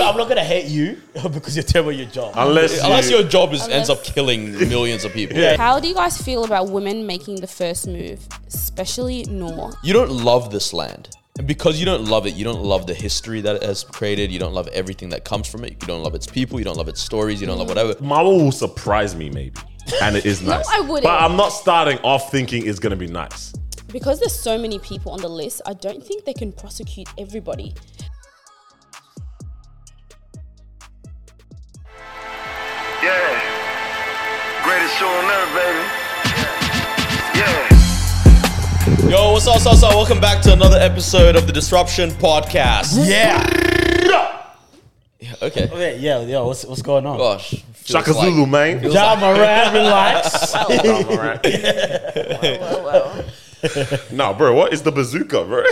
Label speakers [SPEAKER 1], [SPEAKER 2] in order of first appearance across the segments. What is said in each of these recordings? [SPEAKER 1] not gonna hate you because you're terrible at your job.
[SPEAKER 2] Unless
[SPEAKER 3] Unless
[SPEAKER 2] you-
[SPEAKER 3] your job is, ends
[SPEAKER 4] Unless-
[SPEAKER 3] up killing millions of people.
[SPEAKER 4] How do you guys feel about women making the first move, especially Nor?
[SPEAKER 3] You don't love this land. And because you don't love it, you don't love the history that it has created. You don't love everything that comes from it. You don't love its people. You don't love its stories. You don't love whatever.
[SPEAKER 2] Marvel will surprise me maybe, and it is nice.
[SPEAKER 4] I wouldn't.
[SPEAKER 2] But I'm not starting off thinking it's gonna be nice.
[SPEAKER 4] Because there's so many people on the list, I don't think they can prosecute everybody.
[SPEAKER 5] Yeah. Greatest show on earth, baby. Yeah.
[SPEAKER 3] Yo, what's up, what's up, what's up? Welcome back to another episode of the Disruption Podcast.
[SPEAKER 1] Yeah.
[SPEAKER 3] Okay.
[SPEAKER 1] Wait, yeah, yeah. What's what's going on?
[SPEAKER 3] Gosh. feels
[SPEAKER 2] Shaka
[SPEAKER 3] like-
[SPEAKER 2] Zulu, man.
[SPEAKER 3] feels
[SPEAKER 1] Ja
[SPEAKER 3] like-
[SPEAKER 1] Moran, relax.
[SPEAKER 2] Nah, alright. Nah, bro, what is the bazooka, bro?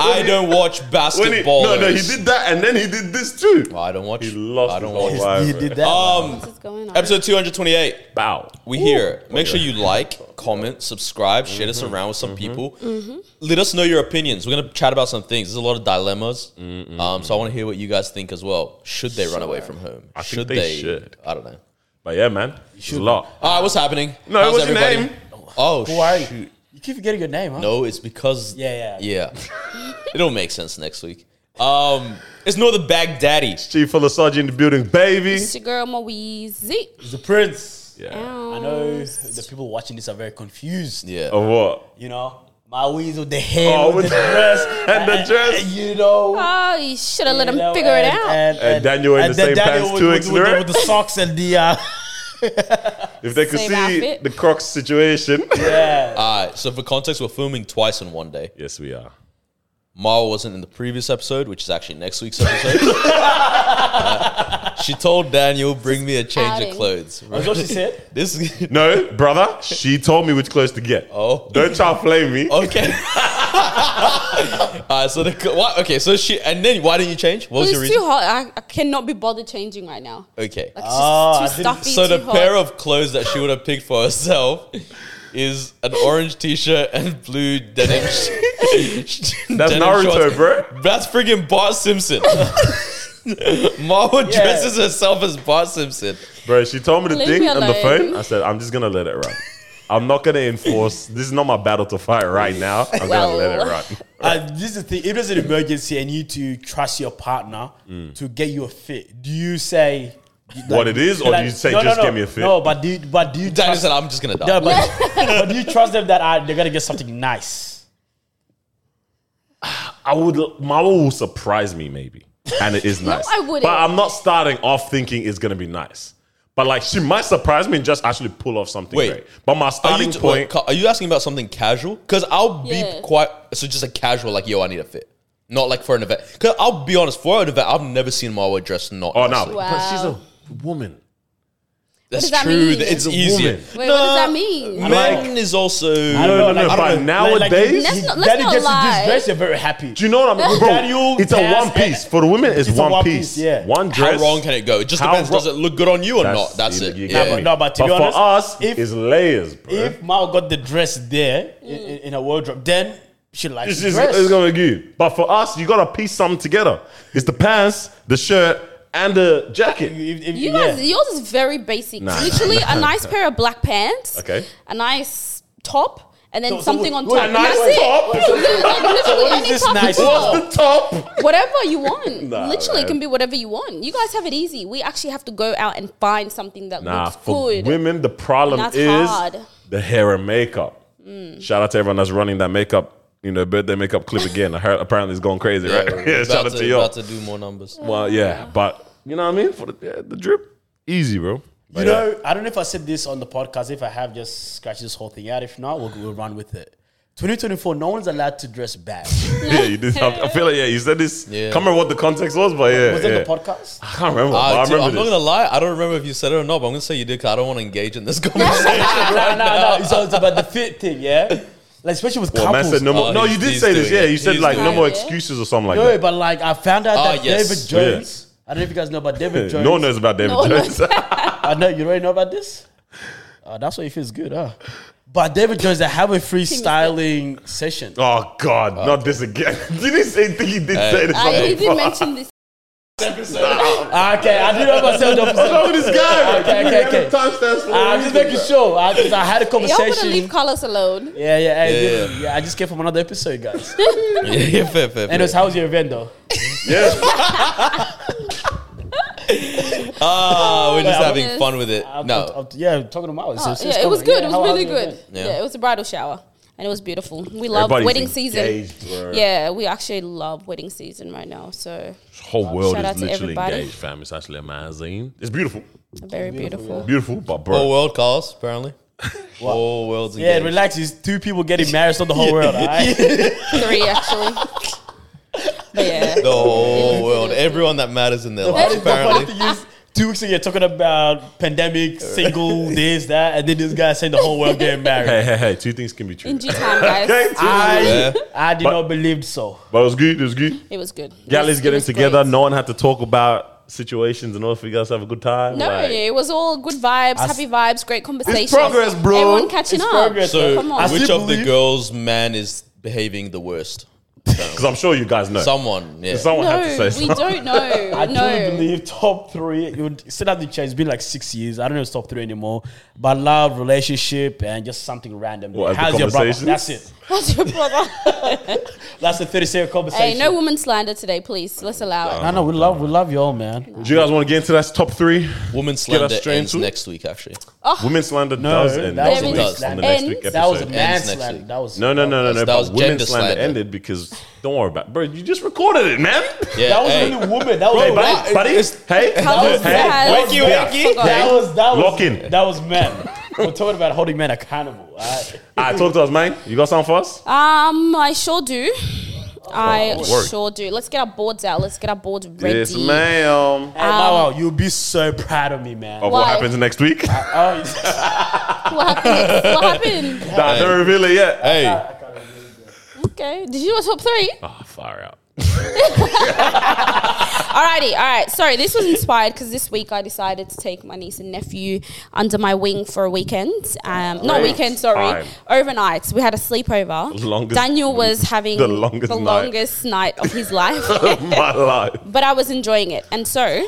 [SPEAKER 3] I don't watch
[SPEAKER 2] When he,
[SPEAKER 3] basketball.
[SPEAKER 2] no, no, he did that and then he did this too.
[SPEAKER 3] I don't watch.
[SPEAKER 2] He lost
[SPEAKER 3] I don't
[SPEAKER 2] his whole
[SPEAKER 3] watch.
[SPEAKER 2] life.
[SPEAKER 1] you
[SPEAKER 2] bro. Oh,
[SPEAKER 1] did that.
[SPEAKER 3] Um,
[SPEAKER 4] What's going on?
[SPEAKER 3] episode 228.
[SPEAKER 2] Bow.
[SPEAKER 3] We here. Make sure you
[SPEAKER 2] Oh,
[SPEAKER 3] like, comment, subscribe, share this
[SPEAKER 2] Mm-hmm.
[SPEAKER 3] around with some people.
[SPEAKER 1] Mm-hmm.
[SPEAKER 3] Let us know your opinions. We're gonna chat about some things. There's a lot of dilemmas. Um, so I want to hear what you guys think as well. Should they run away from home?
[SPEAKER 2] I think they should.
[SPEAKER 3] I don't know.
[SPEAKER 2] But yeah, man, it's a lot.
[SPEAKER 3] All right, what's happening?
[SPEAKER 2] No,
[SPEAKER 3] How's
[SPEAKER 2] what's your
[SPEAKER 3] everybody?
[SPEAKER 2] name?
[SPEAKER 3] Oh,
[SPEAKER 1] Who are
[SPEAKER 3] shoot.
[SPEAKER 1] you? You keep forgetting your name, huh?
[SPEAKER 3] No, it's because
[SPEAKER 1] Yeah,
[SPEAKER 3] yeah. It'll make sense next week. Um, it's Northern Baghdadi.
[SPEAKER 2] Chief Olasaji in the building, baby.
[SPEAKER 4] It's your girl Moeezy.
[SPEAKER 1] It's the prince.
[SPEAKER 2] Yeah.
[SPEAKER 1] I know the people watching this are very confused.
[SPEAKER 3] Yeah.
[SPEAKER 2] Of what?
[SPEAKER 1] You know, my weasel, the hair,
[SPEAKER 2] Oh,
[SPEAKER 1] with the dress,
[SPEAKER 2] and the dress.
[SPEAKER 1] and, you know.
[SPEAKER 4] Oh, you should have let
[SPEAKER 1] you know,
[SPEAKER 4] him figure it
[SPEAKER 1] and-
[SPEAKER 4] out.
[SPEAKER 1] And,
[SPEAKER 2] And Daniel in the
[SPEAKER 1] then
[SPEAKER 2] same pants
[SPEAKER 1] with,
[SPEAKER 2] too,
[SPEAKER 1] with, with, the,
[SPEAKER 2] Xnera.
[SPEAKER 1] with the socks and the uh,
[SPEAKER 2] If they could
[SPEAKER 4] Same
[SPEAKER 2] see
[SPEAKER 4] outfit.
[SPEAKER 2] the Crocs situation.
[SPEAKER 3] All right. So for context, we're filming twice in one day.
[SPEAKER 2] yes, we are.
[SPEAKER 3] Marl wasn't in the previous episode, which is actually next week's episode. Uh, she told Daniel, "Bring me a change
[SPEAKER 4] outing.
[SPEAKER 3] of clothes."
[SPEAKER 1] that's what she said.
[SPEAKER 3] This is
[SPEAKER 2] No, brother, she told me which clothes to get.
[SPEAKER 3] Oh.
[SPEAKER 2] Don't try to flame me.
[SPEAKER 3] okay. uh, so the co- why, okay, so she and then why didn't you change? What was your
[SPEAKER 4] It's too
[SPEAKER 3] reason?
[SPEAKER 4] hot. I, I cannot be bothered changing right now.
[SPEAKER 3] Okay, Uh,
[SPEAKER 4] Like
[SPEAKER 1] Oh,
[SPEAKER 4] it's
[SPEAKER 1] I
[SPEAKER 4] just too
[SPEAKER 1] didn't-
[SPEAKER 4] stuffy.
[SPEAKER 3] so
[SPEAKER 4] too
[SPEAKER 3] the pair
[SPEAKER 4] hot.
[SPEAKER 3] of clothes that she would have picked for herself is an orange t-shirt and blue denim. sh-
[SPEAKER 2] That's
[SPEAKER 3] denim
[SPEAKER 2] Naruto,
[SPEAKER 3] shorts.
[SPEAKER 2] bro.
[SPEAKER 3] That's friggin' Bart Simpson. Marl dresses herself as Bart Simpson.
[SPEAKER 2] Bro, she told me the
[SPEAKER 4] Leave
[SPEAKER 2] thing
[SPEAKER 4] me
[SPEAKER 2] on the
[SPEAKER 4] alone.
[SPEAKER 2] phone. I said, I'm just going to let it run. I'm not going to enforce. This is not my battle to fight right now. I'm
[SPEAKER 4] Well.
[SPEAKER 2] going to let it run.
[SPEAKER 1] Uh, this is the thing. If there's an emergency and you need to trust your partner
[SPEAKER 2] Mm.
[SPEAKER 1] to get you a fit, do you say
[SPEAKER 2] What it is, or do you say, "Just get me a fit"?
[SPEAKER 1] No, but do you, but do you
[SPEAKER 3] Daniel
[SPEAKER 1] trust,
[SPEAKER 3] said, "I'm just gonna die."
[SPEAKER 1] no, but, but do you trust them that uh, they're gonna get something nice?
[SPEAKER 2] I would. Mama will surprise me maybe, and it is nice.
[SPEAKER 4] I wouldn't.
[SPEAKER 2] But I'm not starting off thinking it's gonna be nice. But like she might surprise me and just actually pull off something
[SPEAKER 3] Wait.
[SPEAKER 2] great. But my
[SPEAKER 3] Are you,
[SPEAKER 2] starting
[SPEAKER 3] t- wait,
[SPEAKER 2] point.
[SPEAKER 3] ca- are you asking about something casual? Because I'll be
[SPEAKER 4] Yeah.
[SPEAKER 3] quite so just a casual like yo, I need a fit, not like for an event. Because I'll be honest, for an event, I've never seen Marwa dressed not.
[SPEAKER 2] oh
[SPEAKER 3] nicely.
[SPEAKER 2] no!
[SPEAKER 4] Wow.
[SPEAKER 2] But she's a woman.
[SPEAKER 3] that's
[SPEAKER 4] does that
[SPEAKER 3] true.
[SPEAKER 4] mean?
[SPEAKER 3] that It's
[SPEAKER 4] She's
[SPEAKER 2] a
[SPEAKER 3] easier.
[SPEAKER 2] woman.
[SPEAKER 4] Wait, what does that mean?
[SPEAKER 3] Men is also
[SPEAKER 1] don't
[SPEAKER 2] No,
[SPEAKER 1] know,
[SPEAKER 2] no, no.
[SPEAKER 1] like-
[SPEAKER 2] but nowadays,
[SPEAKER 4] Let's
[SPEAKER 1] you-
[SPEAKER 4] not- let's
[SPEAKER 1] Daddy
[SPEAKER 4] not
[SPEAKER 1] gets to
[SPEAKER 4] lie.
[SPEAKER 1] this dress, you're very happy.
[SPEAKER 2] do you know what I mean, bro?
[SPEAKER 1] Daniel,
[SPEAKER 2] it's a
[SPEAKER 1] Taz,
[SPEAKER 2] one piece for the women. It's,
[SPEAKER 1] it's a
[SPEAKER 2] one,
[SPEAKER 1] one
[SPEAKER 2] piece.
[SPEAKER 1] piece, yeah.
[SPEAKER 2] One
[SPEAKER 3] how
[SPEAKER 2] dress.
[SPEAKER 3] wrong can it go? It just
[SPEAKER 2] How
[SPEAKER 3] depends.
[SPEAKER 2] wrong-
[SPEAKER 3] does it look good on you or not? That's
[SPEAKER 2] you-
[SPEAKER 3] it.
[SPEAKER 2] you
[SPEAKER 3] yeah.
[SPEAKER 2] get me.
[SPEAKER 1] No, but to be honest,
[SPEAKER 2] for us,
[SPEAKER 1] if-
[SPEAKER 2] it's layers, bro.
[SPEAKER 1] If Mao got the dress there in,
[SPEAKER 4] Mm.
[SPEAKER 1] in, in a wardrobe, then she likes
[SPEAKER 2] It's
[SPEAKER 1] the
[SPEAKER 2] just
[SPEAKER 1] dress.
[SPEAKER 2] it's gonna be good. But for us, you gotta piece something together. It's the pants, the shirt, and the jacket.
[SPEAKER 1] If- if-
[SPEAKER 4] You
[SPEAKER 1] yeah.
[SPEAKER 4] guys, yours is very basic.
[SPEAKER 2] Nah,
[SPEAKER 4] Literally, a nice pair of black pants.
[SPEAKER 2] Okay.
[SPEAKER 4] A nice top. And then
[SPEAKER 1] So- so
[SPEAKER 4] something
[SPEAKER 1] what-
[SPEAKER 4] on
[SPEAKER 1] what-
[SPEAKER 4] top.
[SPEAKER 2] a
[SPEAKER 4] and
[SPEAKER 2] nice
[SPEAKER 4] that's
[SPEAKER 2] top?
[SPEAKER 4] It. Literally, like, literally
[SPEAKER 1] what is
[SPEAKER 4] any
[SPEAKER 1] this
[SPEAKER 4] top
[SPEAKER 1] nice
[SPEAKER 4] at all.
[SPEAKER 1] top?
[SPEAKER 2] The top.
[SPEAKER 4] Whatever you want.
[SPEAKER 2] Nah,
[SPEAKER 4] literally,
[SPEAKER 2] man.
[SPEAKER 4] it can be whatever you want. You guys have it easy. We actually have to go out and find something that
[SPEAKER 2] Nah,
[SPEAKER 4] looks
[SPEAKER 2] for
[SPEAKER 4] good.
[SPEAKER 2] women, the problem
[SPEAKER 4] That's
[SPEAKER 2] is
[SPEAKER 4] hard.
[SPEAKER 2] the hair and makeup.
[SPEAKER 3] Mm.
[SPEAKER 2] Shout out to everyone that's running that makeup, you know, birthday makeup clip again. I heard apparently it's going crazy,
[SPEAKER 3] Yeah,
[SPEAKER 2] right? Yeah,
[SPEAKER 3] we're
[SPEAKER 2] shout
[SPEAKER 3] about,
[SPEAKER 2] out
[SPEAKER 3] to,
[SPEAKER 2] to you.
[SPEAKER 3] about to do more numbers.
[SPEAKER 2] Well, yeah, but you know what I mean? For the, yeah, the drip, easy, bro. But
[SPEAKER 1] You
[SPEAKER 2] yeah.
[SPEAKER 1] know, I don't know if I said this on the podcast. If I have, just scratch this whole thing out. If not, we'll, we'll run with it. 2024, no one's allowed to dress bad.
[SPEAKER 2] yeah, you did. I I feel like yeah, you said this.
[SPEAKER 3] Yeah.
[SPEAKER 2] Can't remember what the context was, but yeah,
[SPEAKER 1] Was
[SPEAKER 2] yeah.
[SPEAKER 1] that the podcast?
[SPEAKER 2] I can't remember. but
[SPEAKER 3] Uh,
[SPEAKER 2] I
[SPEAKER 3] dude,
[SPEAKER 2] remember
[SPEAKER 3] I'm not
[SPEAKER 2] this.
[SPEAKER 3] gonna lie. I don't remember if you said it or not, but I'm gonna say you did because I don't want to engage in this conversation.
[SPEAKER 1] no, no, no. So it's about the fit thing, yeah? Like, especially with
[SPEAKER 2] Well, man
[SPEAKER 1] couples.
[SPEAKER 2] said no more.
[SPEAKER 3] Oh,
[SPEAKER 2] no,
[SPEAKER 3] he's-
[SPEAKER 2] you did
[SPEAKER 3] he's
[SPEAKER 2] say this.
[SPEAKER 3] doing
[SPEAKER 2] Yeah,
[SPEAKER 3] it.
[SPEAKER 2] you said
[SPEAKER 3] He's
[SPEAKER 2] like
[SPEAKER 3] doing
[SPEAKER 2] no
[SPEAKER 4] it.
[SPEAKER 2] more
[SPEAKER 4] Yeah.
[SPEAKER 2] excuses or something like
[SPEAKER 1] No,
[SPEAKER 2] that.
[SPEAKER 1] but like, I found out
[SPEAKER 3] Oh,
[SPEAKER 1] that
[SPEAKER 3] yes.
[SPEAKER 1] David Jones. I don't know if you guys know about David Jones.
[SPEAKER 2] No one knows about David
[SPEAKER 4] No one
[SPEAKER 2] Jones.
[SPEAKER 1] I know, you already know about this? Oh, that's why he feels good, huh? But David Jones, they have a free styling session.
[SPEAKER 3] Oh,
[SPEAKER 2] oh God, not this again. did he say? Think he did say this?
[SPEAKER 4] Uh,
[SPEAKER 2] on the
[SPEAKER 4] you did
[SPEAKER 2] pod?
[SPEAKER 4] mention this
[SPEAKER 1] episode. Ah, Okay, I do not myself. the episode.
[SPEAKER 2] What's wrong with this guy?
[SPEAKER 1] Okay, okay, okay.
[SPEAKER 2] Timestamps for
[SPEAKER 1] Ah, I'm just making sure. I, 'cause I had a
[SPEAKER 4] Y'all want to leave
[SPEAKER 1] conversation.
[SPEAKER 4] Carlos alone?
[SPEAKER 1] Yeah, yeah, hey,
[SPEAKER 3] Yeah,
[SPEAKER 1] yeah, yeah, I just came from another episode, guys.
[SPEAKER 3] yeah, yeah, fair, fair, fair.
[SPEAKER 1] Anyways, how was your event though?
[SPEAKER 2] Yeah.
[SPEAKER 3] Ah, we're just
[SPEAKER 1] I'm-
[SPEAKER 3] having fun with it.
[SPEAKER 1] I'm-
[SPEAKER 3] No,
[SPEAKER 1] I'm- I'm- yeah, talking to Miles.
[SPEAKER 4] Oh, yeah, it was good. it was really good.
[SPEAKER 3] Yeah.
[SPEAKER 4] Yeah. it was a bridal shower, and it was beautiful. We love
[SPEAKER 2] Everybody's
[SPEAKER 4] wedding season.
[SPEAKER 2] engaged, word.
[SPEAKER 4] Yeah, we actually love wedding season right now. So
[SPEAKER 2] Whole world
[SPEAKER 4] Shout out
[SPEAKER 2] is
[SPEAKER 4] to
[SPEAKER 2] literally
[SPEAKER 4] everybody.
[SPEAKER 2] engaged, fam. It's actually amazing. It's beautiful.
[SPEAKER 4] very beautiful.
[SPEAKER 2] Beautiful, but
[SPEAKER 3] whole
[SPEAKER 2] bro.
[SPEAKER 3] world calls apparently. Whole world's
[SPEAKER 1] Yeah,
[SPEAKER 3] engaged.
[SPEAKER 1] relax. It's two people getting married, it's not the whole world. All right?
[SPEAKER 4] Three actually. but yeah,
[SPEAKER 3] the whole world, everyone that matters in their life.
[SPEAKER 1] The funny
[SPEAKER 3] Apparently,
[SPEAKER 1] thing is, two weeks ago you're talking about pandemic,
[SPEAKER 2] Uh,
[SPEAKER 1] single, this, that, and then this guy saying the whole world getting married.
[SPEAKER 2] Hey, hey, hey. Two things can be true.
[SPEAKER 4] in due time, guys.
[SPEAKER 2] Okay, two-
[SPEAKER 1] I,
[SPEAKER 3] Yeah.
[SPEAKER 1] I did
[SPEAKER 2] But-
[SPEAKER 1] not believe so.
[SPEAKER 2] but it was good. It was good.
[SPEAKER 4] It was good. It was-
[SPEAKER 2] Galleys
[SPEAKER 4] it
[SPEAKER 2] getting
[SPEAKER 4] was
[SPEAKER 2] together.
[SPEAKER 4] great.
[SPEAKER 2] No one had to talk about situations and all for you guys to have a good time.
[SPEAKER 4] No,
[SPEAKER 2] like-
[SPEAKER 4] it was all good vibes,
[SPEAKER 1] s-
[SPEAKER 4] happy vibes, great conversation.
[SPEAKER 2] progress, bro.
[SPEAKER 4] Everyone catching
[SPEAKER 1] It's
[SPEAKER 4] up.
[SPEAKER 1] progress,
[SPEAKER 3] so
[SPEAKER 4] Come on.
[SPEAKER 1] I
[SPEAKER 3] which
[SPEAKER 1] still
[SPEAKER 3] of the
[SPEAKER 1] believe-
[SPEAKER 3] girls' man is behaving the worst?
[SPEAKER 2] Because I'm sure you guys know.
[SPEAKER 3] Someone, yeah.
[SPEAKER 2] Someone had to
[SPEAKER 4] no,
[SPEAKER 2] say
[SPEAKER 4] we
[SPEAKER 2] something.
[SPEAKER 4] don't know.
[SPEAKER 1] I
[SPEAKER 4] no.
[SPEAKER 1] truly believe top three. You would sit at the chair. It's been like six years. I don't know if it's top three anymore. But love, relationship, and just something random.
[SPEAKER 2] What, as the
[SPEAKER 1] How's your brother?
[SPEAKER 2] conversations?
[SPEAKER 1] That's it.
[SPEAKER 4] That's your brother.
[SPEAKER 1] That's the thirty second conversation.
[SPEAKER 4] hey, no woman slander today, please. Let's allow it.
[SPEAKER 1] No, no, we love, we love you all, man.
[SPEAKER 2] Do you guys want to get into that top three?
[SPEAKER 3] Woman slander
[SPEAKER 2] straight
[SPEAKER 3] ends
[SPEAKER 2] into it?
[SPEAKER 3] next week, actually.
[SPEAKER 4] Oh.
[SPEAKER 2] Women's slander
[SPEAKER 1] No,
[SPEAKER 2] does end
[SPEAKER 1] that
[SPEAKER 2] next
[SPEAKER 4] was
[SPEAKER 2] week
[SPEAKER 3] Ends.
[SPEAKER 2] on the next week
[SPEAKER 4] Ends.
[SPEAKER 2] episode.
[SPEAKER 1] That was a man
[SPEAKER 3] next
[SPEAKER 1] slander.
[SPEAKER 3] week.
[SPEAKER 1] That was
[SPEAKER 2] no, no, no, no, no.
[SPEAKER 3] That was
[SPEAKER 2] But
[SPEAKER 3] gender
[SPEAKER 2] women's slander
[SPEAKER 3] slander.
[SPEAKER 2] ended because don't worry about, it. bro. You just recorded it, man.
[SPEAKER 3] Yeah,
[SPEAKER 1] That was
[SPEAKER 3] hey.
[SPEAKER 1] really woman. That was
[SPEAKER 2] Hey,
[SPEAKER 1] man.
[SPEAKER 2] buddy, buddy. Hey,
[SPEAKER 4] Carlos
[SPEAKER 2] hey,
[SPEAKER 4] had-
[SPEAKER 2] wakey, wakey.
[SPEAKER 4] Forgot.
[SPEAKER 1] That was that was
[SPEAKER 2] Lock in.
[SPEAKER 1] That was men. We're talking about holding men accountable. All right?
[SPEAKER 2] All right, talk to us, man. You got something for us?
[SPEAKER 4] Um, I sure do. I
[SPEAKER 2] Oh, work.
[SPEAKER 4] sure do. Let's get our boards out. Let's get our boards ready.
[SPEAKER 2] Yes, ma'am.
[SPEAKER 4] Um,
[SPEAKER 1] Hey, Mau, Mau, you'll be so proud of me, man.
[SPEAKER 2] Of what
[SPEAKER 4] Why?
[SPEAKER 2] happens next week? nah,
[SPEAKER 1] Oh,
[SPEAKER 4] What happened? what happened?
[SPEAKER 2] don't reveal it yet.
[SPEAKER 3] Hey,
[SPEAKER 4] Okay. Did you do a top three?
[SPEAKER 2] Ah, far out.
[SPEAKER 4] Alrighty, all right. Sorry, this was inspired because this week I decided to take my niece and nephew under my wing for a weekend. Um, not
[SPEAKER 2] Great
[SPEAKER 4] weekend, sorry,
[SPEAKER 2] time.
[SPEAKER 4] overnight. We had a sleepover.
[SPEAKER 2] Longest-
[SPEAKER 4] Daniel was having
[SPEAKER 2] the longest
[SPEAKER 4] the
[SPEAKER 2] night.
[SPEAKER 4] longest night of his life,
[SPEAKER 2] My life.
[SPEAKER 4] but I was enjoying it. And so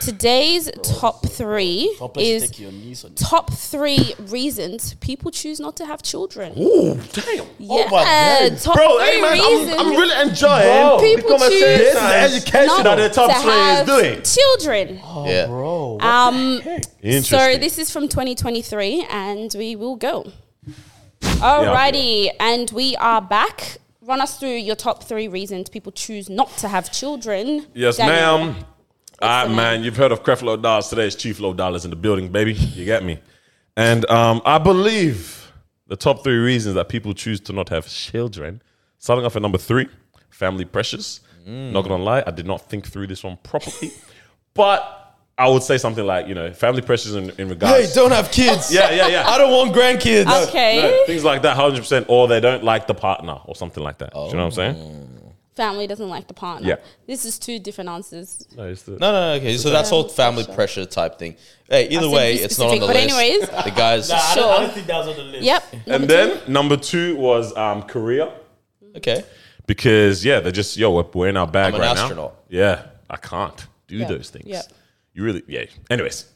[SPEAKER 4] today's top three
[SPEAKER 1] please
[SPEAKER 4] is
[SPEAKER 1] stick your knees on.
[SPEAKER 4] top three reasons people choose not to have children.
[SPEAKER 2] Ooh, damn.
[SPEAKER 4] Yeah,
[SPEAKER 1] my days.
[SPEAKER 4] top
[SPEAKER 2] Oh, Bro,
[SPEAKER 4] three
[SPEAKER 2] hey man, I'm,
[SPEAKER 4] reasons.
[SPEAKER 2] I'm really enjoying
[SPEAKER 1] Bro.
[SPEAKER 2] the
[SPEAKER 4] People choose
[SPEAKER 2] conversations
[SPEAKER 1] This is education
[SPEAKER 2] that the top
[SPEAKER 4] to have
[SPEAKER 2] three is doing.
[SPEAKER 4] children.
[SPEAKER 3] yeah.
[SPEAKER 1] bro.
[SPEAKER 4] Um, so
[SPEAKER 2] Interesting.
[SPEAKER 4] this is from 2023, and we will go. Alrighty, and we are back. Run us through your top three reasons people choose not to have children.
[SPEAKER 2] Yes,
[SPEAKER 4] Daniel.
[SPEAKER 2] ma'am. All right, man. You've heard of Creflo Dollars. Today is Chief Low Dollars in the building, baby. You get me. And um, I believe the top three reasons that people choose to not have children. Starting off at number three, family pressures. Not gonna lie, I did not think through this one properly, but I would say something like, you know, family pressures in, in
[SPEAKER 3] Hey,
[SPEAKER 2] regards.
[SPEAKER 3] don't have kids.
[SPEAKER 2] yeah, yeah, yeah.
[SPEAKER 3] I don't want grandkids.
[SPEAKER 4] Okay,
[SPEAKER 2] No, things like that, hundred percent, or they don't like the partner or something like that. Do you know what I'm saying?
[SPEAKER 4] family doesn't like the partner.
[SPEAKER 2] Yeah.
[SPEAKER 4] This is two different answers.
[SPEAKER 2] No, it's the,
[SPEAKER 3] No, no, no, okay. So that's all family pressure type thing. Hey, either way,
[SPEAKER 4] be
[SPEAKER 3] it's not on the
[SPEAKER 4] specific,
[SPEAKER 3] list.
[SPEAKER 4] but anyways.
[SPEAKER 3] the guys.
[SPEAKER 1] I, don't, I don't
[SPEAKER 4] sure.
[SPEAKER 1] think that was on the list.
[SPEAKER 4] Yep.
[SPEAKER 2] And then number two was um, career
[SPEAKER 3] Okay.
[SPEAKER 2] because yeah, they're just yo, we're, we're in our bag
[SPEAKER 3] I'm an
[SPEAKER 2] right
[SPEAKER 3] astronaut.
[SPEAKER 2] now. Yeah, I can't do
[SPEAKER 4] Yeah.
[SPEAKER 2] those things.
[SPEAKER 4] Yeah.
[SPEAKER 2] You really yeah. Anyways,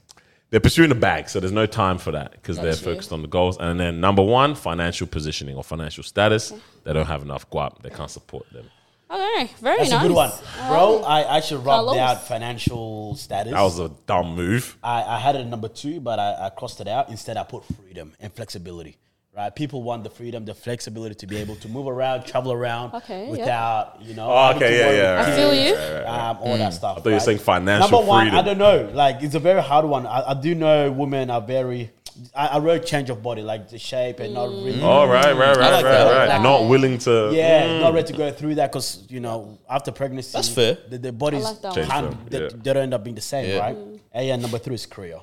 [SPEAKER 2] they're pursuing the bag, so there's no time for that because they're
[SPEAKER 4] Got you.
[SPEAKER 2] focused on the goals. And then number one, financial positioning or financial status. They don't have enough guap. They can't support them.
[SPEAKER 4] Okay, very
[SPEAKER 1] That's
[SPEAKER 4] nice. Um,
[SPEAKER 1] a good one. Bro, I actually rubbed
[SPEAKER 4] Carlos.
[SPEAKER 1] out financial status.
[SPEAKER 2] That was a dumb move.
[SPEAKER 1] I, I had it at number two, but I, I crossed it out. Instead, I put freedom and flexibility. Right? People want the freedom, the flexibility to be able to move around, travel around
[SPEAKER 4] Okay, yeah.
[SPEAKER 1] without, you know.
[SPEAKER 2] Oh,
[SPEAKER 1] having
[SPEAKER 2] okay,
[SPEAKER 1] to
[SPEAKER 2] yeah,
[SPEAKER 1] worry
[SPEAKER 2] yeah,
[SPEAKER 1] with
[SPEAKER 2] right,
[SPEAKER 4] I feel you.
[SPEAKER 1] um, all
[SPEAKER 3] Hmm.
[SPEAKER 1] that stuff. I
[SPEAKER 2] thought you were saying financial
[SPEAKER 1] Number one,
[SPEAKER 2] freedom.
[SPEAKER 1] I don't know. Like it's a very hard one. I, I do know women are very. I, I wrote change of body, like the shape and not really.
[SPEAKER 2] All Oh, right, right, right,
[SPEAKER 3] like
[SPEAKER 2] right,
[SPEAKER 3] that.
[SPEAKER 2] right.
[SPEAKER 4] Like
[SPEAKER 2] Not
[SPEAKER 4] that.
[SPEAKER 2] willing to.
[SPEAKER 1] Yeah, not ready to go through that because you know after pregnancy,
[SPEAKER 3] That's fair.
[SPEAKER 1] The, the bodies
[SPEAKER 4] I like that
[SPEAKER 2] one.
[SPEAKER 1] can't-
[SPEAKER 2] Change
[SPEAKER 1] they,
[SPEAKER 2] them, yeah.
[SPEAKER 1] they don't end up being the same,
[SPEAKER 3] Yeah.
[SPEAKER 1] right?
[SPEAKER 4] Mm.
[SPEAKER 1] And yeah, number three is career.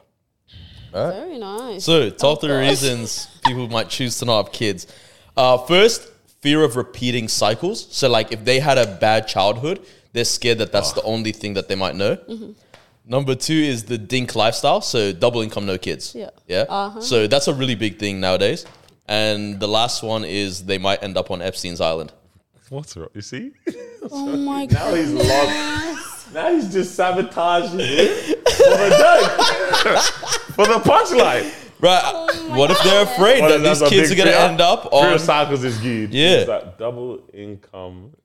[SPEAKER 4] Very nice.
[SPEAKER 3] So, top three reasons people might choose to not have kids. Uh, first, fear of repeating cycles. So, like, if they had a bad childhood, they're scared that that's the only thing that they might know.
[SPEAKER 4] Mm-hmm.
[SPEAKER 3] Number two is the dink lifestyle. So, double income, no kids.
[SPEAKER 4] Yeah.
[SPEAKER 3] Yeah.
[SPEAKER 4] Uh-huh.
[SPEAKER 3] So, that's a really big thing nowadays. And the last one is they might end up on Epstein's Island.
[SPEAKER 2] What's wrong? You see?
[SPEAKER 4] oh my god.
[SPEAKER 2] He's lost. Now he's just sabotaging it for the joke, for the punchline.
[SPEAKER 3] Right.
[SPEAKER 4] Oh
[SPEAKER 3] what if they're afraid
[SPEAKER 2] Well,
[SPEAKER 3] that these
[SPEAKER 2] that's a
[SPEAKER 3] kids are
[SPEAKER 2] big
[SPEAKER 3] going to
[SPEAKER 2] fear.
[SPEAKER 3] end up
[SPEAKER 2] Fear
[SPEAKER 3] on?
[SPEAKER 2] of cycles is good.
[SPEAKER 3] Yeah.
[SPEAKER 2] It's that double income.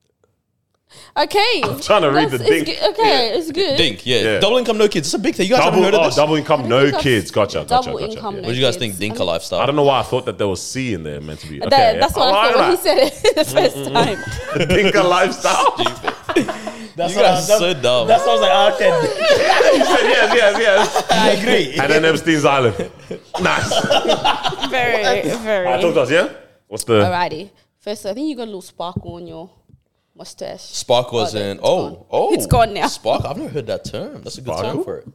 [SPEAKER 4] Okay. I'm
[SPEAKER 2] trying to read the dink.
[SPEAKER 4] okay, it's good.
[SPEAKER 3] Dink, yeah.
[SPEAKER 2] Yeah.
[SPEAKER 3] Double income, no kids. It's a big thing. You guys
[SPEAKER 2] Double,
[SPEAKER 3] haven't heard
[SPEAKER 2] oh,
[SPEAKER 3] of this.
[SPEAKER 2] double income,
[SPEAKER 4] I
[SPEAKER 2] no
[SPEAKER 4] think I've-
[SPEAKER 2] kids. Gotcha, gotcha,
[SPEAKER 4] Double
[SPEAKER 2] gotcha.
[SPEAKER 4] income,
[SPEAKER 2] yeah.
[SPEAKER 4] no
[SPEAKER 3] What do you guys
[SPEAKER 4] kids.
[SPEAKER 3] think? Dinka lifestyle.
[SPEAKER 2] I don't know why I thought that there was C in there meant to be. Okay, Oh,
[SPEAKER 4] That,
[SPEAKER 2] yeah.
[SPEAKER 4] That's what I thought when he said it the first
[SPEAKER 2] Mm-hmm.
[SPEAKER 4] time.
[SPEAKER 2] said. Dinka lifestyle. he said
[SPEAKER 1] That's
[SPEAKER 3] You
[SPEAKER 1] what I-
[SPEAKER 3] guys are
[SPEAKER 1] that-
[SPEAKER 3] so dumb.
[SPEAKER 1] That's what I was like. Okay,
[SPEAKER 2] yes, yes, yes.
[SPEAKER 1] I agree.
[SPEAKER 2] And then Epstein's Island. Nice.
[SPEAKER 4] Very,
[SPEAKER 2] I talk
[SPEAKER 4] very.
[SPEAKER 2] to us, yeah? What's the.
[SPEAKER 4] Alrighty. First, I think you got a little sparkle on your mustache.
[SPEAKER 3] Spark was
[SPEAKER 4] there,
[SPEAKER 3] in.
[SPEAKER 4] it's
[SPEAKER 3] Oh,
[SPEAKER 4] gone.
[SPEAKER 3] oh.
[SPEAKER 4] It's gone now.
[SPEAKER 3] Spark. I've never heard that term. That's a good term
[SPEAKER 2] Sparkle?
[SPEAKER 3] for it.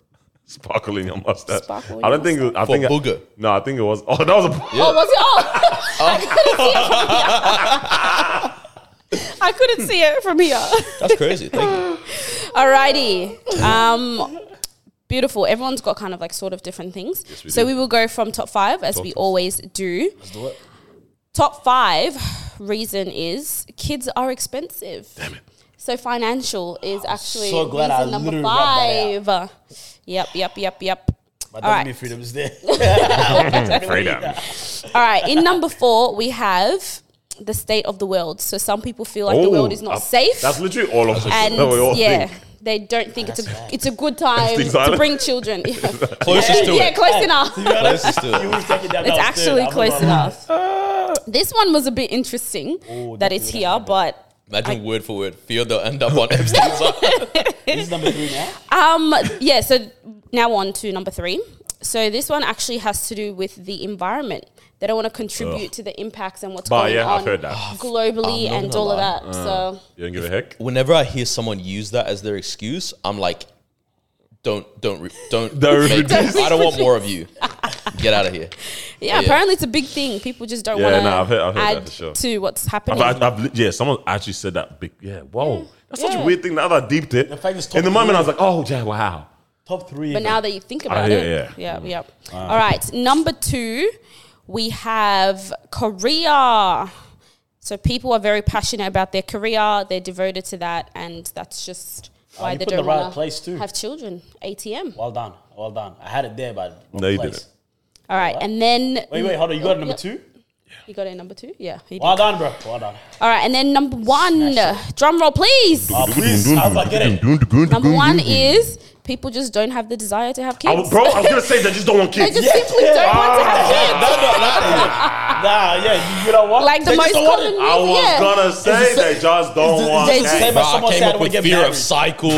[SPEAKER 2] Sparkle in your mustache.
[SPEAKER 4] Sparkle in
[SPEAKER 2] I
[SPEAKER 4] your
[SPEAKER 2] don't think. it- I
[SPEAKER 3] For
[SPEAKER 2] think. I-
[SPEAKER 3] booger.
[SPEAKER 2] no, I think it was. Oh, that was a.
[SPEAKER 4] Oh, was it? Oh, I couldn't see it from here. I couldn't see it
[SPEAKER 3] That's crazy.
[SPEAKER 4] from here.
[SPEAKER 3] Thank you.
[SPEAKER 4] Alrighty. Um, beautiful. Everyone's got kind of like sort of different things.
[SPEAKER 2] we
[SPEAKER 4] so
[SPEAKER 2] do.
[SPEAKER 4] we will go from top five as we always do. Top five reason is kids are expensive. Damn it. So financial is actually
[SPEAKER 1] so glad I
[SPEAKER 4] reason number
[SPEAKER 1] literally read
[SPEAKER 4] five. Yep, yep, yep, yep.
[SPEAKER 1] But
[SPEAKER 4] All
[SPEAKER 1] that
[SPEAKER 4] right.
[SPEAKER 1] mean freedom is there.
[SPEAKER 2] Freedom.
[SPEAKER 4] All right. In number four, we have the state of the world. So some people feel like the world is not
[SPEAKER 2] that's-
[SPEAKER 4] safe.
[SPEAKER 2] That's literally all of us.
[SPEAKER 4] and
[SPEAKER 2] That we all
[SPEAKER 4] yeah,
[SPEAKER 2] think.
[SPEAKER 4] they don't think it's a it's a good time
[SPEAKER 2] Epstein's
[SPEAKER 4] to
[SPEAKER 2] Island.
[SPEAKER 4] bring children. Yeah.
[SPEAKER 3] Closest to
[SPEAKER 4] yeah,
[SPEAKER 3] it.
[SPEAKER 4] close enough.
[SPEAKER 1] You know,
[SPEAKER 3] Closest to
[SPEAKER 1] you
[SPEAKER 3] it.
[SPEAKER 1] would take it down
[SPEAKER 4] It's
[SPEAKER 1] downstairs.
[SPEAKER 4] actually
[SPEAKER 1] I'm not
[SPEAKER 4] close
[SPEAKER 1] gonna lie.
[SPEAKER 4] enough. This one was a bit interesting that it's here, but
[SPEAKER 3] Imagine word for word. Fear they'll end up on Epstein's Island.
[SPEAKER 1] This is number three now.
[SPEAKER 4] um, yeah. So now on to number three. So this one actually has to do with the environment. They don't want to contribute to the impacts and what's
[SPEAKER 2] But
[SPEAKER 4] going
[SPEAKER 2] yeah,
[SPEAKER 4] on
[SPEAKER 2] I've heard that.
[SPEAKER 4] globally
[SPEAKER 3] I'm not
[SPEAKER 4] and
[SPEAKER 3] gonna
[SPEAKER 4] all of
[SPEAKER 3] lie.
[SPEAKER 4] that. so
[SPEAKER 2] You don't give a heck?
[SPEAKER 3] Whenever I hear someone use that as their excuse, I'm like, don't, don't, re- don't,
[SPEAKER 2] Don't
[SPEAKER 3] make-
[SPEAKER 2] reduce.
[SPEAKER 3] I don't want more of you. Get out of here.
[SPEAKER 4] yeah,
[SPEAKER 3] Yeah.
[SPEAKER 4] apparently it's a big thing. People just don't
[SPEAKER 2] Yeah,
[SPEAKER 4] want to
[SPEAKER 2] nah, I've heard- I've heard that
[SPEAKER 4] add
[SPEAKER 2] for sure.
[SPEAKER 4] to what's
[SPEAKER 2] I've,
[SPEAKER 4] happening.
[SPEAKER 2] I've, I've- yeah, someone actually said that. Big, yeah, whoa. That's such
[SPEAKER 4] Yeah.
[SPEAKER 2] a weird thing. Now that I deeped it,
[SPEAKER 1] The fact it's
[SPEAKER 2] in the
[SPEAKER 1] top
[SPEAKER 2] moment,
[SPEAKER 1] three.
[SPEAKER 2] I was like, oh, yeah, wow.
[SPEAKER 1] Top three.
[SPEAKER 4] But now that you
[SPEAKER 1] Ah,
[SPEAKER 4] think about
[SPEAKER 2] yeah,
[SPEAKER 4] it,
[SPEAKER 2] yeah.
[SPEAKER 4] yeah,
[SPEAKER 1] Mm-hmm.
[SPEAKER 4] yeah. All right, number two, we have Korea. So people are very passionate about their career; they're devoted to that, and that's just why
[SPEAKER 1] Ah, you
[SPEAKER 4] they
[SPEAKER 1] put the
[SPEAKER 4] don't
[SPEAKER 1] right
[SPEAKER 4] wanna
[SPEAKER 1] place too.
[SPEAKER 4] have children. ATM.
[SPEAKER 1] well done, well done. I had it there, but wrong
[SPEAKER 2] No, you
[SPEAKER 1] place.
[SPEAKER 2] didn't.
[SPEAKER 4] All right, and then
[SPEAKER 1] Wait, wait, hold on. You got a number
[SPEAKER 4] Yep.
[SPEAKER 1] two.
[SPEAKER 4] You got it, number two. Yeah, he did.
[SPEAKER 1] Well done, bro. Well done.
[SPEAKER 4] All right, and then number one, drum roll, please.
[SPEAKER 1] Oh, please, I was like, get it.
[SPEAKER 4] Number one is people just don't have the desire to have
[SPEAKER 2] I
[SPEAKER 4] kids.
[SPEAKER 2] was- bro, I was going to say they just don't want
[SPEAKER 4] they
[SPEAKER 2] kids.
[SPEAKER 4] just simply
[SPEAKER 1] yeah. Ah,
[SPEAKER 4] don't want to have kids.
[SPEAKER 1] Nah, yeah, you, you know what?
[SPEAKER 4] Like the
[SPEAKER 1] They
[SPEAKER 4] most
[SPEAKER 1] just don't want
[SPEAKER 4] common.
[SPEAKER 1] it.
[SPEAKER 2] I was
[SPEAKER 4] yeah.
[SPEAKER 2] going to say
[SPEAKER 1] the sa-
[SPEAKER 2] they just don't
[SPEAKER 1] the-
[SPEAKER 2] want
[SPEAKER 1] it's the
[SPEAKER 2] kids.
[SPEAKER 1] same-
[SPEAKER 3] Bro,
[SPEAKER 1] someone
[SPEAKER 3] I came
[SPEAKER 1] said
[SPEAKER 3] up
[SPEAKER 1] when you
[SPEAKER 3] with
[SPEAKER 1] get
[SPEAKER 3] fear
[SPEAKER 1] married.
[SPEAKER 3] of cycles.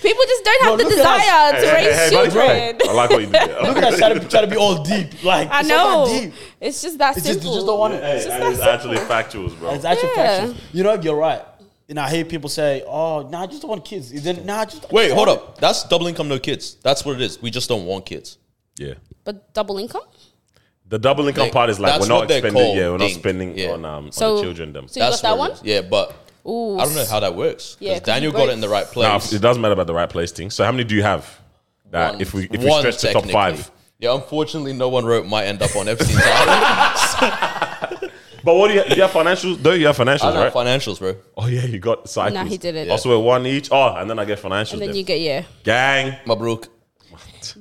[SPEAKER 4] People just don't
[SPEAKER 1] Bro,
[SPEAKER 4] have the
[SPEAKER 1] look at us.
[SPEAKER 4] desire to
[SPEAKER 2] Hey, hey,
[SPEAKER 4] raise
[SPEAKER 2] hey, buddy,
[SPEAKER 4] children.
[SPEAKER 2] I like what you did. there.
[SPEAKER 1] Look at us trying to, trying to be all deep. Like
[SPEAKER 4] I
[SPEAKER 1] it's not that
[SPEAKER 4] know.
[SPEAKER 1] deep.
[SPEAKER 4] It's just that
[SPEAKER 1] It's
[SPEAKER 4] simple.
[SPEAKER 1] just, you just don't want
[SPEAKER 2] Hey,
[SPEAKER 1] it.
[SPEAKER 4] just
[SPEAKER 2] that
[SPEAKER 4] that
[SPEAKER 2] is actually factuals, bro.
[SPEAKER 1] It's actually
[SPEAKER 4] Yeah.
[SPEAKER 1] factual. You know, you're right. You know, I hear people say, "Oh, nah, I just don't want kids." And Then, nah, I just
[SPEAKER 3] Wait, hold up. That's double income, no kids. That's what it is. We just don't want kids.
[SPEAKER 2] Yeah.
[SPEAKER 4] but double income.
[SPEAKER 2] The double income
[SPEAKER 3] They-
[SPEAKER 2] part is like
[SPEAKER 3] that's
[SPEAKER 2] we're not
[SPEAKER 3] what they're
[SPEAKER 2] spending.
[SPEAKER 3] called,
[SPEAKER 2] Yeah, we're not
[SPEAKER 3] dink.
[SPEAKER 2] spending
[SPEAKER 3] Yeah.
[SPEAKER 2] on um on
[SPEAKER 4] So
[SPEAKER 2] the children. Them.
[SPEAKER 4] So you got
[SPEAKER 3] That's
[SPEAKER 4] that
[SPEAKER 3] what
[SPEAKER 4] one.
[SPEAKER 3] it is. Yeah, but
[SPEAKER 4] Ooh,
[SPEAKER 3] I don't know how that works.
[SPEAKER 4] Yeah,
[SPEAKER 3] Because
[SPEAKER 4] 'cause
[SPEAKER 3] Daniel
[SPEAKER 4] you
[SPEAKER 3] got it
[SPEAKER 4] both-
[SPEAKER 3] in the right
[SPEAKER 2] Nah,
[SPEAKER 3] place.
[SPEAKER 2] it doesn't matter about the right place thing. So how many do you have? That if we if we
[SPEAKER 3] One,
[SPEAKER 2] stretch the top
[SPEAKER 3] technically.
[SPEAKER 2] five.
[SPEAKER 3] Yeah, unfortunately, no one wrote might end up on Epstein's Island.
[SPEAKER 2] But what do you, you have financials? Though you have
[SPEAKER 3] I
[SPEAKER 2] financials,
[SPEAKER 3] don't have
[SPEAKER 2] right?
[SPEAKER 3] financials, bro.
[SPEAKER 2] oh yeah, you got cycles.
[SPEAKER 4] he didn't.
[SPEAKER 2] Also, we're one each. Oh, and then I get financials.
[SPEAKER 4] And then
[SPEAKER 2] then.
[SPEAKER 4] you get yeah,
[SPEAKER 2] gang.
[SPEAKER 3] My brook.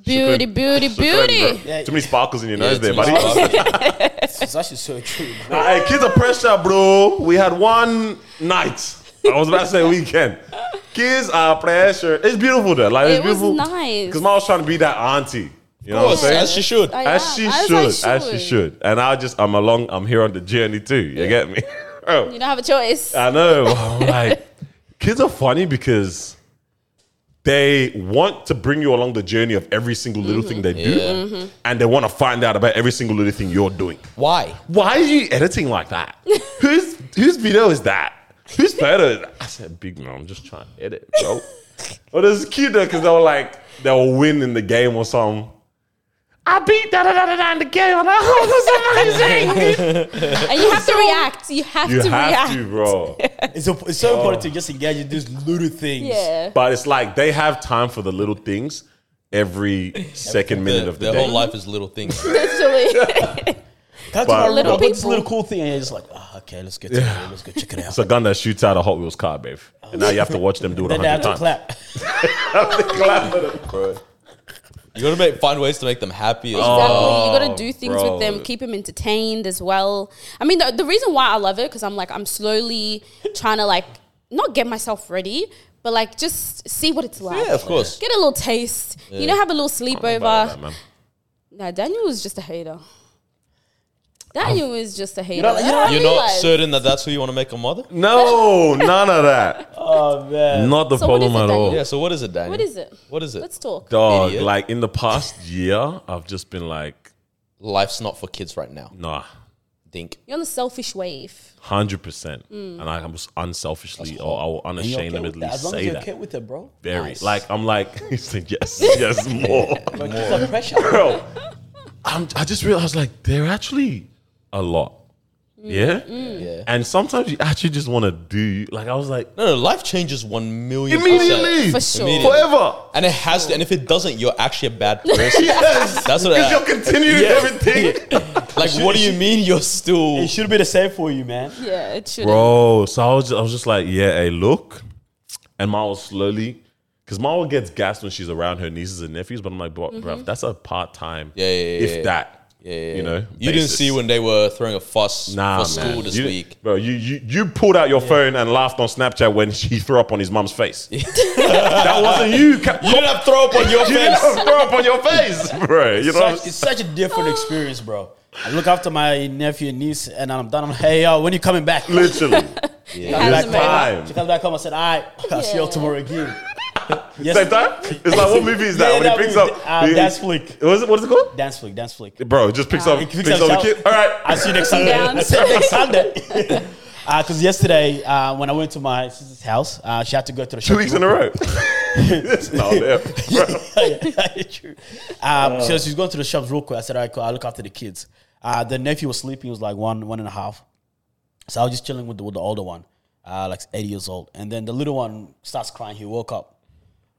[SPEAKER 4] beauty,
[SPEAKER 2] Shukran.
[SPEAKER 4] beauty,
[SPEAKER 2] Shukran,
[SPEAKER 4] beauty.
[SPEAKER 2] bro.
[SPEAKER 1] Yeah.
[SPEAKER 2] Too many sparkles in your nose
[SPEAKER 3] Yeah,
[SPEAKER 2] there,
[SPEAKER 3] too many
[SPEAKER 2] buddy.
[SPEAKER 3] sparkles.
[SPEAKER 1] It's actually so true. bro.
[SPEAKER 2] Nah, hey, kids are pressure, bro. We had one night. I was about to say weekend. Kids are pressure. It's beautiful though. Like it's
[SPEAKER 4] It was
[SPEAKER 2] beautiful.
[SPEAKER 4] nice.
[SPEAKER 2] Because mom was trying to be that auntie. You know what I'm
[SPEAKER 3] course,
[SPEAKER 2] saying?
[SPEAKER 3] as she should.
[SPEAKER 4] I
[SPEAKER 2] As
[SPEAKER 4] am.
[SPEAKER 2] she
[SPEAKER 4] I was
[SPEAKER 2] should,
[SPEAKER 4] like,
[SPEAKER 2] as she should. And I just, I'm along, I'm here on the journey too. You get me? Bro,
[SPEAKER 4] You don't have a choice.
[SPEAKER 2] I know. I'm like, kids are funny because they want to bring you along the journey of every single little thing they do.
[SPEAKER 3] Yeah.
[SPEAKER 2] And they want to find out about every single little thing you're doing.
[SPEAKER 3] Why?
[SPEAKER 2] Why are you editing like that? whose, whose video is that? Whose photo is that? I said, big man, I'm just trying to edit, bro. but it's cute though, because they were like, they were winning the game or something. I beat da da da da da in the game. And I was amazing.
[SPEAKER 4] and you have to react. You have
[SPEAKER 2] You
[SPEAKER 4] to
[SPEAKER 2] have
[SPEAKER 4] react.
[SPEAKER 2] to, bro.
[SPEAKER 1] It's, so- it's so important to just engage in these little things.
[SPEAKER 4] Yeah.
[SPEAKER 2] But it's like they have time for the little things every second minute
[SPEAKER 3] Their,
[SPEAKER 2] of the
[SPEAKER 3] their
[SPEAKER 2] day.
[SPEAKER 3] whole life is little things.
[SPEAKER 4] Literally.
[SPEAKER 1] That's
[SPEAKER 2] But-
[SPEAKER 1] what I
[SPEAKER 4] Little
[SPEAKER 1] remember. This
[SPEAKER 4] people.
[SPEAKER 1] little cool thing, and you're just like, ah, okay, let's get to it. Let's go check it out.
[SPEAKER 2] It's a gun that shoots out a Hot Wheels car, babe. And now you have to watch them do it a
[SPEAKER 1] then they have
[SPEAKER 2] hundred
[SPEAKER 1] to
[SPEAKER 2] times.
[SPEAKER 1] clap.
[SPEAKER 3] You gotta make, find ways to make them happy. As well.
[SPEAKER 4] Exactly. you got to do things
[SPEAKER 2] Oh, bro.
[SPEAKER 4] with them, keep them entertained as well. I mean, the, the reason why I love it because I'm like I'm slowly trying to like not get myself ready, but like just see what it's like.
[SPEAKER 3] Yeah, of course.
[SPEAKER 4] Get a little taste. You know, have a little
[SPEAKER 2] About that,
[SPEAKER 4] sleepover.
[SPEAKER 2] man.
[SPEAKER 4] Nah, Daniel was just a hater. Daniel is just a hater.
[SPEAKER 1] don't- you
[SPEAKER 4] That's
[SPEAKER 1] don't-
[SPEAKER 4] what I
[SPEAKER 3] You're not
[SPEAKER 4] realized.
[SPEAKER 3] certain that that's who you want to make a mother?
[SPEAKER 2] No, none of that.
[SPEAKER 1] Oh man,
[SPEAKER 2] Not the
[SPEAKER 4] So what is
[SPEAKER 2] problem
[SPEAKER 4] it
[SPEAKER 2] at
[SPEAKER 4] then?
[SPEAKER 2] all.
[SPEAKER 3] Yeah. So what is it, Daniel?
[SPEAKER 4] What is it?
[SPEAKER 3] What is it?
[SPEAKER 4] Let's talk.
[SPEAKER 2] Dog,
[SPEAKER 3] Idiot.
[SPEAKER 2] like in the past year, I've just been like,
[SPEAKER 3] Life's not for kids right now.
[SPEAKER 2] nah,
[SPEAKER 3] Dink.
[SPEAKER 4] You're on the selfish wave.
[SPEAKER 2] hundred percent. And I was unselfishly or I will
[SPEAKER 1] And you're okay with
[SPEAKER 2] unashamedly
[SPEAKER 1] that. As long as
[SPEAKER 2] say
[SPEAKER 1] you're
[SPEAKER 2] that.
[SPEAKER 1] okay with it, bro.
[SPEAKER 2] Very
[SPEAKER 3] Nice.
[SPEAKER 2] like I'm like he's like yes, yes, more.
[SPEAKER 1] But it's the pressure.
[SPEAKER 2] Bro, I'm, I just realized like they're actually a lot.
[SPEAKER 4] Mm,
[SPEAKER 2] Yeah?
[SPEAKER 3] Yeah.
[SPEAKER 2] And sometimes you actually just want to do like I was like
[SPEAKER 3] No, no. Life changes one million
[SPEAKER 2] immediately
[SPEAKER 4] For sure.
[SPEAKER 3] Immediately.
[SPEAKER 2] forever.
[SPEAKER 3] And it has to. And if it doesn't, you're actually a bad person.
[SPEAKER 2] Yes.
[SPEAKER 3] That's what.
[SPEAKER 2] Because
[SPEAKER 3] I,
[SPEAKER 2] you're continuing everything.
[SPEAKER 3] like, what do you mean you're still?
[SPEAKER 1] It should be the same for you, man.
[SPEAKER 4] Yeah, it should.
[SPEAKER 2] Bro, so I was just, I was just like, yeah, hey, look. And Ma was slowly because Marwa gets gassed when she's around her nieces and nephews, but I'm like, bro,
[SPEAKER 4] Mm-hmm.
[SPEAKER 2] bruv, that's a part time.
[SPEAKER 3] Yeah, yeah, yeah,
[SPEAKER 2] If
[SPEAKER 3] yeah.
[SPEAKER 2] that. You know,
[SPEAKER 3] You didn't see when they were throwing a fuss
[SPEAKER 2] Nah,
[SPEAKER 3] for school
[SPEAKER 2] man.
[SPEAKER 3] this
[SPEAKER 2] you,
[SPEAKER 3] week.
[SPEAKER 2] Bro, you, you you pulled out your phone and laughed on Snapchat when she threw up on his mum's face. that wasn't you. Cap-
[SPEAKER 3] You didn't have throw up on your
[SPEAKER 2] you didn't
[SPEAKER 3] face.
[SPEAKER 2] throw up on your face, bro. You know, what I'm
[SPEAKER 1] Such- it's such a different experience, bro. I look after my nephew and niece, and I'm done. I'm like, hey, yo, when you coming back? She
[SPEAKER 2] literally.
[SPEAKER 1] comes
[SPEAKER 2] Like
[SPEAKER 1] back,
[SPEAKER 2] time.
[SPEAKER 1] She comes back home. I said, all right, I'll see you all
[SPEAKER 4] Yeah.
[SPEAKER 1] tomorrow again. Yes.
[SPEAKER 2] Same time? It's like what movie is that?
[SPEAKER 1] Yeah,
[SPEAKER 2] when
[SPEAKER 1] that
[SPEAKER 2] he picks
[SPEAKER 1] movie,
[SPEAKER 2] up
[SPEAKER 1] uh,
[SPEAKER 2] he-
[SPEAKER 1] Dance Flick.
[SPEAKER 2] What is it? What is it called?
[SPEAKER 1] Dance flick, dance flick.
[SPEAKER 2] Bro, just picks up,
[SPEAKER 1] He
[SPEAKER 2] picks,
[SPEAKER 1] picks up
[SPEAKER 2] up the
[SPEAKER 1] child-
[SPEAKER 2] kid. All right,
[SPEAKER 1] I'll see you next Sunday.
[SPEAKER 4] down.
[SPEAKER 1] I see you next Sunday. Because yesterday, uh, when I went to my sister's house, uh, she had to go to the
[SPEAKER 2] two weeks in a row. it's not there. Bro.
[SPEAKER 1] True. Um, so she's going to the shops real quick. I said, all right, cool, I'll look after the kids. Uh, the nephew was sleeping. He was like one, one and a half. So I was just chilling with the, with the older one, uh, like 80 years old. And then the little one starts crying. He woke up,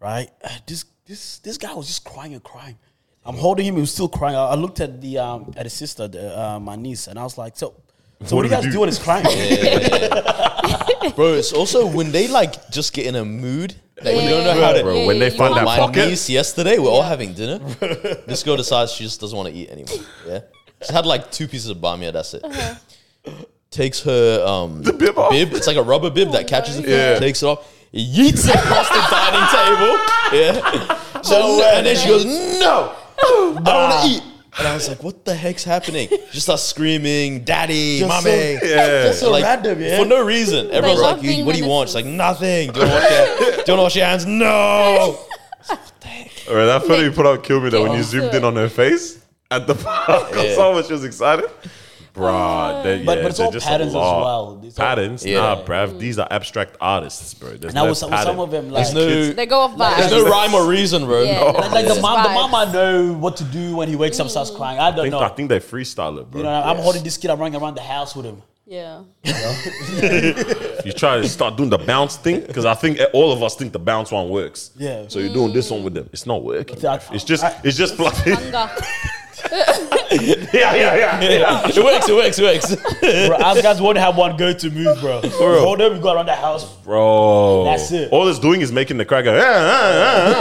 [SPEAKER 1] right? Uh, This, this, this guy was just crying and crying. I'm holding him. He was still crying. I, I looked at the um, at his sister, the, uh, my niece, and I was like, so, so what, do you
[SPEAKER 2] What did
[SPEAKER 1] guys
[SPEAKER 2] you
[SPEAKER 1] do?
[SPEAKER 2] do?
[SPEAKER 1] when it's crying?
[SPEAKER 3] Bro, it's also when they like just get in a mood that you don't know
[SPEAKER 4] Yeah.
[SPEAKER 3] how to.
[SPEAKER 2] Bro, when they
[SPEAKER 4] you
[SPEAKER 2] find that
[SPEAKER 4] can't-
[SPEAKER 3] My
[SPEAKER 2] pocket,
[SPEAKER 3] niece yesterday, we're all having dinner. this girl decides she just doesn't want to eat anymore. Yeah, she's had like two pieces of bamia. That's it.
[SPEAKER 1] Uh-huh.
[SPEAKER 3] Takes her um, the
[SPEAKER 2] bib off.
[SPEAKER 3] It's like a rubber bib
[SPEAKER 1] Oh,
[SPEAKER 3] that catches the food.
[SPEAKER 2] Yeah.
[SPEAKER 3] Takes it off. Yeets it across the dining table. Yeah. So and then she goes, "No, I don't want to eat." And I was like, "What the heck's happening?" She starts screaming, "Daddy,
[SPEAKER 1] Just so-
[SPEAKER 3] mommy."
[SPEAKER 2] yeah.
[SPEAKER 1] so
[SPEAKER 3] like,
[SPEAKER 1] random, yeah.
[SPEAKER 3] For no reason. Everyone's
[SPEAKER 4] love
[SPEAKER 3] like,
[SPEAKER 4] being
[SPEAKER 3] you, what do you
[SPEAKER 4] random.
[SPEAKER 3] want? She's like, nothing. Do you want to wash your, do you wanna wash your hands? No.
[SPEAKER 2] All right, that photo you put out killed me. That when you
[SPEAKER 4] Yeah.
[SPEAKER 2] zoomed in on her face at the park, I saw when she was excited. Bruh, they,
[SPEAKER 1] But-
[SPEAKER 2] yeah,
[SPEAKER 1] but it's
[SPEAKER 2] they're
[SPEAKER 1] all
[SPEAKER 2] just
[SPEAKER 1] patterns as
[SPEAKER 2] a lot.
[SPEAKER 1] well. These are-
[SPEAKER 2] patterns,
[SPEAKER 3] Yeah.
[SPEAKER 2] nah, bruv. These are abstract artists, bro. There's
[SPEAKER 1] Now
[SPEAKER 2] no
[SPEAKER 1] with some, with
[SPEAKER 2] pattern.
[SPEAKER 1] some of them, like,
[SPEAKER 3] There's no,
[SPEAKER 4] They go off
[SPEAKER 3] there's
[SPEAKER 4] vibes.
[SPEAKER 3] no rhyme or reason, bro.
[SPEAKER 4] Yeah,
[SPEAKER 1] like, like the
[SPEAKER 4] Just
[SPEAKER 1] mom, the
[SPEAKER 4] vibes.
[SPEAKER 1] mom, I know what to do when he wakes up,
[SPEAKER 6] Mm.
[SPEAKER 1] starts crying. I
[SPEAKER 2] I
[SPEAKER 1] don't
[SPEAKER 2] think,
[SPEAKER 1] know.
[SPEAKER 2] I think they freestyle it, bro.
[SPEAKER 1] You know, I'm holding this kid. I'm running around the house with him.
[SPEAKER 4] Yeah.
[SPEAKER 2] You try to start doing the bounce thing because I think all of us think the bounce one works.
[SPEAKER 1] Yeah.
[SPEAKER 2] So you're doing this one with them. It's not working.
[SPEAKER 1] That-
[SPEAKER 2] bruv. It's just, it's just fluffy.
[SPEAKER 4] Hunger.
[SPEAKER 2] yeah, yeah, yeah, yeah.
[SPEAKER 3] It works, it works, it works.
[SPEAKER 1] bro, us guys won't have one go-to move, bro. Hold him, go around the house.
[SPEAKER 2] Bro,
[SPEAKER 1] That's it.
[SPEAKER 2] All it's doing is making the crack go. "Ah, ah,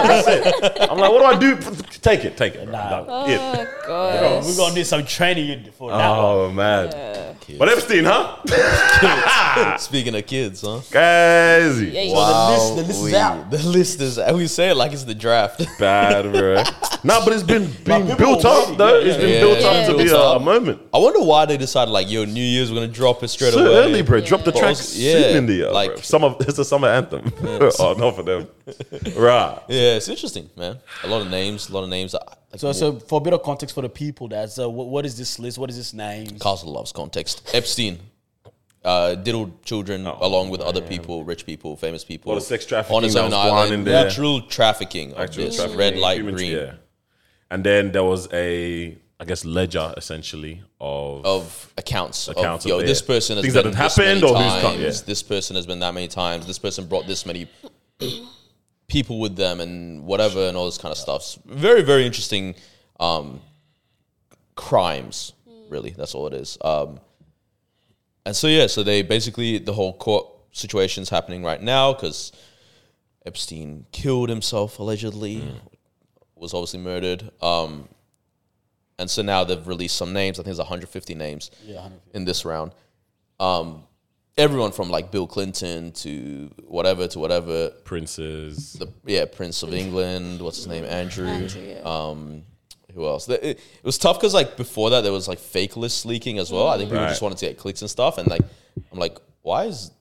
[SPEAKER 2] ah," that's it. I'm like, what do I do? Take it, take it. Bro.
[SPEAKER 1] Nah.
[SPEAKER 2] Like, yeah.
[SPEAKER 4] Oh
[SPEAKER 1] Bro,
[SPEAKER 4] god.
[SPEAKER 1] we're gonna need some training for that. one.
[SPEAKER 2] Oh man. But Epstein, huh?
[SPEAKER 3] Speaking of kids, huh?
[SPEAKER 2] Crazy.
[SPEAKER 4] Yeah, you
[SPEAKER 1] So the list, the list is out.
[SPEAKER 3] The list is, and we say it like it's the draft.
[SPEAKER 2] Bad, bro. nah, but it's been being
[SPEAKER 1] people
[SPEAKER 2] built
[SPEAKER 1] already-
[SPEAKER 2] up though.
[SPEAKER 1] yeah,
[SPEAKER 2] It's been
[SPEAKER 3] yeah,
[SPEAKER 2] built
[SPEAKER 3] yeah.
[SPEAKER 2] up to
[SPEAKER 3] Built
[SPEAKER 2] be a,
[SPEAKER 3] up.
[SPEAKER 2] a moment.
[SPEAKER 3] I wonder why they decided, like, yo, New Year's, we're going to drop it straight
[SPEAKER 2] So
[SPEAKER 3] away.
[SPEAKER 2] early, bro. Drop the
[SPEAKER 3] But
[SPEAKER 2] track
[SPEAKER 3] also-
[SPEAKER 2] soon
[SPEAKER 3] yeah,
[SPEAKER 2] in the year.
[SPEAKER 3] like-
[SPEAKER 2] Like summer, it's a summer anthem. oh, not for them. right.
[SPEAKER 3] Yeah, it's interesting, man. A lot of names, a lot of names. I- Like,
[SPEAKER 1] So, so for a bit of context for the people, that's uh, what, what is this list? What is this name?
[SPEAKER 3] Castle loves context. Epstein uh, diddled children along with other people, rich people, famous people.
[SPEAKER 2] Oh, What a sex trafficking
[SPEAKER 3] on his
[SPEAKER 2] that
[SPEAKER 3] own
[SPEAKER 2] was blind
[SPEAKER 3] island.
[SPEAKER 2] in there.
[SPEAKER 3] Actual trafficking of
[SPEAKER 2] Actual
[SPEAKER 3] this
[SPEAKER 2] trafficking,
[SPEAKER 3] red light
[SPEAKER 2] human-
[SPEAKER 3] green
[SPEAKER 2] yeah. And then there was a, I guess, ledger essentially of
[SPEAKER 3] of accounts.
[SPEAKER 2] Accounts
[SPEAKER 3] of,
[SPEAKER 2] of
[SPEAKER 3] yo,
[SPEAKER 2] the-
[SPEAKER 3] this person has
[SPEAKER 2] things that
[SPEAKER 3] been
[SPEAKER 2] had
[SPEAKER 3] this many
[SPEAKER 2] happened or who's
[SPEAKER 3] times.
[SPEAKER 2] come- yeah.
[SPEAKER 3] This person has been that many times. This person brought this many people with them and whatever and all this kind of stuff. It's very very interesting um, crimes really. That's all it is. Um, and so yeah, so they basically the whole court situation's happening right now because Epstein killed himself allegedly,
[SPEAKER 2] Mm.
[SPEAKER 3] was obviously murdered. Um, and so now they've released some names. I think it's 150 names in this round. Um, everyone from like Bill Clinton to whatever to whatever.
[SPEAKER 2] Princes.
[SPEAKER 3] The yeah, Prince of England. What's his name? Andrew.
[SPEAKER 4] Andrew, yeah.
[SPEAKER 3] Um, who else? The- It, it was tough because like before that there was like fake lists leaking as well. I think people
[SPEAKER 2] Right.
[SPEAKER 3] just wanted to get clicks and stuff. And like I'm like, why is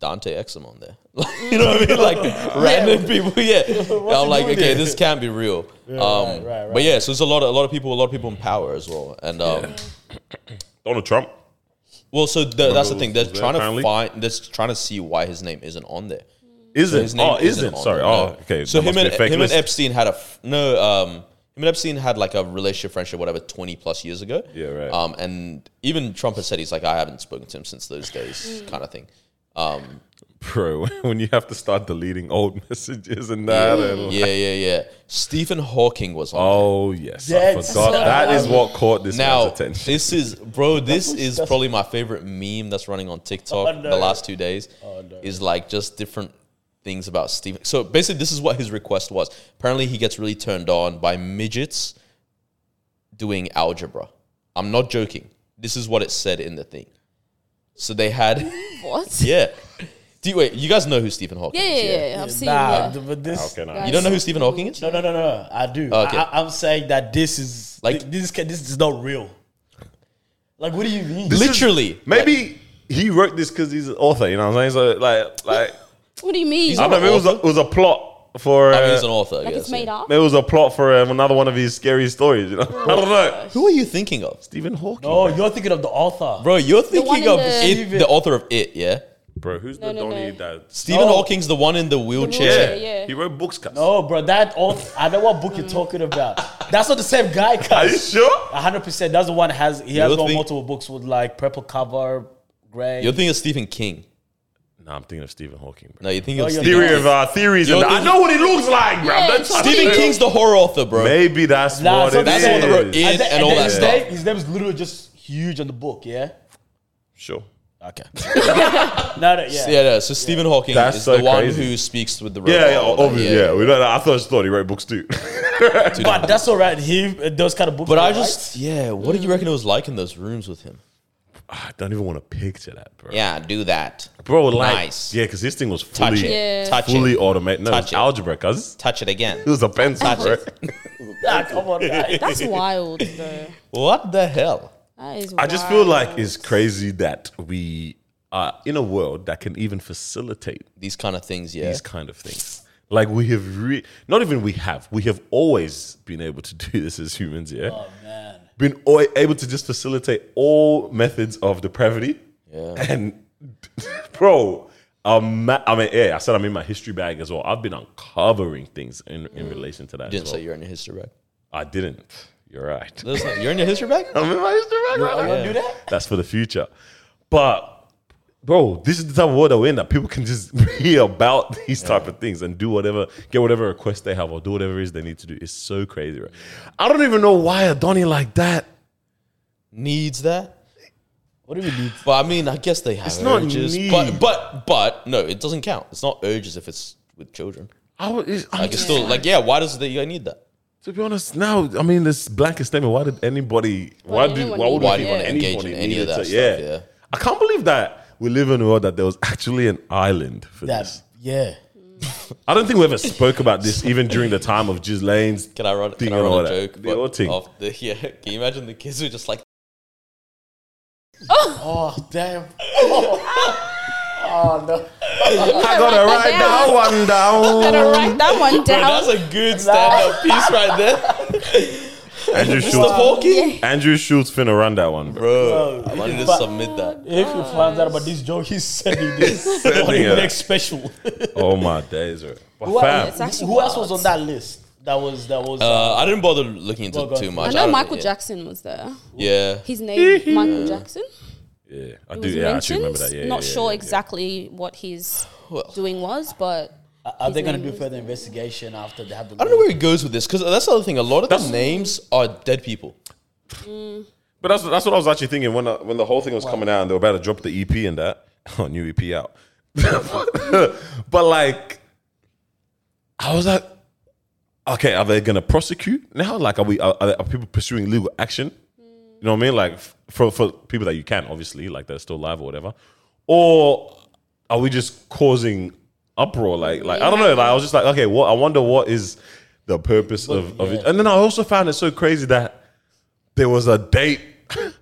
[SPEAKER 3] Dante Exum on there? Like, you know what I mean? Like random people. Yeah. I'm like, okay, this can't be real. um,
[SPEAKER 1] right, right,
[SPEAKER 3] But yeah, so there's a lot of a lot of people, a lot of people in power as well. And um,
[SPEAKER 2] Donald Trump.
[SPEAKER 3] well, so the, that's the
[SPEAKER 2] Remember
[SPEAKER 3] thing. They're
[SPEAKER 2] was there
[SPEAKER 3] trying to
[SPEAKER 2] apparently?
[SPEAKER 3] find. They're trying to see why his name isn't on there.
[SPEAKER 2] Isn't.
[SPEAKER 3] His name
[SPEAKER 2] oh, isn't.
[SPEAKER 3] on
[SPEAKER 2] Sorry.
[SPEAKER 3] there,
[SPEAKER 2] Oh,
[SPEAKER 3] no.
[SPEAKER 2] okay.
[SPEAKER 3] So
[SPEAKER 2] That
[SPEAKER 3] him
[SPEAKER 2] must be
[SPEAKER 3] and
[SPEAKER 2] a fake
[SPEAKER 3] him and
[SPEAKER 2] list.
[SPEAKER 3] Epstein had a f- no. Um, him and Epstein had like a relationship, friendship, whatever, twenty plus years ago.
[SPEAKER 2] Yeah, right.
[SPEAKER 3] Um, and even Trump has said he's like, I haven't spoken to him since those days, kind of thing. Um,
[SPEAKER 2] Bro, when you have to start deleting old messages and that. And
[SPEAKER 3] yeah, yeah, yeah. Stephen Hawking was on.
[SPEAKER 2] Oh, yes. I
[SPEAKER 1] That's
[SPEAKER 2] forgot.
[SPEAKER 1] what I
[SPEAKER 2] That is
[SPEAKER 1] love.
[SPEAKER 2] what caught this
[SPEAKER 3] now
[SPEAKER 2] man's attention.
[SPEAKER 3] this is bro this is
[SPEAKER 1] that's-
[SPEAKER 3] probably my favorite meme that's running on tiktok
[SPEAKER 1] Oh, no.
[SPEAKER 3] the last two days
[SPEAKER 4] Oh,
[SPEAKER 1] no.
[SPEAKER 3] is like just different things about steven so basically this is what his request was apparently he gets really turned on by midgets doing algebra i'm not joking this is what it said in the thing so they had
[SPEAKER 6] What?
[SPEAKER 3] yeah do you, wait you guys know who stephen hawking
[SPEAKER 6] Yeah,
[SPEAKER 3] is
[SPEAKER 6] yeah, yeah, I've seen
[SPEAKER 1] Nah,
[SPEAKER 6] that.
[SPEAKER 1] th- but this.
[SPEAKER 2] Okay, nah.
[SPEAKER 3] you don't know who stephen hawking is
[SPEAKER 1] No, no, no, no. I do.
[SPEAKER 3] Okay.
[SPEAKER 1] I, I'm saying that this is
[SPEAKER 3] Like-
[SPEAKER 1] like this. Can, this is not real. Like, what do you mean?
[SPEAKER 2] This is-
[SPEAKER 3] literally
[SPEAKER 2] Maybe he wrote this because he's an author, you know what I'm saying? So, like, like
[SPEAKER 4] What do you mean?
[SPEAKER 2] I don't know. Maybe it was, a, it was a plot for. Uh,
[SPEAKER 3] i mean he's an author I
[SPEAKER 4] like
[SPEAKER 3] guess,
[SPEAKER 4] it's made
[SPEAKER 3] yeah.
[SPEAKER 4] up.
[SPEAKER 2] It was a plot for um, another one of his scary stories. You know, I don't
[SPEAKER 4] Oh,
[SPEAKER 2] know.
[SPEAKER 3] who are you thinking of
[SPEAKER 2] Stephen Hawking.
[SPEAKER 1] Oh, you're thinking of the author.
[SPEAKER 3] Bro, you're
[SPEAKER 4] one
[SPEAKER 3] thinking
[SPEAKER 4] in
[SPEAKER 3] of
[SPEAKER 4] the-
[SPEAKER 3] it, the author of it, yeah?
[SPEAKER 2] bro, who's the
[SPEAKER 4] no,
[SPEAKER 2] Donnie
[SPEAKER 4] no.
[SPEAKER 2] that?
[SPEAKER 3] Stephen
[SPEAKER 1] Oh.
[SPEAKER 3] Hawking's the one in the
[SPEAKER 4] wheelchair.
[SPEAKER 3] wheelchair.
[SPEAKER 4] Yeah, yeah.
[SPEAKER 2] he wrote books. Cuz.
[SPEAKER 1] Oh, bro, that author. I know what book you're talking about. That's not the same guy,
[SPEAKER 2] Are you
[SPEAKER 1] guys.
[SPEAKER 2] sure?
[SPEAKER 4] Ah.
[SPEAKER 1] hundred percent. That's the one has he has
[SPEAKER 3] You're
[SPEAKER 1] got
[SPEAKER 3] think-
[SPEAKER 1] multiple books with like purple cover, gray.
[SPEAKER 3] You're thinking of Stephen King.
[SPEAKER 2] No, I'm thinking of Stephen Hawking. Bro.
[SPEAKER 3] No, you're thinking
[SPEAKER 1] Oh,
[SPEAKER 3] of
[SPEAKER 1] you're
[SPEAKER 3] Stephen
[SPEAKER 2] Theory
[SPEAKER 1] thinking-
[SPEAKER 3] King.
[SPEAKER 2] of uh, theories.
[SPEAKER 3] You're
[SPEAKER 2] and I
[SPEAKER 3] thinking-
[SPEAKER 2] know what he looks like, bro.
[SPEAKER 6] Yeah,
[SPEAKER 2] Don't try to
[SPEAKER 3] Stephen
[SPEAKER 2] figure-
[SPEAKER 3] King's the horror author, bro.
[SPEAKER 2] Maybe that's
[SPEAKER 1] Nah,
[SPEAKER 2] what
[SPEAKER 1] so
[SPEAKER 2] it
[SPEAKER 1] that's
[SPEAKER 2] is.
[SPEAKER 1] the one that
[SPEAKER 3] wrote it.
[SPEAKER 1] And
[SPEAKER 3] and all
[SPEAKER 1] then
[SPEAKER 3] that
[SPEAKER 1] his
[SPEAKER 3] stuff.
[SPEAKER 1] name, his name is literally just huge on the book. Yeah.
[SPEAKER 2] Sure.
[SPEAKER 1] Okay. no, no, yeah.
[SPEAKER 3] Yeah, no, so Stephen Hawking
[SPEAKER 2] That's
[SPEAKER 3] is
[SPEAKER 2] so
[SPEAKER 3] the one
[SPEAKER 2] crazy.
[SPEAKER 3] who speaks with the robot.
[SPEAKER 2] Yeah, yeah,
[SPEAKER 3] and all that,
[SPEAKER 2] obviously. Yeah, we know that. I thought, I thought he wrote books too.
[SPEAKER 1] But that's all right. He those kind of books.
[SPEAKER 3] But
[SPEAKER 1] are
[SPEAKER 3] I just,
[SPEAKER 1] right.
[SPEAKER 3] yeah, what do you reckon it was like in those rooms with him?
[SPEAKER 2] Ah, I don't even want to picture that, bro.
[SPEAKER 3] Yeah, do that.
[SPEAKER 2] bro, like,
[SPEAKER 3] Nice.
[SPEAKER 2] yeah, because this thing was fully,
[SPEAKER 3] Touch it.
[SPEAKER 4] Yeah.
[SPEAKER 3] Touch
[SPEAKER 2] fully
[SPEAKER 3] it.
[SPEAKER 2] automated. No,
[SPEAKER 3] Touch
[SPEAKER 2] it's
[SPEAKER 3] it.
[SPEAKER 2] algebra, cuz
[SPEAKER 3] Touch it again.
[SPEAKER 2] it was a pencil,
[SPEAKER 3] Touch
[SPEAKER 2] bro.
[SPEAKER 3] it.
[SPEAKER 1] Nah, Ah, come on. guys.
[SPEAKER 6] That's wild, though.
[SPEAKER 3] What the hell?
[SPEAKER 6] That is.
[SPEAKER 2] I just feel like it's crazy that we are in a world that can even facilitate
[SPEAKER 3] These kind of things, yeah.
[SPEAKER 2] these kind of things. Like we have, re- not even we have, we have always been able to do this as humans. Yeah,
[SPEAKER 1] Oh, man.
[SPEAKER 2] been o- able to just facilitate all methods of depravity. Yeah, and bro, um, I mean, yeah, I said I'm in my history bag as well. I've been uncovering things in, in relation to that.
[SPEAKER 3] Mm. Didn't
[SPEAKER 2] as
[SPEAKER 3] say
[SPEAKER 2] well.
[SPEAKER 3] you're in your history bag.
[SPEAKER 2] I didn't. You're right.
[SPEAKER 3] Listen, you're in your history bag?
[SPEAKER 2] I'm in my history bag right now.
[SPEAKER 1] Wanna do that?
[SPEAKER 2] That's for the future. But bro, this is the type of world that we're in that people can just be about these type of things and do whatever, get whatever request they have or do whatever it is they need to do. It's so crazy, right? I don't even know why a Donnie like that.
[SPEAKER 3] Needs that?
[SPEAKER 1] What do we need?
[SPEAKER 3] But I mean, I guess they have
[SPEAKER 2] It's not
[SPEAKER 3] urges.
[SPEAKER 2] need.
[SPEAKER 3] but but but no, it doesn't count. It's not urges if it's with children.
[SPEAKER 2] I would, it's, I'm
[SPEAKER 3] Like it's
[SPEAKER 2] just,
[SPEAKER 3] still like yeah. Why does the, you need that?
[SPEAKER 2] to be honest, now I mean this blankest statement. Why did anybody? Why,
[SPEAKER 4] Why
[SPEAKER 2] did?
[SPEAKER 4] anyone
[SPEAKER 2] Why would
[SPEAKER 4] need
[SPEAKER 2] why
[SPEAKER 4] it?
[SPEAKER 2] do
[SPEAKER 4] Yeah.
[SPEAKER 2] want to
[SPEAKER 3] Engage
[SPEAKER 2] engage
[SPEAKER 3] in any of that
[SPEAKER 2] yeah.
[SPEAKER 3] stuff, yeah.
[SPEAKER 2] I can't believe that we live in a world that there was actually an island for this.
[SPEAKER 1] That yeah.
[SPEAKER 2] I don't think we ever spoke about this even during the time of Gislane's
[SPEAKER 3] Can I run?
[SPEAKER 2] thing
[SPEAKER 3] Can I
[SPEAKER 2] and all
[SPEAKER 3] run a
[SPEAKER 2] that.
[SPEAKER 3] joke?
[SPEAKER 2] The whole thing.
[SPEAKER 3] of the, yeah. Can you imagine the kids who just like
[SPEAKER 1] Oh damn.
[SPEAKER 2] I gotta write that one down.
[SPEAKER 4] Gotta write that one
[SPEAKER 3] Bro,
[SPEAKER 4] down.
[SPEAKER 3] that's a good stand-up piece right there,
[SPEAKER 2] Andrew
[SPEAKER 3] Mr.
[SPEAKER 2] Schultz.
[SPEAKER 3] Hawking.
[SPEAKER 2] Andrew Schultz finna run that one, bro.
[SPEAKER 3] Bro, I wanted to
[SPEAKER 1] But-
[SPEAKER 3] submit that.
[SPEAKER 1] If you find out about this joke, he's sending this on
[SPEAKER 2] Sending
[SPEAKER 1] the
[SPEAKER 2] it.
[SPEAKER 1] next special.
[SPEAKER 2] Oh my days, bro. But
[SPEAKER 1] Who,
[SPEAKER 2] fam,
[SPEAKER 4] It's actually
[SPEAKER 1] who else was
[SPEAKER 4] wild.
[SPEAKER 1] on that list? That was that was.
[SPEAKER 3] Uh, I didn't bother looking into
[SPEAKER 1] Well,
[SPEAKER 3] it
[SPEAKER 1] go
[SPEAKER 3] too
[SPEAKER 1] on.
[SPEAKER 3] much.
[SPEAKER 4] I
[SPEAKER 3] don't
[SPEAKER 4] know Michael
[SPEAKER 3] yeah.
[SPEAKER 4] Jackson was there.
[SPEAKER 3] Yeah,
[SPEAKER 4] His name, Michael Jackson.
[SPEAKER 2] yeah, I do. Mm-hmm. Yeah, I
[SPEAKER 4] It was
[SPEAKER 2] actually
[SPEAKER 4] mentioned.
[SPEAKER 2] remember that. Yeah,
[SPEAKER 4] Not
[SPEAKER 2] yeah,
[SPEAKER 4] sure
[SPEAKER 2] yeah,
[SPEAKER 4] exactly what his
[SPEAKER 3] Well.
[SPEAKER 4] doing was, but
[SPEAKER 1] Are they
[SPEAKER 4] his
[SPEAKER 1] going to
[SPEAKER 4] name
[SPEAKER 1] do
[SPEAKER 4] was
[SPEAKER 1] further investigation after they have the?
[SPEAKER 3] I don't know where he goes with this because that's the other thing. A lot of the names are dead people.
[SPEAKER 2] Yeah. But that's that's what I was actually thinking when uh, when the whole thing was coming out and they were about to drop the EP and that oh, new EP out. but like, I was like, okay, are they gonna prosecute now? Like, are we are, are are people pursuing legal action? You know what I mean? Like f- for for people that you can obviously, like they're still alive or whatever, or are we just causing uproar? Like like I don't know. Like I was just like, okay, what? I wonder what is the purpose of, of it. And then I also found it so crazy that there was a date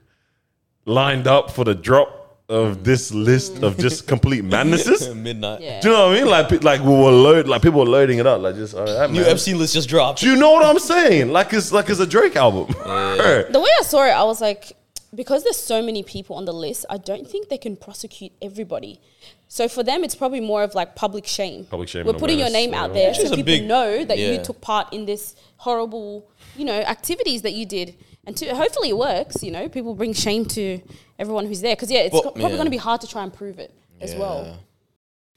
[SPEAKER 2] lined up for the drop of this list of just complete madnesses.
[SPEAKER 3] Midnight.
[SPEAKER 4] Yeah.
[SPEAKER 2] Do you know what I mean? Like, pe- like we were load, like people were loading it up, like just all right,
[SPEAKER 3] New
[SPEAKER 2] man.
[SPEAKER 3] Epstein list just dropped.
[SPEAKER 2] Do you know what I'm saying? Like it's like it's a Drake album.
[SPEAKER 4] The way I saw it, I was like, because there's so many people on the list, I don't think they can prosecute everybody. So for them, it's probably more of like public shame.
[SPEAKER 2] Public shame
[SPEAKER 4] We're
[SPEAKER 2] and
[SPEAKER 4] putting your
[SPEAKER 2] awareness,
[SPEAKER 4] name out
[SPEAKER 2] yeah.
[SPEAKER 4] there
[SPEAKER 3] Which
[SPEAKER 4] so
[SPEAKER 3] is a
[SPEAKER 4] people
[SPEAKER 3] big-
[SPEAKER 4] know that
[SPEAKER 3] yeah.
[SPEAKER 4] you took part in this horrible, you know, activities that you did. And to, hopefully it works. You know, people bring shame to everyone who's there because yeah, it's
[SPEAKER 3] Well,
[SPEAKER 4] co- probably
[SPEAKER 3] yeah.
[SPEAKER 4] going to be hard to try and prove it as well.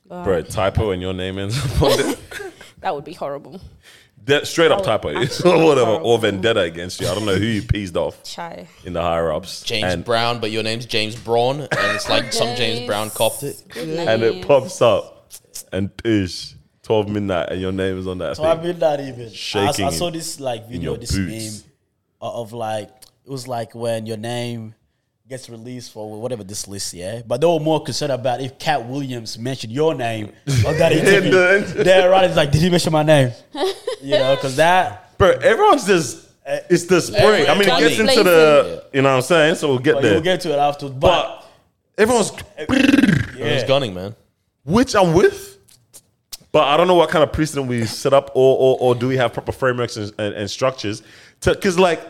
[SPEAKER 2] Bro, typo and your name ends up on it.
[SPEAKER 4] That would be horrible.
[SPEAKER 2] That straight up typo. It's or whatever. Or
[SPEAKER 4] horrible.
[SPEAKER 2] vendetta against you. I don't know who you peased off
[SPEAKER 4] Chai.
[SPEAKER 2] in the higher ups.
[SPEAKER 3] James
[SPEAKER 2] and,
[SPEAKER 3] Brown, but your name's James Braun, and it's like some James
[SPEAKER 4] Nice.
[SPEAKER 3] Brown copped it.
[SPEAKER 4] Good
[SPEAKER 2] and it
[SPEAKER 4] names.
[SPEAKER 2] pops up and ish. 12 midnight and your name is on that
[SPEAKER 1] So I
[SPEAKER 2] thing.
[SPEAKER 1] mean that even.
[SPEAKER 2] Shaking
[SPEAKER 1] I, I saw
[SPEAKER 2] in-
[SPEAKER 1] this like video,
[SPEAKER 2] your
[SPEAKER 1] this
[SPEAKER 2] boots.
[SPEAKER 1] meme o- of like it was like when your name gets released for whatever this list, yeah. But they were more concerned about if Cat Williams mentioned your name on that interview.
[SPEAKER 2] the-
[SPEAKER 1] They're right. It's like, did he mention my name? You know, because that.
[SPEAKER 2] Bro, everyone's just it's the spring. I mean it gets
[SPEAKER 3] Everyone's
[SPEAKER 2] into the you know what I'm saying? So we'll get
[SPEAKER 1] But we'll
[SPEAKER 2] there.
[SPEAKER 1] get to it afterwards. But,
[SPEAKER 2] But everyone's
[SPEAKER 3] It was gunning, man.
[SPEAKER 2] which I'm with. But I don't know what kind of precedent we set up, or or, or do we have proper frameworks and, and, and structures? Because like,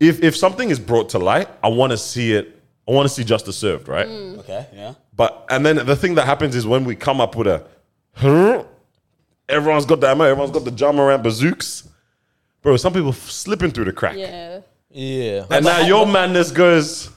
[SPEAKER 2] if if something is brought to light, I want to see it. I want to see justice served, right?
[SPEAKER 1] okay, yeah.
[SPEAKER 2] But and then the thing that happens is when we come up with a, "Huh?" everyone's got the ammo, everyone's got the Jamaran bazooks, bro. Some people f- slipping through the crack,
[SPEAKER 4] Yeah.
[SPEAKER 3] Yeah.
[SPEAKER 2] and now your madness goes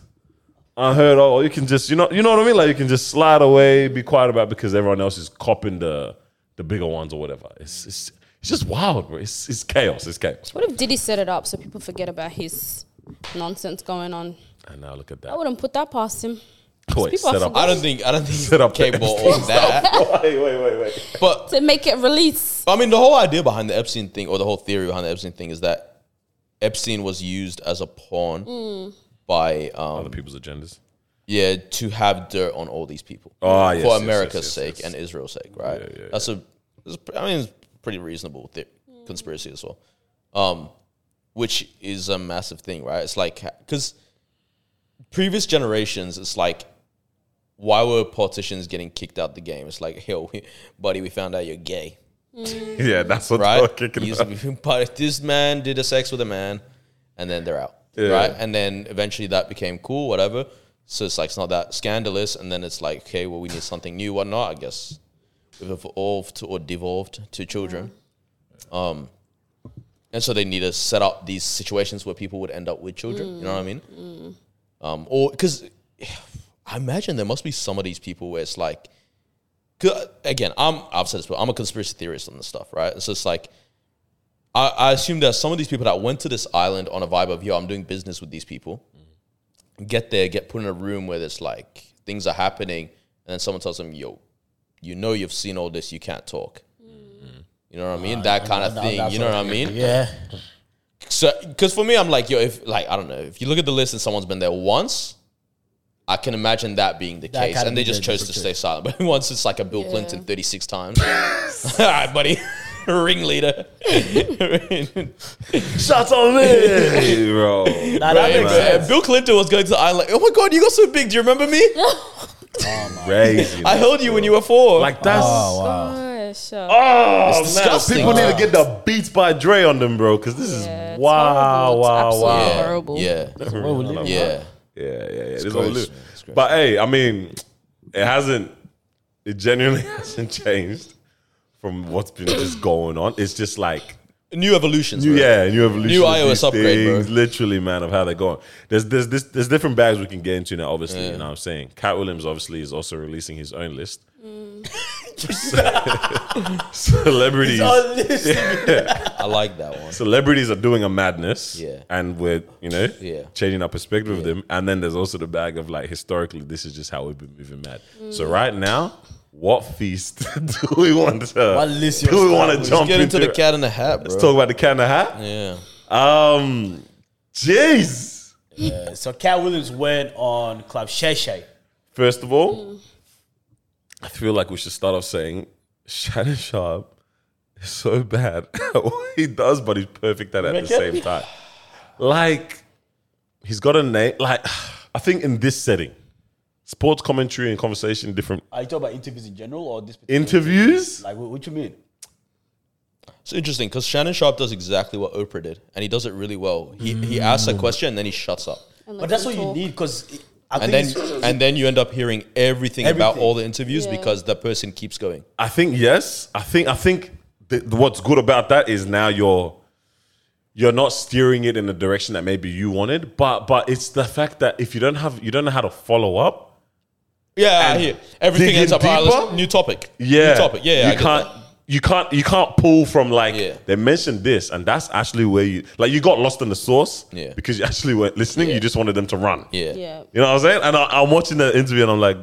[SPEAKER 2] unheard of. Or you can just you know you know what I mean? Like you can just slide away, be quiet about it because everyone else is copping the the bigger ones or whatever. It's it's it's just wild, bro. It's it's chaos. It's chaos.
[SPEAKER 4] What if Diddy set it up so people forget about his nonsense going on?
[SPEAKER 2] And now look at
[SPEAKER 4] I
[SPEAKER 2] that.
[SPEAKER 4] wouldn't put that past him.
[SPEAKER 2] Wait,
[SPEAKER 4] people are
[SPEAKER 2] set up.
[SPEAKER 4] forgetting.
[SPEAKER 3] I don't think I don't think he's
[SPEAKER 2] Set up the
[SPEAKER 3] capable of that.
[SPEAKER 2] wait, wait, wait, wait.
[SPEAKER 3] But
[SPEAKER 4] To make it release.
[SPEAKER 3] I mean, the whole idea behind the Epstein thing, or the whole theory behind the Epstein thing, is that Epstein was used as a pawn
[SPEAKER 4] Mm.
[SPEAKER 3] by um,
[SPEAKER 2] Other people's agendas.
[SPEAKER 3] yeah to have dirt on all these people
[SPEAKER 2] Ah, yes,
[SPEAKER 3] for
[SPEAKER 2] yes, yes,
[SPEAKER 3] America's
[SPEAKER 2] yes,
[SPEAKER 3] sake
[SPEAKER 2] yes.
[SPEAKER 3] and Israel's sake, right? That's a that's a, I mean, it's a pretty reasonable the- conspiracy as well, um, which is a massive thing, right? It's like because previous generations, it's like. Why were politicians getting kicked out the game? It's like, yo, buddy, we found out you're gay
[SPEAKER 2] Yeah, that's what right?
[SPEAKER 3] right?
[SPEAKER 2] kicking.
[SPEAKER 3] Used
[SPEAKER 2] out.
[SPEAKER 3] to be- But this man did a sex with a man, and then they're out,
[SPEAKER 2] Yeah.
[SPEAKER 3] right? And then eventually that became cool, whatever. So it's like it's not that scandalous, and then it's like, okay, well, we need something new, whatnot. I guess we've evolved or devolved to children, um, and so they need to set up these situations where people would end up with children. You know what I mean? Um, or because I imagine there must be some of these people where it's like, 'cause, again, I'm I've said this, but I'm a conspiracy theorist on this stuff, right? So it's like, I, I assume that some of these people that went to this island on a vibe of yo, I'm doing business with these people, get there, get put in a room where there's like things are happening, and then someone tells them, yo, you know you've seen all this, you can't talk. You know what I mean? that kind of
[SPEAKER 1] No,
[SPEAKER 3] thing.
[SPEAKER 1] that's
[SPEAKER 3] You know what I mean?
[SPEAKER 1] Yeah.
[SPEAKER 3] So, because for me, I'm like, yo, if like I don't know, if you look at the list and someone's been there once, I can imagine that being the
[SPEAKER 1] That
[SPEAKER 3] case,
[SPEAKER 1] kinda
[SPEAKER 3] and they
[SPEAKER 1] be
[SPEAKER 3] just
[SPEAKER 1] the-
[SPEAKER 3] chose to
[SPEAKER 1] the
[SPEAKER 3] stay silent. But once it's like a Bill Clinton
[SPEAKER 4] Yeah.
[SPEAKER 3] 36 times, all right, buddy, ringleader.
[SPEAKER 2] Shots on me, bro.
[SPEAKER 1] Nah, that
[SPEAKER 3] Hey,
[SPEAKER 1] makes
[SPEAKER 3] man,
[SPEAKER 1] sense.
[SPEAKER 3] Bill Clinton was going to the island. Oh my god, you got so big. Do you remember me?
[SPEAKER 2] Crazy.
[SPEAKER 3] I held you when you were four.
[SPEAKER 2] like that's.
[SPEAKER 1] Oh, wow.
[SPEAKER 4] Gosh.
[SPEAKER 2] Oh, man,
[SPEAKER 3] disgusting.
[SPEAKER 2] People need to get the beats by Dre on them, bro, because this is wow, wow, wow.
[SPEAKER 3] yeah,
[SPEAKER 4] horrible.
[SPEAKER 3] Yeah,
[SPEAKER 2] Yeah,
[SPEAKER 3] yeah.
[SPEAKER 2] yeah, yeah. This is
[SPEAKER 3] gross,
[SPEAKER 2] what we do.
[SPEAKER 3] man, it's gross.
[SPEAKER 2] But hey, I mean, it hasn't. It genuinely hasn't changed from what's been just going on. It's just like
[SPEAKER 3] New evolutions.
[SPEAKER 2] new,
[SPEAKER 3] bro.
[SPEAKER 2] yeah, new evolution,
[SPEAKER 3] New
[SPEAKER 2] of
[SPEAKER 3] iOS
[SPEAKER 2] these
[SPEAKER 3] upgrade, bro.
[SPEAKER 2] things, Literally, man, of how they're going. There's there's this there's different bags
[SPEAKER 3] Mm.
[SPEAKER 2] we can get into now. Obviously, you know what I'm saying. Cat Williams obviously is also releasing his own list. Celebrities.
[SPEAKER 3] I like that one.
[SPEAKER 2] celebrities are doing a madness
[SPEAKER 3] Yeah.
[SPEAKER 2] and we're you know
[SPEAKER 3] Yeah.
[SPEAKER 2] changing our perspective of them and then there's also the bag of like historically this is just how we've been moving mad so right now what feast do we want to
[SPEAKER 1] What list you
[SPEAKER 2] do we
[SPEAKER 1] wanna start
[SPEAKER 2] want to
[SPEAKER 1] with?
[SPEAKER 2] jump
[SPEAKER 3] Get into the
[SPEAKER 2] it?
[SPEAKER 3] cat in the hat, bro.
[SPEAKER 2] let's talk about the can of hat
[SPEAKER 3] yeah.
[SPEAKER 2] um jeez
[SPEAKER 1] So Cat Williams went on Club Shay Shay.
[SPEAKER 2] first of all i feel like we should start off saying shannon sharp is so bad at what he does but he's perfect at it at the
[SPEAKER 1] Reckon?
[SPEAKER 2] same time like he's got a name. Like I think in this setting, sports commentary and conversation, different
[SPEAKER 1] Are you talking about interviews in general or this? particular-
[SPEAKER 2] interviews.
[SPEAKER 1] Like what, what you mean?
[SPEAKER 3] It's interesting because Shannon Sharp does exactly what Oprah did, and he does it really well. He he asks a
[SPEAKER 2] Mm.
[SPEAKER 3] question and then he shuts up,
[SPEAKER 1] But that's what you need because I
[SPEAKER 3] and
[SPEAKER 1] think
[SPEAKER 3] then
[SPEAKER 1] it's-
[SPEAKER 3] and then you end up hearing everything, about
[SPEAKER 1] Everything.
[SPEAKER 3] all the interviews
[SPEAKER 4] Yeah.
[SPEAKER 3] because that person keeps going.
[SPEAKER 2] I think yes. I think I think th- what's good about that is now you're you're not steering it in the direction that maybe you wanted, but but it's the fact that if you don't have you don't know how to follow up,
[SPEAKER 3] Yeah, I
[SPEAKER 2] And
[SPEAKER 3] hear everything
[SPEAKER 2] digging
[SPEAKER 3] ends up. "All right, let's-
[SPEAKER 2] deeper?
[SPEAKER 3] new topic.
[SPEAKER 2] Yeah.
[SPEAKER 3] new topic. Yeah, yeah I
[SPEAKER 2] you
[SPEAKER 3] get
[SPEAKER 2] can't.
[SPEAKER 3] that.
[SPEAKER 2] You can't. You can't pull from like
[SPEAKER 3] Yeah.
[SPEAKER 2] they mentioned this, and that's actually where you like you got lost in the source.
[SPEAKER 3] Yeah.
[SPEAKER 2] Because you actually weren't listening. You just wanted them to run.
[SPEAKER 3] Yeah.
[SPEAKER 4] Yeah.
[SPEAKER 2] You know what I'm saying? And I, I'm watching the interview, and I'm like,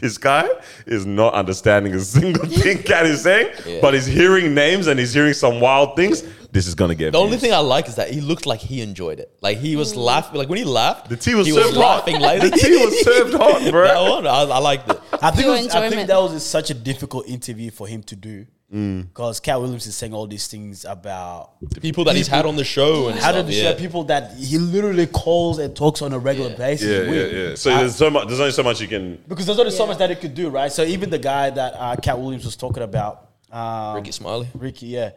[SPEAKER 2] this guy is not understanding a single thing Cat is saying,
[SPEAKER 3] Yeah.
[SPEAKER 2] but he's hearing names and he's hearing some wild things. This is gonna get.
[SPEAKER 3] The only thing I like is that he looked like he enjoyed it. Like he
[SPEAKER 1] Mm.
[SPEAKER 3] was laughing. Like when he laughed,
[SPEAKER 2] the tea was
[SPEAKER 3] he
[SPEAKER 2] served
[SPEAKER 3] was laughing.
[SPEAKER 2] hot.
[SPEAKER 3] Like
[SPEAKER 2] the tea was served hot, bro.
[SPEAKER 3] That one, I, I liked it.
[SPEAKER 1] I think, it
[SPEAKER 4] Pure
[SPEAKER 1] was, I think
[SPEAKER 4] enjoyment.
[SPEAKER 1] that was just such a difficult interview for him to do because Cat Williams is saying all these things about
[SPEAKER 3] People that he's had on the show and
[SPEAKER 1] how
[SPEAKER 3] stuff,
[SPEAKER 1] to
[SPEAKER 3] yeah.
[SPEAKER 1] share people that he literally calls and talks on a regular basis.
[SPEAKER 2] yeah,
[SPEAKER 1] with.
[SPEAKER 2] yeah, yeah. So
[SPEAKER 1] Uh,
[SPEAKER 2] there's so much. There's only so much you can.
[SPEAKER 1] because there's only so
[SPEAKER 4] Yeah.
[SPEAKER 1] much that he could do, right? So even the guy that uh, Cat Williams was talking about, um,
[SPEAKER 3] Ricky Smiley.
[SPEAKER 1] Ricky, yeah,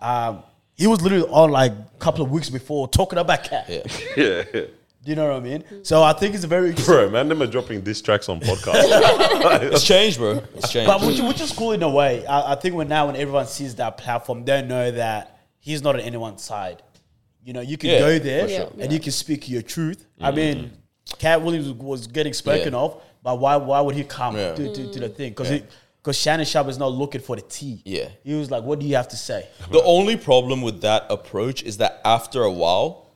[SPEAKER 1] um, he was literally on like a couple of weeks before talking about Cat.
[SPEAKER 3] Yeah.
[SPEAKER 2] Yeah, yeah.
[SPEAKER 1] Do you know what I mean? So I think it's a very interesting.
[SPEAKER 2] bro, man, them are dropping diss tracks on podcasts.
[SPEAKER 3] It's changed, bro. It's changed.
[SPEAKER 1] But which, which is cool in a way. I, I think when now when everyone sees that platform, they know that he's not on anyone's side. You know, you can
[SPEAKER 3] Yeah,
[SPEAKER 1] go there
[SPEAKER 3] for Mm.
[SPEAKER 4] sure.
[SPEAKER 1] and you can speak your truth. I mean, Cat Williams was getting spoken
[SPEAKER 3] Yeah.
[SPEAKER 1] of, but why why would he come
[SPEAKER 3] Yeah.
[SPEAKER 1] to, to, to the thing? Because because Shannon Sharp is not looking for the tea.
[SPEAKER 3] Yeah.
[SPEAKER 1] he was like, "What do you have to say?"
[SPEAKER 3] The only problem with that approach is that after a while,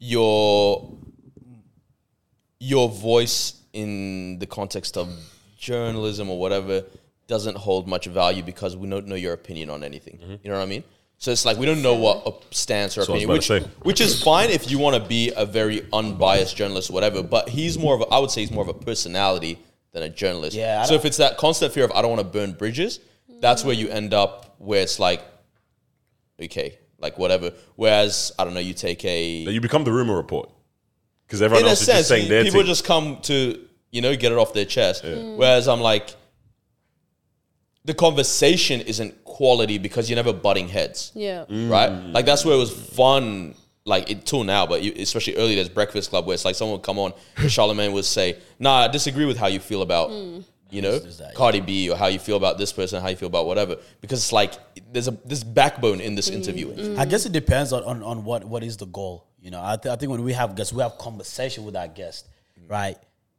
[SPEAKER 3] your your voice in the context of journalism or whatever doesn't hold much value because we don't know your opinion on anything. You know what I mean? So it's like we don't know what a stance or
[SPEAKER 2] So Mm-hmm. I was
[SPEAKER 3] opinion,
[SPEAKER 2] about
[SPEAKER 3] which
[SPEAKER 2] to say.
[SPEAKER 3] which is fine if you want to be a very unbiased journalist, or whatever. But he's more of a, I would say he's more of a personality than a journalist.
[SPEAKER 1] Yeah, I
[SPEAKER 3] So
[SPEAKER 1] don't-
[SPEAKER 3] if it's that constant fear of I don't want to burn bridges, that's where you end up where it's like okay, like whatever. Whereas I don't know, you take a
[SPEAKER 2] you become the rumor report because everyone
[SPEAKER 3] in a
[SPEAKER 2] else is just
[SPEAKER 3] sense,
[SPEAKER 2] saying their
[SPEAKER 3] people
[SPEAKER 2] thing.
[SPEAKER 3] just come to you know get it off their chest. Whereas I'm like, the conversation isn't quality because you're never butting heads,
[SPEAKER 4] Yeah.
[SPEAKER 2] Mm.
[SPEAKER 3] right? Like that's where it was fun. Like it till now, but you, especially early there's Breakfast Club where it's like someone would come on, Charlemagne would say, "Nah, I disagree with how you feel about." You know,
[SPEAKER 1] that, yeah.
[SPEAKER 3] Cardi B, or how you feel about this person, how you feel about whatever, because it's like there's a this backbone in this interviewing.
[SPEAKER 1] I guess it depends on, on, on what, what is the goal. You know, I, th- I think when we have guests, we have conversation with our guest, right?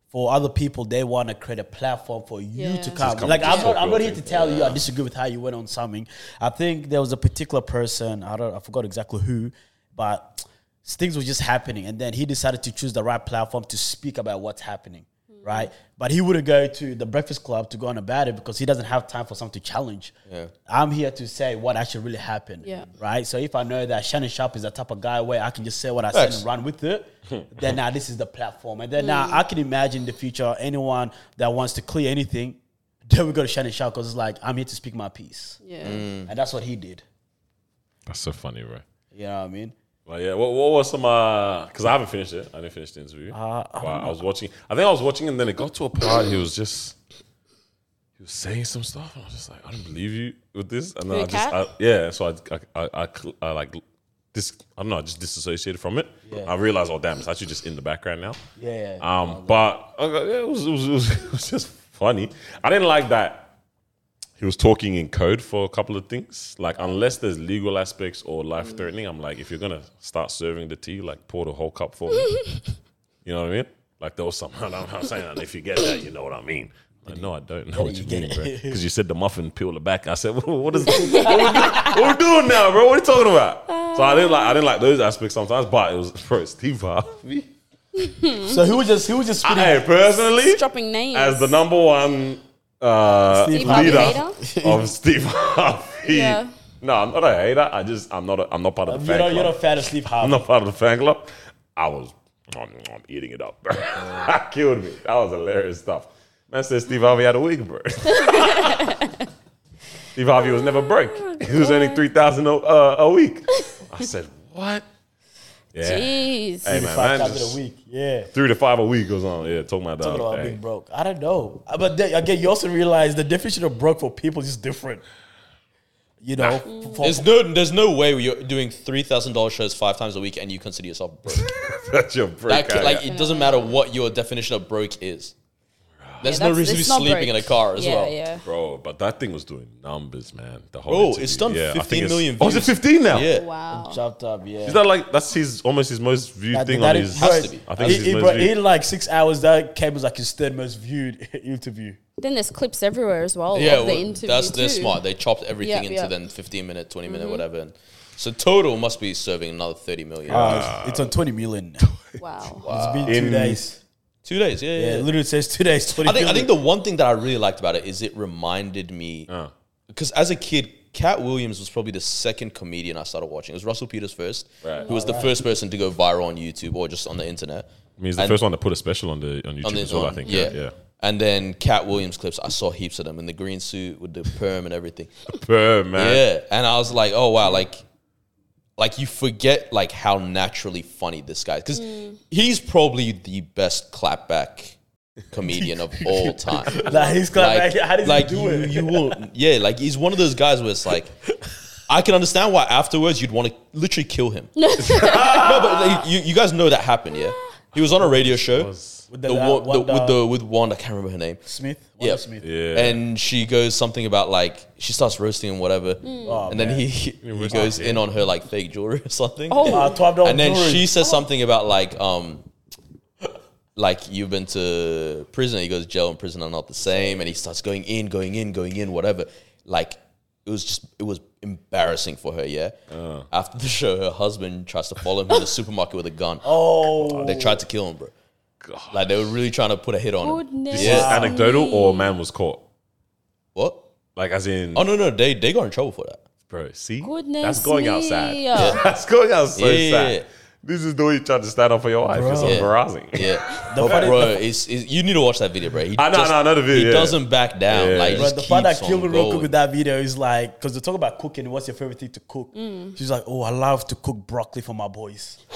[SPEAKER 1] For other people, they want to create a platform for you
[SPEAKER 4] Yeah.
[SPEAKER 1] to
[SPEAKER 4] Just
[SPEAKER 1] come.
[SPEAKER 2] come
[SPEAKER 1] Like
[SPEAKER 2] and
[SPEAKER 1] I'm
[SPEAKER 2] talk
[SPEAKER 1] not, I'm
[SPEAKER 2] your
[SPEAKER 1] not here to
[SPEAKER 2] thing.
[SPEAKER 1] tell you I disagree with how you went on something. I think there was a particular person. I don't, I forgot exactly who, but things were just happening, and then he decided to choose the right platform to speak about what's happening,
[SPEAKER 4] Hmm.
[SPEAKER 1] right? But he wouldn't go to the Breakfast Club to go on about it because he doesn't have time for something to challenge. I'm here to say what actually really happened
[SPEAKER 4] Yeah.
[SPEAKER 1] right? So if I know that Shannon Sharp is the type of guy where I can just say what I said
[SPEAKER 3] Facts.
[SPEAKER 1] and run with it, then now this is the platform. And then now I can imagine in the future anyone that wants to clear anything, then we go to Shannon Sharp because it's like I'm here to speak my piece,
[SPEAKER 4] Yeah.
[SPEAKER 3] Mm.
[SPEAKER 2] Mm.
[SPEAKER 1] and that's what he did.
[SPEAKER 2] That's so funny, bro.
[SPEAKER 1] You know what I mean?
[SPEAKER 2] But yeah, what, what was some? Because I haven't finished it. I didn't finish the
[SPEAKER 4] Uh,
[SPEAKER 2] interview. But I, was watching. I think I was watching, and then it got to a part. He was just he was saying some stuff, and I was just like, I don't believe you with this. And then
[SPEAKER 4] Who,
[SPEAKER 2] I just I,
[SPEAKER 4] Kat?
[SPEAKER 2] yeah. So I I, I, I cl- I like this. I don't know. I just disassociated from it. I realized, oh damn, it's actually just in the background now.
[SPEAKER 1] Yeah, yeah.
[SPEAKER 2] Um, but okay, yeah, it, was, it, was, it, was, it was just funny. I didn't like that he was talking in code for a couple of things. Like, unless there's legal aspects or life threatening, I'm like, if you're gonna start serving the tea, like pour the whole cup for me. you know what I mean? Like there was some. I don't know what I'm saying. And if you get that, you know what I mean. Like, no, I don't know what you
[SPEAKER 1] get
[SPEAKER 2] mean,
[SPEAKER 1] it.
[SPEAKER 2] bro. Because you said the muffin peel the back. I said, well, what is what, we do- what we doing now, bro? What are you talking about? So I didn't like I didn't like those aspects sometimes, but it was bro, it's deep out.
[SPEAKER 1] So who was just who was just spitting?
[SPEAKER 2] I personally,
[SPEAKER 4] Dropping names.
[SPEAKER 2] as the number one uh,
[SPEAKER 1] Steve
[SPEAKER 4] Harvey
[SPEAKER 2] leader
[SPEAKER 4] hater?
[SPEAKER 2] of Steve Harvey.
[SPEAKER 4] Yeah.
[SPEAKER 2] No, I'm not a hater. I just I'm not a, I'm not part of the
[SPEAKER 1] you're,
[SPEAKER 2] fan
[SPEAKER 1] not,
[SPEAKER 2] club.
[SPEAKER 1] you're not fan of Sleep Harvey.
[SPEAKER 2] I'm not part of the fan club. I was I'm, eating it up, bro. that killed me. That was hilarious stuff. Man said Steve Harvey had a wig, bro. Steve Harvey was never broke.
[SPEAKER 4] Oh
[SPEAKER 2] He was earning three thousand a, uh, a week. I said, what? Yeah,
[SPEAKER 4] Jeez.
[SPEAKER 2] Hey, man,
[SPEAKER 1] Five
[SPEAKER 2] man
[SPEAKER 1] times
[SPEAKER 2] just
[SPEAKER 1] in a week. Yeah.
[SPEAKER 2] three to five a week goes on. Yeah, talking about
[SPEAKER 1] Talking about
[SPEAKER 2] that.
[SPEAKER 1] being broke. I don't know. Uh, But then, again, you also realize the definition of broke for people is different. You know, for,
[SPEAKER 3] There's no, there's no way you're doing three thousand dollars shows five times a week and you consider yourself broke.
[SPEAKER 2] That's your broke.
[SPEAKER 3] That,
[SPEAKER 2] guy.
[SPEAKER 3] like it doesn't matter what your definition of broke is. There's
[SPEAKER 4] Yeah,
[SPEAKER 3] no
[SPEAKER 4] that's-
[SPEAKER 3] reason to be
[SPEAKER 4] it's not
[SPEAKER 3] sleeping in a
[SPEAKER 4] broke.
[SPEAKER 3] car as
[SPEAKER 4] yeah,
[SPEAKER 3] well.
[SPEAKER 4] Yeah,
[SPEAKER 2] Bro, but that thing was doing numbers, man. The whole
[SPEAKER 3] Bro,
[SPEAKER 2] interview.
[SPEAKER 3] it's done
[SPEAKER 2] I think
[SPEAKER 3] 15
[SPEAKER 2] it's-
[SPEAKER 3] million
[SPEAKER 2] Oh, is it
[SPEAKER 3] views.
[SPEAKER 2] 15 now?
[SPEAKER 3] Yeah.
[SPEAKER 4] Wow.
[SPEAKER 1] chopped up. Yeah.
[SPEAKER 2] Is that like that's his almost his most viewed
[SPEAKER 1] That-
[SPEAKER 2] thing
[SPEAKER 1] that
[SPEAKER 2] on
[SPEAKER 1] is-
[SPEAKER 2] his?
[SPEAKER 1] bro,
[SPEAKER 3] Has to be.
[SPEAKER 2] I think it's
[SPEAKER 1] It,
[SPEAKER 2] his
[SPEAKER 1] it,
[SPEAKER 2] most
[SPEAKER 1] bro,
[SPEAKER 2] viewed.
[SPEAKER 1] in like six hours, that came as like his third most viewed interview.
[SPEAKER 4] Then there's clips everywhere as well.
[SPEAKER 3] Yeah,
[SPEAKER 4] of the
[SPEAKER 3] well,
[SPEAKER 4] interview
[SPEAKER 3] that's they're
[SPEAKER 4] too.
[SPEAKER 3] smart. They chopped everything
[SPEAKER 4] Yeah,
[SPEAKER 3] into
[SPEAKER 4] yeah. Mm-hmm.
[SPEAKER 3] then 15 minute, 20 minute, whatever. And so total must be serving another 30 million.
[SPEAKER 1] Uh, it's on 20 million.
[SPEAKER 4] Wow.
[SPEAKER 1] It's been two
[SPEAKER 2] In-
[SPEAKER 1] days.
[SPEAKER 3] Two days, yeah, yeah.
[SPEAKER 1] Yeah,
[SPEAKER 3] yeah.
[SPEAKER 1] it literally says two days, 20
[SPEAKER 3] I think I think the one thing that I really liked about it is it reminded me
[SPEAKER 2] Oh.
[SPEAKER 3] because as a kid, Cat Williams was probably the second comedian I started watching. It was Russell Peters first,
[SPEAKER 2] Right.
[SPEAKER 3] who was the first person to go viral on YouTube or just on the internet.
[SPEAKER 2] I mean, he's the
[SPEAKER 3] and-
[SPEAKER 2] first one to put a special on the on YouTube
[SPEAKER 3] on the-
[SPEAKER 2] as well. I
[SPEAKER 3] on-
[SPEAKER 2] think.
[SPEAKER 3] yeah.
[SPEAKER 2] Yeah, yeah.
[SPEAKER 3] And then Cat Williams clips, I saw heaps of them in the green suit with the perm and everything.
[SPEAKER 2] Bro, man.
[SPEAKER 3] yeah, and I was like, oh wow, like, like you forget like how naturally funny this guy because
[SPEAKER 1] Mm.
[SPEAKER 3] he's probably the best clapback comedian of all time.
[SPEAKER 1] Like, he's clapping. How does
[SPEAKER 3] like
[SPEAKER 1] he do
[SPEAKER 3] you,
[SPEAKER 1] it?
[SPEAKER 3] you will, yeah, like he's one of those guys where it's like. I can understand why afterwards you'd want to literally kill him. no, but like, you, you guys know that happened, yeah. He was on a radio show
[SPEAKER 1] with
[SPEAKER 3] the,
[SPEAKER 1] the,
[SPEAKER 3] one- the-
[SPEAKER 1] Wanda
[SPEAKER 3] with the with Wanda, I can't remember her name.
[SPEAKER 1] Smith.
[SPEAKER 3] Yeah.
[SPEAKER 1] Wanda Smith.
[SPEAKER 2] Yeah.
[SPEAKER 3] And she goes something about like she starts roasting and whatever,
[SPEAKER 1] Oh,
[SPEAKER 3] and then he he, he goes in on her like fake jewelry or something.
[SPEAKER 1] Uh, $12
[SPEAKER 3] and then
[SPEAKER 1] jewelry.
[SPEAKER 3] she says something about like um like you've been to prison. He goes jail and prison are not the same, and he starts going in, going in, going in, whatever. Like it was just it was embarrassing for her. Yeah.
[SPEAKER 1] Uh.
[SPEAKER 3] After the show, her husband tries to follow him in the supermarket with a gun.
[SPEAKER 1] Oh,
[SPEAKER 3] They tried to kill him, bro.
[SPEAKER 2] God.
[SPEAKER 3] Like they were really trying to put a hit on him.
[SPEAKER 4] Goodness.
[SPEAKER 2] Is this
[SPEAKER 3] Yeah.
[SPEAKER 2] anecdotal or man was caught?
[SPEAKER 3] What?
[SPEAKER 2] Like as in,
[SPEAKER 3] Oh no, no, they they got in trouble for that.
[SPEAKER 2] bro. See,
[SPEAKER 4] Goodness
[SPEAKER 2] that's going
[SPEAKER 4] me.
[SPEAKER 2] outside.
[SPEAKER 4] Yeah.
[SPEAKER 2] that's going outside.
[SPEAKER 3] Yeah.
[SPEAKER 2] sad. This is the way you try to stand up for your wife. It's
[SPEAKER 3] Yeah.
[SPEAKER 2] embarrassing.
[SPEAKER 3] Yeah,
[SPEAKER 1] The funny-
[SPEAKER 3] bro, it's, it's you need to watch that video, bro. He
[SPEAKER 2] I know, I know, I know the video,
[SPEAKER 3] He
[SPEAKER 2] yeah.
[SPEAKER 3] doesn't back down.
[SPEAKER 2] Yeah.
[SPEAKER 3] Like, he
[SPEAKER 2] Bro,
[SPEAKER 3] just
[SPEAKER 1] But the part that
[SPEAKER 3] keeps
[SPEAKER 1] killed me
[SPEAKER 3] on
[SPEAKER 1] real quick
[SPEAKER 3] going.
[SPEAKER 1] with that video is like, because they talk about cooking, what's your favorite thing to cook? She's like, oh, I love to cook broccoli for my boys.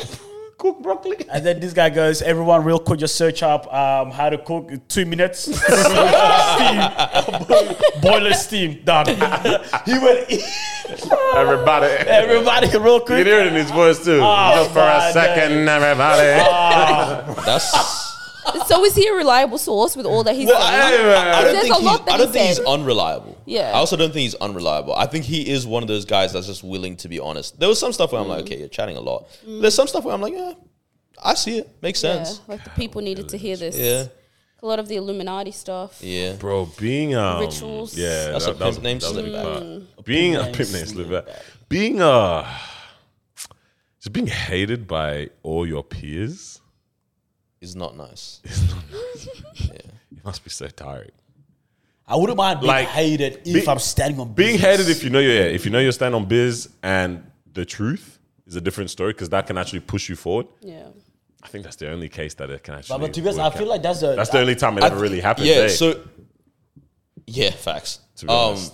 [SPEAKER 2] Cook broccoli.
[SPEAKER 1] And then this guy goes, everyone, real quick, just search up um, how to cook in two minutes. steam. Boiler steam. Done. he went,
[SPEAKER 2] Everybody,
[SPEAKER 1] everybody, real
[SPEAKER 2] you
[SPEAKER 1] quick.
[SPEAKER 2] hear it in his voice too.
[SPEAKER 3] Oh,
[SPEAKER 2] Just for
[SPEAKER 1] my
[SPEAKER 2] a second, everybody.
[SPEAKER 3] That's
[SPEAKER 4] So is he a reliable source with all that he's
[SPEAKER 2] I-
[SPEAKER 4] saying?
[SPEAKER 3] I
[SPEAKER 4] There's
[SPEAKER 3] don't think
[SPEAKER 4] a lot
[SPEAKER 3] he's,
[SPEAKER 4] that
[SPEAKER 3] I don't
[SPEAKER 4] he
[SPEAKER 3] think he's
[SPEAKER 4] said.
[SPEAKER 3] unreliable.
[SPEAKER 4] Yeah.
[SPEAKER 3] I also don't think he's unreliable. I think he is one of those guys that's just willing to be honest. There was some stuff where I'm like,
[SPEAKER 2] Mm.
[SPEAKER 3] okay, you're chatting a lot. There's some stuff where I'm like, yeah, I see it, makes
[SPEAKER 4] Yeah,
[SPEAKER 3] sense.
[SPEAKER 4] like the people needed to hear this.
[SPEAKER 3] Yeah,
[SPEAKER 4] A lot of the Illuminati stuff.
[SPEAKER 3] yeah.
[SPEAKER 2] Bro, being um,
[SPEAKER 4] Rituals.
[SPEAKER 2] Yeah,
[SPEAKER 3] That's
[SPEAKER 2] that,
[SPEAKER 3] a
[SPEAKER 2] that was
[SPEAKER 3] pimp name
[SPEAKER 2] that was a
[SPEAKER 3] slip
[SPEAKER 2] big
[SPEAKER 3] back.
[SPEAKER 2] part. Being a pimp name slip back. Being uh, just being hated by all your peers.
[SPEAKER 3] It's not nice.
[SPEAKER 2] It must be so tiring.
[SPEAKER 1] I wouldn't mind being
[SPEAKER 2] Like,
[SPEAKER 1] hated if
[SPEAKER 2] be-
[SPEAKER 1] I'm standing on
[SPEAKER 2] Being
[SPEAKER 1] business.
[SPEAKER 2] hated if you know your yeah, if you know your stand on biz and the truth is a different story because that can actually push you forward.
[SPEAKER 4] Yeah.
[SPEAKER 2] I think that's the only case that it can actually.
[SPEAKER 1] But, but to be honest,
[SPEAKER 2] work
[SPEAKER 1] I feel
[SPEAKER 2] out.
[SPEAKER 1] like that's the.
[SPEAKER 2] that's the only time it ever
[SPEAKER 3] I-
[SPEAKER 2] really happens.
[SPEAKER 3] Yeah,
[SPEAKER 2] eh?
[SPEAKER 3] so yeah, facts.
[SPEAKER 2] To be
[SPEAKER 3] um,
[SPEAKER 2] honest.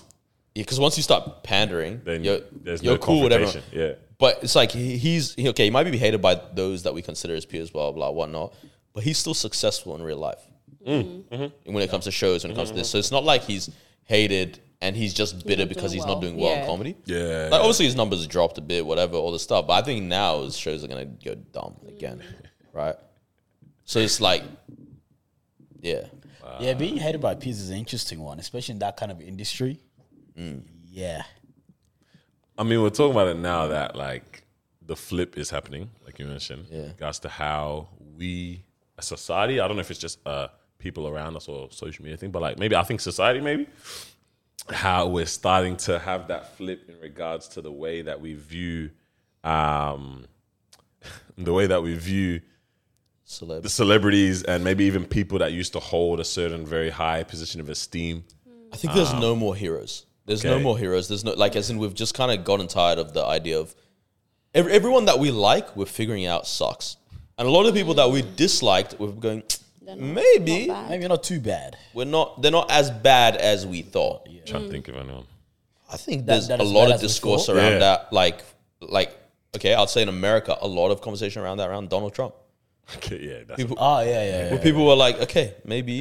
[SPEAKER 3] yeah, because once you start pandering,
[SPEAKER 2] then
[SPEAKER 3] you're,
[SPEAKER 2] there's
[SPEAKER 3] you're
[SPEAKER 2] no
[SPEAKER 3] cool with everyone.
[SPEAKER 2] confrontation. Yeah,
[SPEAKER 3] But it's like he, he's he- okay. He might be hated by those that we consider as peers, blah blah whatnot. But he's still successful in real life.
[SPEAKER 4] Mm-hmm.
[SPEAKER 3] And When it comes to shows, when it comes to this, so it's not like he's hated and he's just bitter
[SPEAKER 4] not
[SPEAKER 3] because
[SPEAKER 4] doing
[SPEAKER 3] he's
[SPEAKER 4] well.
[SPEAKER 3] not doing well in
[SPEAKER 4] Yeah.
[SPEAKER 3] comedy.
[SPEAKER 2] yeah.
[SPEAKER 3] Like obviously his numbers dropped a bit, whatever, all this stuff. But I think now his shows are gonna go dumb again,
[SPEAKER 4] Mm.
[SPEAKER 3] right? So it's like, yeah,
[SPEAKER 1] Yeah, being hated by peers is an interesting one, especially in that kind of industry.
[SPEAKER 2] Mm.
[SPEAKER 1] Yeah.
[SPEAKER 2] I mean, we're talking about it now that like the flip is happening, like you mentioned,
[SPEAKER 3] Yeah.
[SPEAKER 2] as to how we, as society, I don't know if it's just a people around us or social media thing, but like maybe I think society maybe how we're starting to have that flip in regards to the way that we view um the way that we view
[SPEAKER 3] Celeb.
[SPEAKER 2] the celebrities and maybe even people that used to hold a certain very high position of esteem.
[SPEAKER 3] I think there's
[SPEAKER 1] Um,
[SPEAKER 3] no more heroes. There's no
[SPEAKER 2] okay.
[SPEAKER 3] more heroes. There's no like as in we've just kind of gotten tired of the idea of ev- everyone that we like, we're figuring out sucks, and a lot of people that we disliked, we're going maybe
[SPEAKER 4] not bad.
[SPEAKER 1] Maybe not too bad.
[SPEAKER 3] we're not. They're not as bad as we thought.
[SPEAKER 2] trying to think of anyone.
[SPEAKER 3] I think
[SPEAKER 1] That-
[SPEAKER 3] there's
[SPEAKER 1] that
[SPEAKER 3] a
[SPEAKER 1] is
[SPEAKER 3] lot
[SPEAKER 1] bad
[SPEAKER 3] of
[SPEAKER 1] as we
[SPEAKER 3] discourse
[SPEAKER 1] thought.
[SPEAKER 3] around
[SPEAKER 2] Yeah.
[SPEAKER 3] that. Like like okay, I'd say in America, a lot of conversation around that around Donald Trump.
[SPEAKER 2] Okay, yeah, that's
[SPEAKER 3] People,
[SPEAKER 1] Oh yeah, yeah. yeah.
[SPEAKER 3] where people were like, okay, maybe,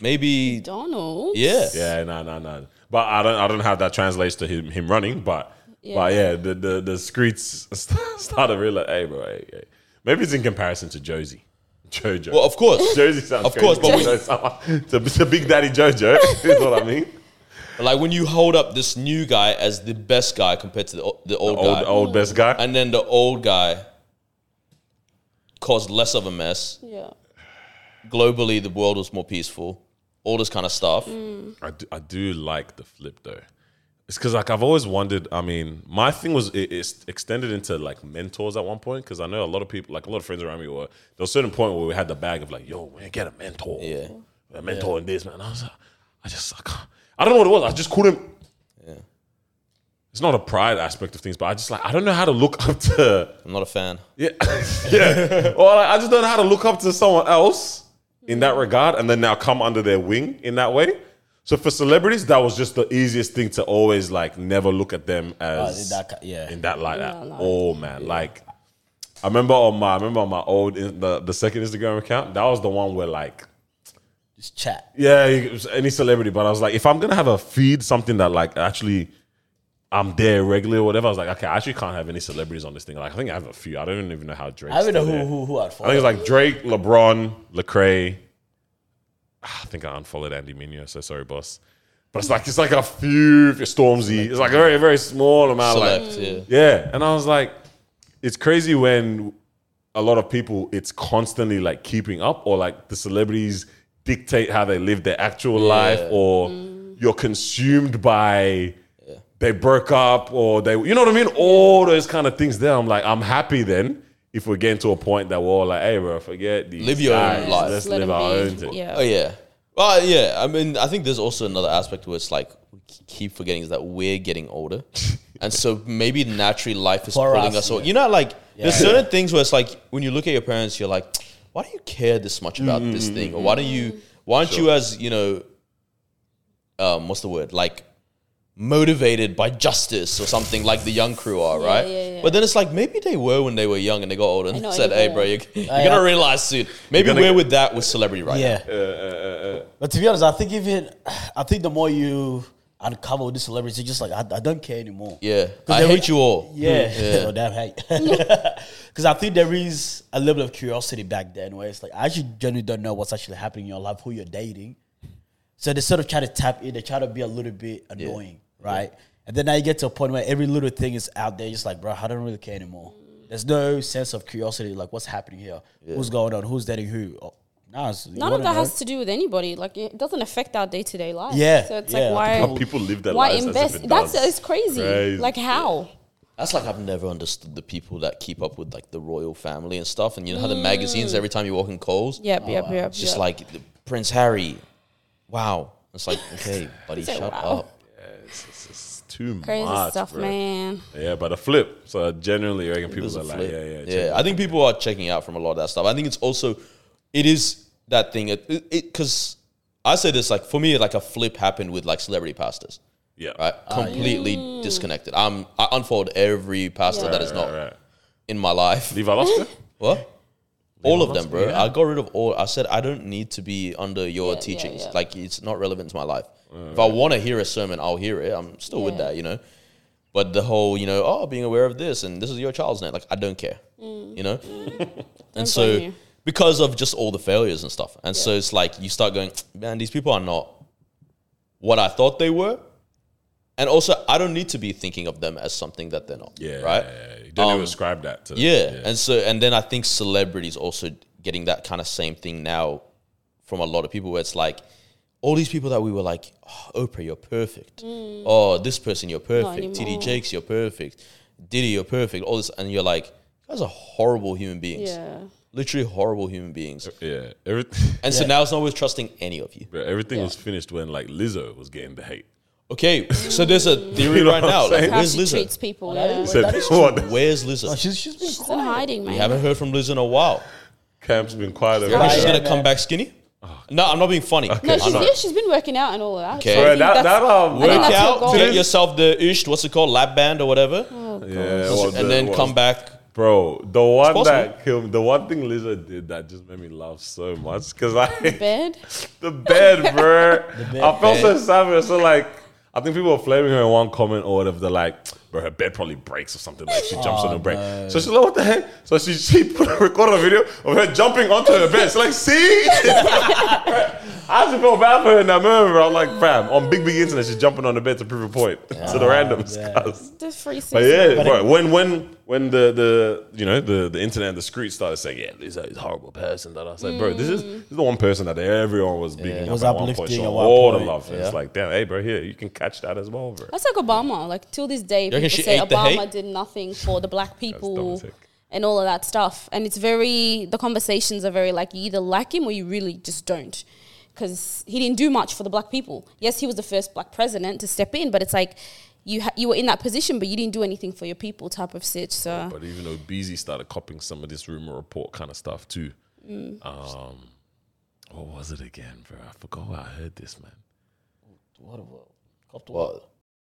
[SPEAKER 3] maybe,
[SPEAKER 4] Donald.
[SPEAKER 3] yeah.
[SPEAKER 2] Yeah, no, no, no. But I don't, I don't have that translates to him, him running. But, but yeah, the the, the streets started realize, hey, bro, hey, hey. maybe it's in comparison to Josie, Jojo.
[SPEAKER 3] Well, of course,
[SPEAKER 2] Josie sounds
[SPEAKER 3] of course,
[SPEAKER 2] crazy,
[SPEAKER 3] but
[SPEAKER 2] but we, the, the Big Daddy Jojo is what I mean.
[SPEAKER 3] like when you hold up this new guy as the best guy compared to the, o- the old
[SPEAKER 2] Old
[SPEAKER 3] guy,
[SPEAKER 2] old best guy.
[SPEAKER 3] and then the old guy caused less of a mess.
[SPEAKER 4] Yeah.
[SPEAKER 3] Globally, the world was more peaceful. All this kind of stuff.
[SPEAKER 2] I do, I do like the flip though. It's because like I've always wondered. I mean, my thing was it, it's extended into like mentors at one point because I know a lot of people, like a lot of friends around me, were there was a certain point where we had the bag of like, yo, man, get a mentor,
[SPEAKER 3] Yeah.
[SPEAKER 2] a mentor in this man. I was like, I just I, can't, I don't know what it was. I just couldn't. It's not a pride aspect of things, but I just like I don't know how to look up to
[SPEAKER 3] I'm not a fan.
[SPEAKER 2] yeah, yeah. Or like, I just don't know how to look up to someone else in that regard, and then now come under their wing in that way. So for celebrities, that was just the easiest thing to always like never look at them
[SPEAKER 1] in
[SPEAKER 2] as
[SPEAKER 1] that ki- yeah.
[SPEAKER 2] in that light at
[SPEAKER 4] light.
[SPEAKER 2] all, man. Like I remember on my I remember on my old in- the the second Instagram account, that was the one where like
[SPEAKER 1] Just chat.
[SPEAKER 2] yeah, you- any celebrity. But I was like, if I'm gonna have a feed, something that like actually I'm there regularly or whatever. I was like, okay, I actually can't have any celebrities on this thing. Like I think I have a few. I don't even know how Drake.
[SPEAKER 1] I don't know who who who I'd
[SPEAKER 2] I think
[SPEAKER 1] follow.
[SPEAKER 2] it's like Drake, LeBron, Lecrae. Ah, I think I unfollowed Andy Munoz. So sorry, boss. But it's like it's like a few Stormzy. It's like a very very small amount. Like
[SPEAKER 3] Select, yeah.
[SPEAKER 2] yeah, and I was like, it's crazy when a lot of people it's constantly like keeping up or like the celebrities dictate how they live their actual life or
[SPEAKER 4] Mm.
[SPEAKER 2] you're consumed by they broke up or they you know what I mean all those kind of things there I'm like I'm happy then if we're getting to a point that we're all like hey bro forget these
[SPEAKER 3] Live your own
[SPEAKER 2] guys.
[SPEAKER 3] life.
[SPEAKER 2] let's
[SPEAKER 4] Let
[SPEAKER 2] live
[SPEAKER 4] him
[SPEAKER 2] our
[SPEAKER 4] be.
[SPEAKER 2] own thing
[SPEAKER 4] Yeah.
[SPEAKER 3] Oh yeah. Well, yeah. I mean, I think there's also another aspect where it's like we k- keep forgetting is that we're getting older, and so maybe naturally life is
[SPEAKER 1] For
[SPEAKER 3] pulling
[SPEAKER 1] us,
[SPEAKER 3] us. all
[SPEAKER 1] yeah.
[SPEAKER 3] You know, like there's certain things where it's like when you look at your parents, you're like, why do you care this much about this
[SPEAKER 4] Mm-hmm.
[SPEAKER 3] thing, or why don't you? Why aren't you as you know? Um, what's the word like? Motivated by justice or something like the young crew are, right?
[SPEAKER 4] yeah, yeah.
[SPEAKER 3] But then it's like maybe they were when they were young and they got older and
[SPEAKER 4] know,
[SPEAKER 3] said,
[SPEAKER 4] I
[SPEAKER 3] "Hey,
[SPEAKER 4] know.
[SPEAKER 3] bro, you're, you're gonna realize soon." Maybe
[SPEAKER 2] gonna
[SPEAKER 3] we're
[SPEAKER 2] get-
[SPEAKER 3] with that with celebrity right now.
[SPEAKER 1] Yeah.
[SPEAKER 2] Uh,
[SPEAKER 1] But to be honest, I think even I think the more you uncover with these celebrities, you're just like I, I don't care anymore.
[SPEAKER 3] Yeah.
[SPEAKER 1] 'Cause
[SPEAKER 3] I
[SPEAKER 1] there
[SPEAKER 3] hate
[SPEAKER 1] is-
[SPEAKER 3] you all.
[SPEAKER 1] Yeah, oh, damn hate. Because I think there is a level of curiosity back then where it's like I actually genuinely don't know what's actually happening in your life, who you're dating. So they sort of try to tap in, they try to be a little bit annoying, right? And then now you get to a point where every little thing is out there, you're just like, bro, I don't really care anymore. There's no sense of curiosity, like what's happening here, who's going on, who's dating who. Oh, nah, it's- you
[SPEAKER 4] None
[SPEAKER 1] wanna
[SPEAKER 4] of that
[SPEAKER 1] know?
[SPEAKER 4] has to do with anybody. Like it doesn't affect our day to day life.
[SPEAKER 1] Yeah,
[SPEAKER 4] So it's
[SPEAKER 1] yeah.
[SPEAKER 4] like why
[SPEAKER 2] How people live their
[SPEAKER 4] why
[SPEAKER 2] lives as if
[SPEAKER 4] invest?
[SPEAKER 2] it
[SPEAKER 4] That's
[SPEAKER 2] does.
[SPEAKER 4] it's crazy.
[SPEAKER 2] Crazy.
[SPEAKER 4] Like how?
[SPEAKER 3] That's like I've never understood the people that keep up with like the royal family and stuff. And you know how the magazines every time you walk in Coles,
[SPEAKER 4] Mm. Yep, yep, yep.
[SPEAKER 3] it's just like the- Prince Harry. Wow. It's like okay, buddy,
[SPEAKER 4] So
[SPEAKER 3] shut
[SPEAKER 4] wow.
[SPEAKER 3] up.
[SPEAKER 2] it's, it's, it's too
[SPEAKER 4] crazy
[SPEAKER 2] much
[SPEAKER 4] stuff,
[SPEAKER 2] bro.
[SPEAKER 4] man.
[SPEAKER 2] yeah but a flip so generally I reckon people
[SPEAKER 3] There's
[SPEAKER 2] are
[SPEAKER 3] a
[SPEAKER 2] like
[SPEAKER 3] flip.
[SPEAKER 2] yeah yeah
[SPEAKER 3] yeah. I think people are checking out from a lot of that stuff. I think it's also, it is that thing. It because I say this like for me, like a flip happened with like celebrity pastors.
[SPEAKER 2] yeah
[SPEAKER 3] Right,
[SPEAKER 4] Ah,
[SPEAKER 3] completely
[SPEAKER 4] Mm.
[SPEAKER 3] disconnected. I'm I unfollowed every pastor that is
[SPEAKER 2] Right,
[SPEAKER 3] not
[SPEAKER 2] right, right.
[SPEAKER 3] in my life.
[SPEAKER 2] Levi Luster
[SPEAKER 3] What? All of them, bro. I got rid of all. I said I don't need to be under your teachings.
[SPEAKER 4] yeah.
[SPEAKER 3] Like it's not relevant to my life. if I want to hear a sermon, I'll hear it. I'm still with that,
[SPEAKER 4] Yeah.
[SPEAKER 3] you know. But the whole, you know, oh, being aware of this and this is your child's name. Like I don't care, you know. and
[SPEAKER 4] Mm. blame
[SPEAKER 3] so
[SPEAKER 4] you.
[SPEAKER 3] because of just all the failures and stuff, and so it's like you start going, man, these people are not what I thought they were. And also, I don't need to be thinking of them as something that they're not.
[SPEAKER 2] yeah
[SPEAKER 3] Right.
[SPEAKER 2] yeah, yeah. you don't even
[SPEAKER 3] Um,
[SPEAKER 2] ascribe that to
[SPEAKER 3] Yeah. And so, and then I think celebrities also getting that kind of same thing now from a lot of people where it's like all these people that we were like, oh, Oprah, you're perfect. Oh, this person, you're perfect. TD
[SPEAKER 4] Mm. anymore.
[SPEAKER 3] Jakes, you're perfect. Diddy, you're perfect. All this, and you're like, you guys are horrible human beings.
[SPEAKER 4] Yeah.
[SPEAKER 3] Literally horrible human beings.
[SPEAKER 2] Uh, Yeah, everything.
[SPEAKER 3] And so now it's not worth trusting any of you.
[SPEAKER 2] Bro, everything was finished when like Lizzo was getting the hate.
[SPEAKER 3] Okay, so there's a theory
[SPEAKER 2] know
[SPEAKER 3] right
[SPEAKER 2] what
[SPEAKER 3] now.
[SPEAKER 2] I'm
[SPEAKER 3] Like,
[SPEAKER 2] saying? Oh,
[SPEAKER 4] How
[SPEAKER 3] where's
[SPEAKER 4] she treats
[SPEAKER 3] Lizzo?
[SPEAKER 4] people. Yeah.
[SPEAKER 2] Said, what?
[SPEAKER 3] Where's Lizzo?
[SPEAKER 1] Oh, She's she's been
[SPEAKER 4] Still hiding,
[SPEAKER 3] We
[SPEAKER 4] man.
[SPEAKER 3] haven't heard from Lizzo in a while.
[SPEAKER 2] Camp's been quiet.
[SPEAKER 3] You reckon
[SPEAKER 2] about
[SPEAKER 3] she's
[SPEAKER 2] it.
[SPEAKER 1] yeah,
[SPEAKER 3] gonna come
[SPEAKER 1] man.
[SPEAKER 3] back skinny?
[SPEAKER 2] Oh,
[SPEAKER 3] No, I'm not being funny.
[SPEAKER 4] No,
[SPEAKER 3] I'm
[SPEAKER 4] she's,
[SPEAKER 3] not.
[SPEAKER 4] yeah, she's been working out and all of that.
[SPEAKER 3] Okay.
[SPEAKER 4] So I
[SPEAKER 2] Bro,
[SPEAKER 4] think
[SPEAKER 2] that
[SPEAKER 4] that's-
[SPEAKER 2] that um,
[SPEAKER 4] I think
[SPEAKER 2] workout.
[SPEAKER 4] that's your
[SPEAKER 3] Workout,
[SPEAKER 4] goal.
[SPEAKER 3] get yourself the ish, what's it called, lap band or whatever,
[SPEAKER 4] Oh,
[SPEAKER 2] Yeah, well, the-
[SPEAKER 3] and then
[SPEAKER 2] well,
[SPEAKER 3] come back.
[SPEAKER 2] Bro, the one
[SPEAKER 3] possible.
[SPEAKER 2] that killed, the one thing Lizzo did that just made me laugh so much because I
[SPEAKER 4] bed.
[SPEAKER 2] The bed, bro. I felt so
[SPEAKER 3] Bed.
[SPEAKER 2] sad for her. So like, I think people were flaming her in one comment or whatever. They're like, bro, her bed probably breaks or something. Like
[SPEAKER 3] Oh,
[SPEAKER 2] she jumps on the break. So she's like, what the heck? So she she put a recorded a video of her jumping onto her bed. She's like, see. I just felt bad for her in that moment, bro. I'm like, fam, on big big internet, she's jumping on the bed to prove a point to
[SPEAKER 3] Ah,
[SPEAKER 2] the randoms.
[SPEAKER 1] yeah.
[SPEAKER 2] guys.
[SPEAKER 4] The free
[SPEAKER 2] But
[SPEAKER 4] sex.
[SPEAKER 1] uh,
[SPEAKER 2] yeah, bro, when when when the the you know the the internet and the streets started saying, yeah, this is a horrible person that I was like, bro, this is this is the one person that everyone was beating up
[SPEAKER 1] Was
[SPEAKER 2] at one point,
[SPEAKER 1] uplifting
[SPEAKER 2] showing
[SPEAKER 1] at one
[SPEAKER 2] all the
[SPEAKER 1] point.
[SPEAKER 2] love. And It's like, damn, hey, bro, here you can catch that as well, bro.
[SPEAKER 4] That's like Obama. Like till this day,
[SPEAKER 3] reckon
[SPEAKER 4] people
[SPEAKER 3] she
[SPEAKER 4] say
[SPEAKER 3] ate the
[SPEAKER 4] Obama
[SPEAKER 3] hate?
[SPEAKER 4] did nothing for the black
[SPEAKER 2] dumb as
[SPEAKER 4] people
[SPEAKER 2] heck.
[SPEAKER 4] and all of that stuff. And it's very the conversations are very like you either like him or you really just don't. Because he didn't do much for the black people. Yes, he was the first black president to step in, but it's like you ha- you were in that position, but you didn't do anything for your people, type of shit. So
[SPEAKER 2] But even though Beezy started copying some of this rumor report kind of stuff too.
[SPEAKER 1] Mm.
[SPEAKER 2] Um, what was it again, bro? I forgot where I heard this, man.
[SPEAKER 3] What?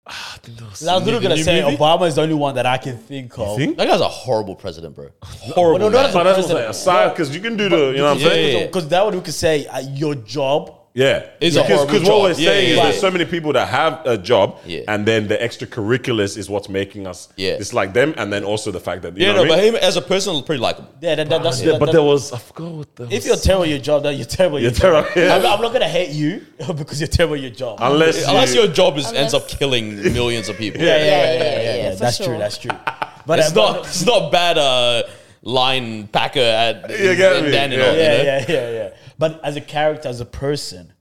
[SPEAKER 2] I think there was
[SPEAKER 1] I was literally gonna
[SPEAKER 3] New
[SPEAKER 1] say
[SPEAKER 3] movie?
[SPEAKER 1] Obama is the only one that I can think of.
[SPEAKER 2] think?
[SPEAKER 3] "Oh, That guy's a horrible president, bro. Horrible.
[SPEAKER 1] no, no,
[SPEAKER 3] man.
[SPEAKER 1] no,
[SPEAKER 2] but that's what I'm saying. Aside, because you can do the, you know what I'm
[SPEAKER 3] Yeah,
[SPEAKER 2] saying?
[SPEAKER 3] yeah, yeah.
[SPEAKER 1] Because that one we could say uh, your job.
[SPEAKER 2] Yeah,
[SPEAKER 3] It's
[SPEAKER 2] because
[SPEAKER 3] a horrible
[SPEAKER 2] because what
[SPEAKER 3] job.
[SPEAKER 2] we're
[SPEAKER 3] Yeah,
[SPEAKER 2] saying
[SPEAKER 3] yeah,
[SPEAKER 2] is
[SPEAKER 3] yeah.
[SPEAKER 2] there's so many people that have a job,
[SPEAKER 3] Yeah.
[SPEAKER 2] and then the extracurriculars is what's making us
[SPEAKER 3] Yeah.
[SPEAKER 2] dislike them, and then also the fact that you
[SPEAKER 3] yeah,
[SPEAKER 2] know
[SPEAKER 3] no,
[SPEAKER 2] what I
[SPEAKER 3] but
[SPEAKER 2] mean?
[SPEAKER 3] him as a person is pretty likable.
[SPEAKER 1] Yeah, that, that, that's
[SPEAKER 2] Yeah,
[SPEAKER 1] that-
[SPEAKER 2] but
[SPEAKER 1] that-
[SPEAKER 2] there was I forgot what the
[SPEAKER 1] if you're terrible at your job, then you're terrible. At
[SPEAKER 2] you're
[SPEAKER 1] your
[SPEAKER 2] terrible,
[SPEAKER 1] job.
[SPEAKER 2] yeah.
[SPEAKER 1] I'm, I'm not gonna hate you because you're terrible at your job.
[SPEAKER 2] unless
[SPEAKER 3] Unless
[SPEAKER 2] you,
[SPEAKER 3] your job is, ends
[SPEAKER 4] Unless-
[SPEAKER 3] up killing millions of people.
[SPEAKER 1] yeah,
[SPEAKER 4] yeah, yeah, yeah, yeah, for
[SPEAKER 1] that's
[SPEAKER 4] sure.
[SPEAKER 1] true. That's true. But
[SPEAKER 3] It's
[SPEAKER 1] uh,
[SPEAKER 3] not.
[SPEAKER 1] but-
[SPEAKER 3] It's not bad. Uh, line packer at
[SPEAKER 2] You get
[SPEAKER 3] and
[SPEAKER 2] me?
[SPEAKER 3] Dan and
[SPEAKER 2] Yeah.
[SPEAKER 3] all, you
[SPEAKER 1] yeah,
[SPEAKER 3] know?
[SPEAKER 1] yeah, yeah, yeah. But as a character, as a person,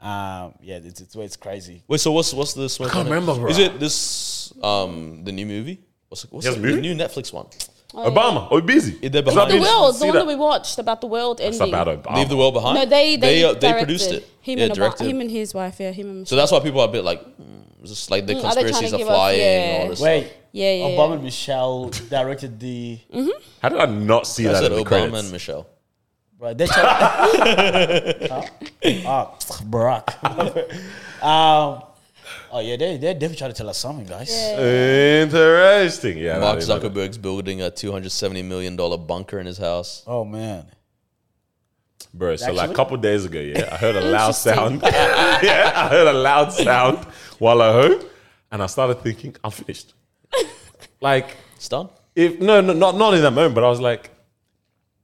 [SPEAKER 1] um, yeah, it's it's, it's crazy.
[SPEAKER 3] Wait, so what's what's this? I
[SPEAKER 2] can't remember, bro.
[SPEAKER 3] Is it this um the new movie? What's, it- what's
[SPEAKER 2] Yes,
[SPEAKER 3] the,
[SPEAKER 2] movie? Oh.
[SPEAKER 3] the new Netflix one?
[SPEAKER 2] Obama or busy.
[SPEAKER 3] Yeah, they're
[SPEAKER 2] Because
[SPEAKER 3] behind
[SPEAKER 2] I've
[SPEAKER 4] the
[SPEAKER 2] been-
[SPEAKER 3] didn't
[SPEAKER 4] world, the
[SPEAKER 2] see
[SPEAKER 4] one that
[SPEAKER 2] that-
[SPEAKER 4] we watched about the world
[SPEAKER 2] It's
[SPEAKER 4] ending.
[SPEAKER 2] about Obama.
[SPEAKER 3] Leave the world behind.
[SPEAKER 4] No, they they
[SPEAKER 3] uh,
[SPEAKER 4] directed.
[SPEAKER 3] produced it.
[SPEAKER 4] Him
[SPEAKER 3] yeah,
[SPEAKER 4] and Obama,
[SPEAKER 3] directed.
[SPEAKER 4] him and his wife. Yeah, him and
[SPEAKER 3] so that's why people are a bit like, mm, it's just like the
[SPEAKER 4] are they trying
[SPEAKER 3] conspiracies
[SPEAKER 4] to
[SPEAKER 3] are
[SPEAKER 4] give us-
[SPEAKER 3] flying. and
[SPEAKER 4] yeah.
[SPEAKER 3] all this
[SPEAKER 1] Wait,
[SPEAKER 4] Yeah, yeah,
[SPEAKER 1] Obama
[SPEAKER 4] yeah.
[SPEAKER 1] and Michelle directed the.
[SPEAKER 2] How did I not see
[SPEAKER 3] stuff. I
[SPEAKER 2] that
[SPEAKER 3] said
[SPEAKER 2] in the
[SPEAKER 3] Obama
[SPEAKER 2] credits?
[SPEAKER 3] and Michelle.
[SPEAKER 1] Right, they tried. huh? Ah, Barack. um, oh yeah, they they definitely trying to tell us something, guys.
[SPEAKER 2] Interesting. Yeah,
[SPEAKER 3] Mark
[SPEAKER 2] no, I didn't know
[SPEAKER 3] Zuckerberg's building a two hundred seventy million dollar bunker in his house.
[SPEAKER 1] Oh man,
[SPEAKER 2] that. bro. So like a
[SPEAKER 1] Actually?
[SPEAKER 2] couple days ago, yeah, I heard a loud sound. yeah, I heard a loud sound while at home, and I started thinking, I'm finished. like.
[SPEAKER 3] It's done.
[SPEAKER 2] If no, no, not not in that moment, but I was like,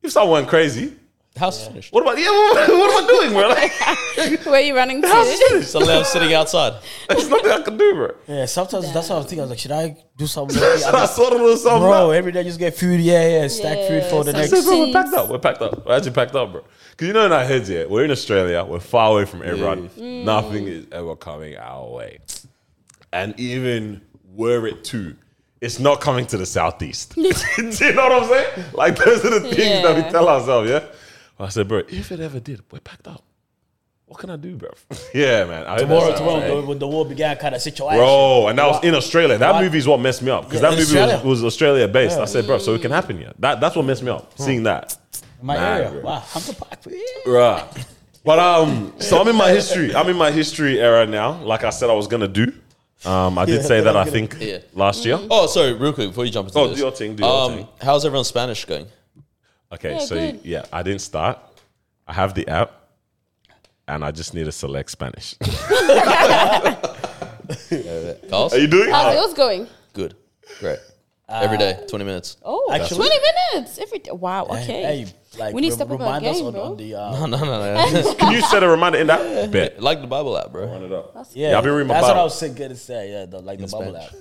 [SPEAKER 2] if someone crazy,
[SPEAKER 3] The house is finished.
[SPEAKER 2] what about yeah? What, what am I doing, bro? Like,
[SPEAKER 4] Where are you running
[SPEAKER 2] the house is
[SPEAKER 4] to?
[SPEAKER 2] finished.
[SPEAKER 3] Suddenly I'm sitting outside.
[SPEAKER 2] There's nothing I can do, bro.
[SPEAKER 1] yeah. Sometimes that's what I think. I was like, should I do something?
[SPEAKER 2] So I sort of do something.
[SPEAKER 1] Bro, every day just get food. Yeah, yeah. Stack food for the
[SPEAKER 4] Yeah,
[SPEAKER 2] I
[SPEAKER 1] next.
[SPEAKER 2] said, bro, we're packed up. We're packed up. We're actually packed up, bro. Because you know, in our heads, yeah, we're in Australia. We're far away from everyone. Nothing is ever coming our way. And even were it to, it's not coming to the southeast. Do you know what I'm saying? Like, those are the things that we
[SPEAKER 4] Yeah.
[SPEAKER 2] tell ourselves, yeah? I said, bro, if it ever did, we're packed up. What can I do, bro? yeah, man. I heard that
[SPEAKER 1] Tomorrow,
[SPEAKER 2] sound,
[SPEAKER 1] tomorrow,
[SPEAKER 2] right?
[SPEAKER 1] the- when the war began, kind of situation.
[SPEAKER 2] Bro, and that was in Australia. That
[SPEAKER 1] What?
[SPEAKER 2] movie is what messed me up because
[SPEAKER 1] Yeah,
[SPEAKER 2] that
[SPEAKER 1] in
[SPEAKER 2] movie was,
[SPEAKER 1] Australia.
[SPEAKER 2] was Australia based. I said, bro, so it can happen here. That, that's what messed me up, seeing that.
[SPEAKER 1] my
[SPEAKER 2] Nah,
[SPEAKER 1] area.
[SPEAKER 2] bro.
[SPEAKER 1] Wow, I'm the pack.
[SPEAKER 2] Right. But um, so I'm in my history. I'm in my history era now. Like I said, I was gonna do. Um, I did say that I think
[SPEAKER 3] Yeah. Um,
[SPEAKER 2] last year.
[SPEAKER 3] Oh, sorry, real quick before you jump into
[SPEAKER 2] Oh,
[SPEAKER 3] this.
[SPEAKER 2] do your thing, do your thing.
[SPEAKER 3] How's everyone's Spanish going?
[SPEAKER 2] Okay,
[SPEAKER 4] Yeah,
[SPEAKER 2] so
[SPEAKER 4] good.
[SPEAKER 2] yeah, I didn't start. I have the app, and I just need to select Spanish.
[SPEAKER 3] Carl's?
[SPEAKER 2] Are you doing?
[SPEAKER 4] How's yours going?
[SPEAKER 3] Good. Great. Every day, 20 minutes.
[SPEAKER 4] Uh, Oh,
[SPEAKER 1] Actually-
[SPEAKER 4] 20 minutes every day. Wow, okay.
[SPEAKER 1] Hey, like,
[SPEAKER 4] we need
[SPEAKER 1] re-
[SPEAKER 4] to step up our
[SPEAKER 1] remind us
[SPEAKER 4] game,
[SPEAKER 1] on,
[SPEAKER 4] bro.
[SPEAKER 1] on the. Uh,
[SPEAKER 3] No, no, no, no.
[SPEAKER 2] Oh, Can you set a reminder in that? Bet.
[SPEAKER 3] like the Bible app, bro.
[SPEAKER 1] Yeah,
[SPEAKER 2] I've been reading my
[SPEAKER 1] That's
[SPEAKER 2] Bible.
[SPEAKER 1] what I was saying, gonna say. Yeah, the, like the bubble
[SPEAKER 3] Spanish.
[SPEAKER 1] app.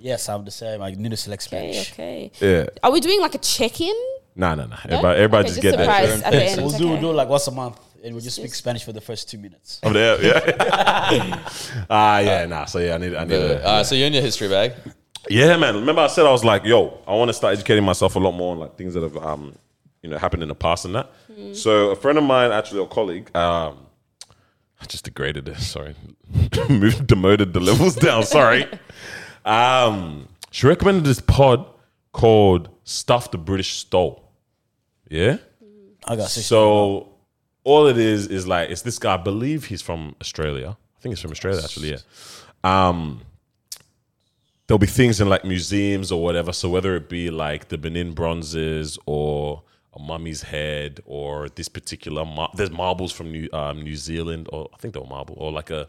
[SPEAKER 1] Yes, I'm the same. I need to select
[SPEAKER 4] okay,
[SPEAKER 1] Spanish.
[SPEAKER 4] okay.
[SPEAKER 2] Yeah.
[SPEAKER 4] Are we doing like a check in?
[SPEAKER 2] Nah, nah, nah. Everybody, everybody just, get that.
[SPEAKER 4] surprise at the end.
[SPEAKER 1] We'll
[SPEAKER 4] it's
[SPEAKER 1] do
[SPEAKER 4] okay.
[SPEAKER 1] we'll do like once a month. It will just speak Spanish for the first two minutes.
[SPEAKER 2] I'm there. Yeah. Ah, yeah. Nah. So yeah, I need. I need.
[SPEAKER 3] Uh,
[SPEAKER 2] a-
[SPEAKER 3] all right, so you're in your history bag.
[SPEAKER 2] Yeah, man. Remember, I said I was like, yo, I want to start educating myself a lot more on like things that have, um, you know, happened in the past and that. So a friend of mine, actually, a colleague, um, I just degraded this. Sorry, moved, demoted the levels down. Sorry. Um, she recommended this pod called "Stuff the British Stole." Yeah.
[SPEAKER 1] I got six.
[SPEAKER 2] So all it is is like it's this guy. I believe he's from Australia. I think he's from Australia actually. Yeah. Um, there'll be things in like museums or whatever. So whether it be like the Benin bronzes or a mummy's head or this particular mar- there's marbles from New um, New Zealand or I think they were marble or like a.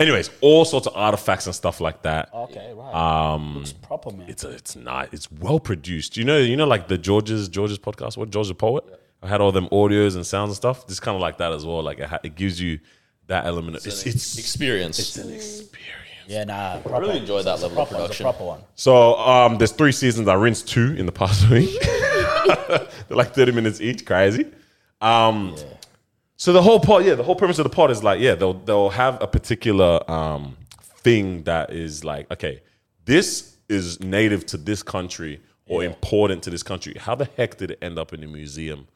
[SPEAKER 2] Anyways, all sorts of artifacts and stuff like that.
[SPEAKER 1] okay, right. Um, Looks proper, man.
[SPEAKER 2] It's a, it's not. It's well produced. You know, you know, like the George's George's podcast. What George the poet? I had all them audios and sounds and stuff. It's kind of like that as well. Like it, ha- it gives you that element. Of, it's it's,
[SPEAKER 3] Experience.
[SPEAKER 2] it's an experience.
[SPEAKER 1] yeah, nah. Proper. I
[SPEAKER 3] really enjoyed that level of
[SPEAKER 1] proper, It's a
[SPEAKER 3] production.
[SPEAKER 1] proper one.
[SPEAKER 2] So um, there's three seasons. I rinsed two in the past week. They're like 30 minutes each. Crazy. Um, So the whole part, yeah, the whole premise of the pod is like, yeah, they'll they'll have a particular um, thing that is like, okay, this is native to this country or important to this country. How the heck did it end up in a museum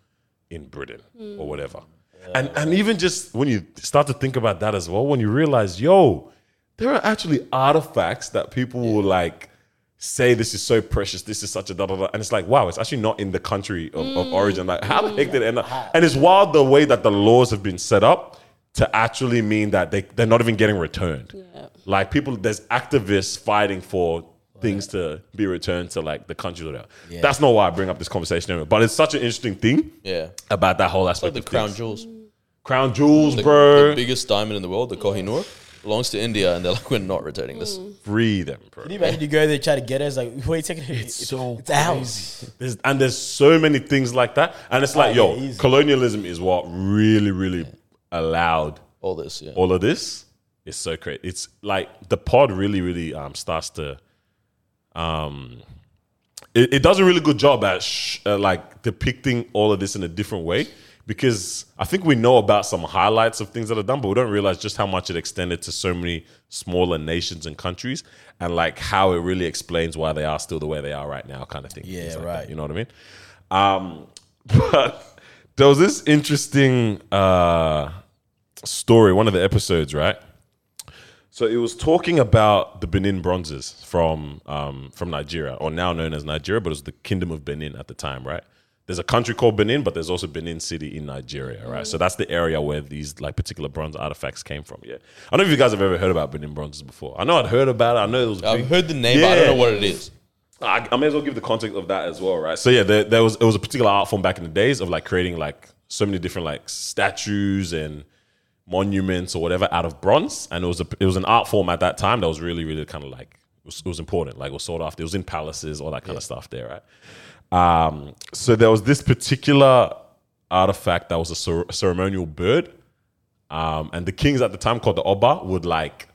[SPEAKER 2] in Britain or whatever? And and even just when you start to think about that as well, when you realize, yo, there are actually artifacts that people will like say this is so precious, this is such a da da da. And it's like, wow, it's actually not in the country of,
[SPEAKER 3] Mm.
[SPEAKER 2] of origin. Like, how the heck did it end up? And it's wild the way that the laws have been set up to actually mean that they, they're not even getting returned. Like, people, there's activists fighting for things to be returned to like the country. or whatever. That's not why I bring up this conversation anyway, but it's such an interesting thing
[SPEAKER 3] Yeah.
[SPEAKER 2] about that whole aspect
[SPEAKER 3] The
[SPEAKER 2] of
[SPEAKER 3] crown
[SPEAKER 2] things.
[SPEAKER 3] jewels.
[SPEAKER 2] crown jewels,
[SPEAKER 3] The,
[SPEAKER 2] bro.
[SPEAKER 3] the biggest diamond in the world, the Kohinoor, belongs to India, and they're like, we're not returning
[SPEAKER 4] Mm.
[SPEAKER 3] this.
[SPEAKER 2] Free them, bro.
[SPEAKER 1] Can you imagine you go there try to get it? It's like, wait, take it. It's
[SPEAKER 2] so
[SPEAKER 1] it's ours.
[SPEAKER 2] There's, and there's so many things like that. And it's like,
[SPEAKER 1] Oh,
[SPEAKER 2] yo,
[SPEAKER 1] yeah, easy.
[SPEAKER 2] colonialism is what really, really allowed
[SPEAKER 3] All this, yeah.
[SPEAKER 2] all of this. It's so crazy. It's like the pod really, really um, starts to. Um, it, it does a really good job at sh- uh, like depicting all of this in a different way because I think we know about some highlights of things that are done, but we don't realize just how much it extended to so many smaller nations and countries, and like how it really explains why they are still the way they are right now, kind of thing.
[SPEAKER 1] Yeah,
[SPEAKER 2] Things like
[SPEAKER 1] right.
[SPEAKER 2] you know what I mean? Um, but there was this interesting uh, story, one of the episodes, right? So it was talking about the Benin bronzes from um, from Nigeria, or now known as Nigeria, but it was the Kingdom of Benin at the time, right? There's a country called Benin, but there's also Benin City in Nigeria, right? So that's the area where these like particular bronze artifacts came from. Yeah, I don't know if you guys have ever heard about Benin bronzes before. I know I'd heard about it. I know it was.
[SPEAKER 3] I've
[SPEAKER 2] big.
[SPEAKER 3] heard the name, but I don't know
[SPEAKER 2] Yeah.
[SPEAKER 3] what it is.
[SPEAKER 2] I, I may as well give the context of that as well, right? So yeah, there, there was it was a particular art form back in the days of like creating like so many different like statues and monuments or whatever out of bronze, and it was a, it was an art form at that time that was really really kind of like it was, it was important, like it was sought after. It was in palaces, all that kind of stuff there, right? Um, so there was this particular artifact that was a cer- ceremonial bird, um, and the kings at the time called the Oba would like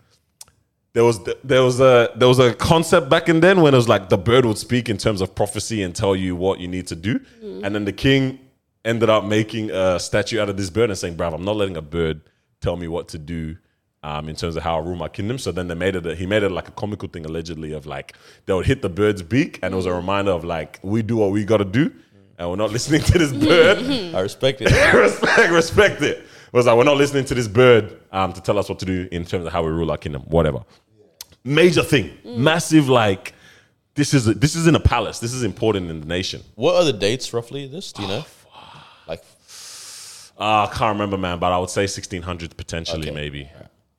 [SPEAKER 2] there was there was a there was a concept back in then when it was like the bird would speak in terms of prophecy and tell you what you need to do, and then the king ended up making a statue out of this bird and saying, "Bruv, I'm not letting a bird tell me what to do." Um, in terms of how I rule my kingdom, so then they made it. A, he made it like a comical thing, allegedly, of like they would hit the bird's beak, and it was a reminder of like we do what we got to do, and we're not listening to this bird
[SPEAKER 3] I respect it.
[SPEAKER 2] respect, respect it. It was like, we're not listening to this bird um, to tell us what to do in terms of how we rule our kingdom, whatever. Major thing, massive, like, this is, this is in a palace. This is important in the nation.
[SPEAKER 3] What are the dates roughly? of This, do you know? Like,
[SPEAKER 2] Uh, I can't remember, man, but I would say 1600s potentially,
[SPEAKER 3] Okay.
[SPEAKER 2] maybe.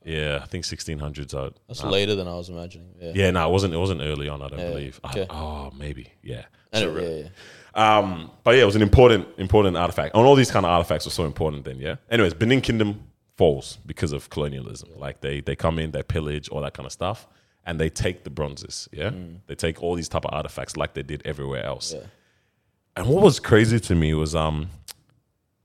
[SPEAKER 2] Yeah, I think 1600s. Are,
[SPEAKER 3] that's later than I was imagining. Ah. Yeah.
[SPEAKER 2] yeah, no, it wasn't, it wasn't early on, I don't believe. I-
[SPEAKER 3] okay.
[SPEAKER 2] oh, maybe. Yeah.
[SPEAKER 3] Anyway, yeah, yeah.
[SPEAKER 2] Um, but yeah, it was an important, important artifact. And all these kind of artifacts were so important then, yeah. Anyways, Benin Kingdom falls because of colonialism. Like they they come in, they pillage, all that kind of stuff, and they take the bronzes, yeah. They take all these type of artifacts like they did everywhere else. And what was crazy to me was um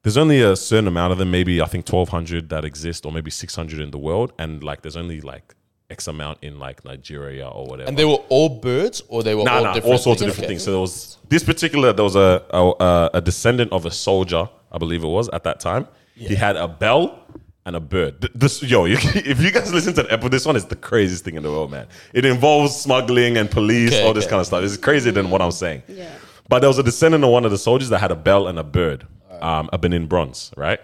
[SPEAKER 2] there's only a certain amount of them, maybe I think 1200 that exist or maybe 600 in the world and like there's only like X amount in like Nigeria or whatever
[SPEAKER 3] And they were all birds, or they were
[SPEAKER 2] nah,
[SPEAKER 3] all
[SPEAKER 2] nah,
[SPEAKER 3] different
[SPEAKER 2] all sorts of
[SPEAKER 3] things?
[SPEAKER 2] different
[SPEAKER 3] Okay.
[SPEAKER 2] things. So there was this particular. There was a a, a a descendant of a soldier, I believe it was at that time. He had a bell and a bird. Th- This yo, you, if you guys listen to the episode, this one is the craziest thing in the world, man. It involves smuggling and police,
[SPEAKER 3] Okay,
[SPEAKER 2] all this
[SPEAKER 3] okay.
[SPEAKER 2] kind of stuff. It's crazier than what I'm saying.
[SPEAKER 4] Yeah.
[SPEAKER 2] But there was a descendant of one of the soldiers that had a bell and a bird, um, a Benin bronze, right?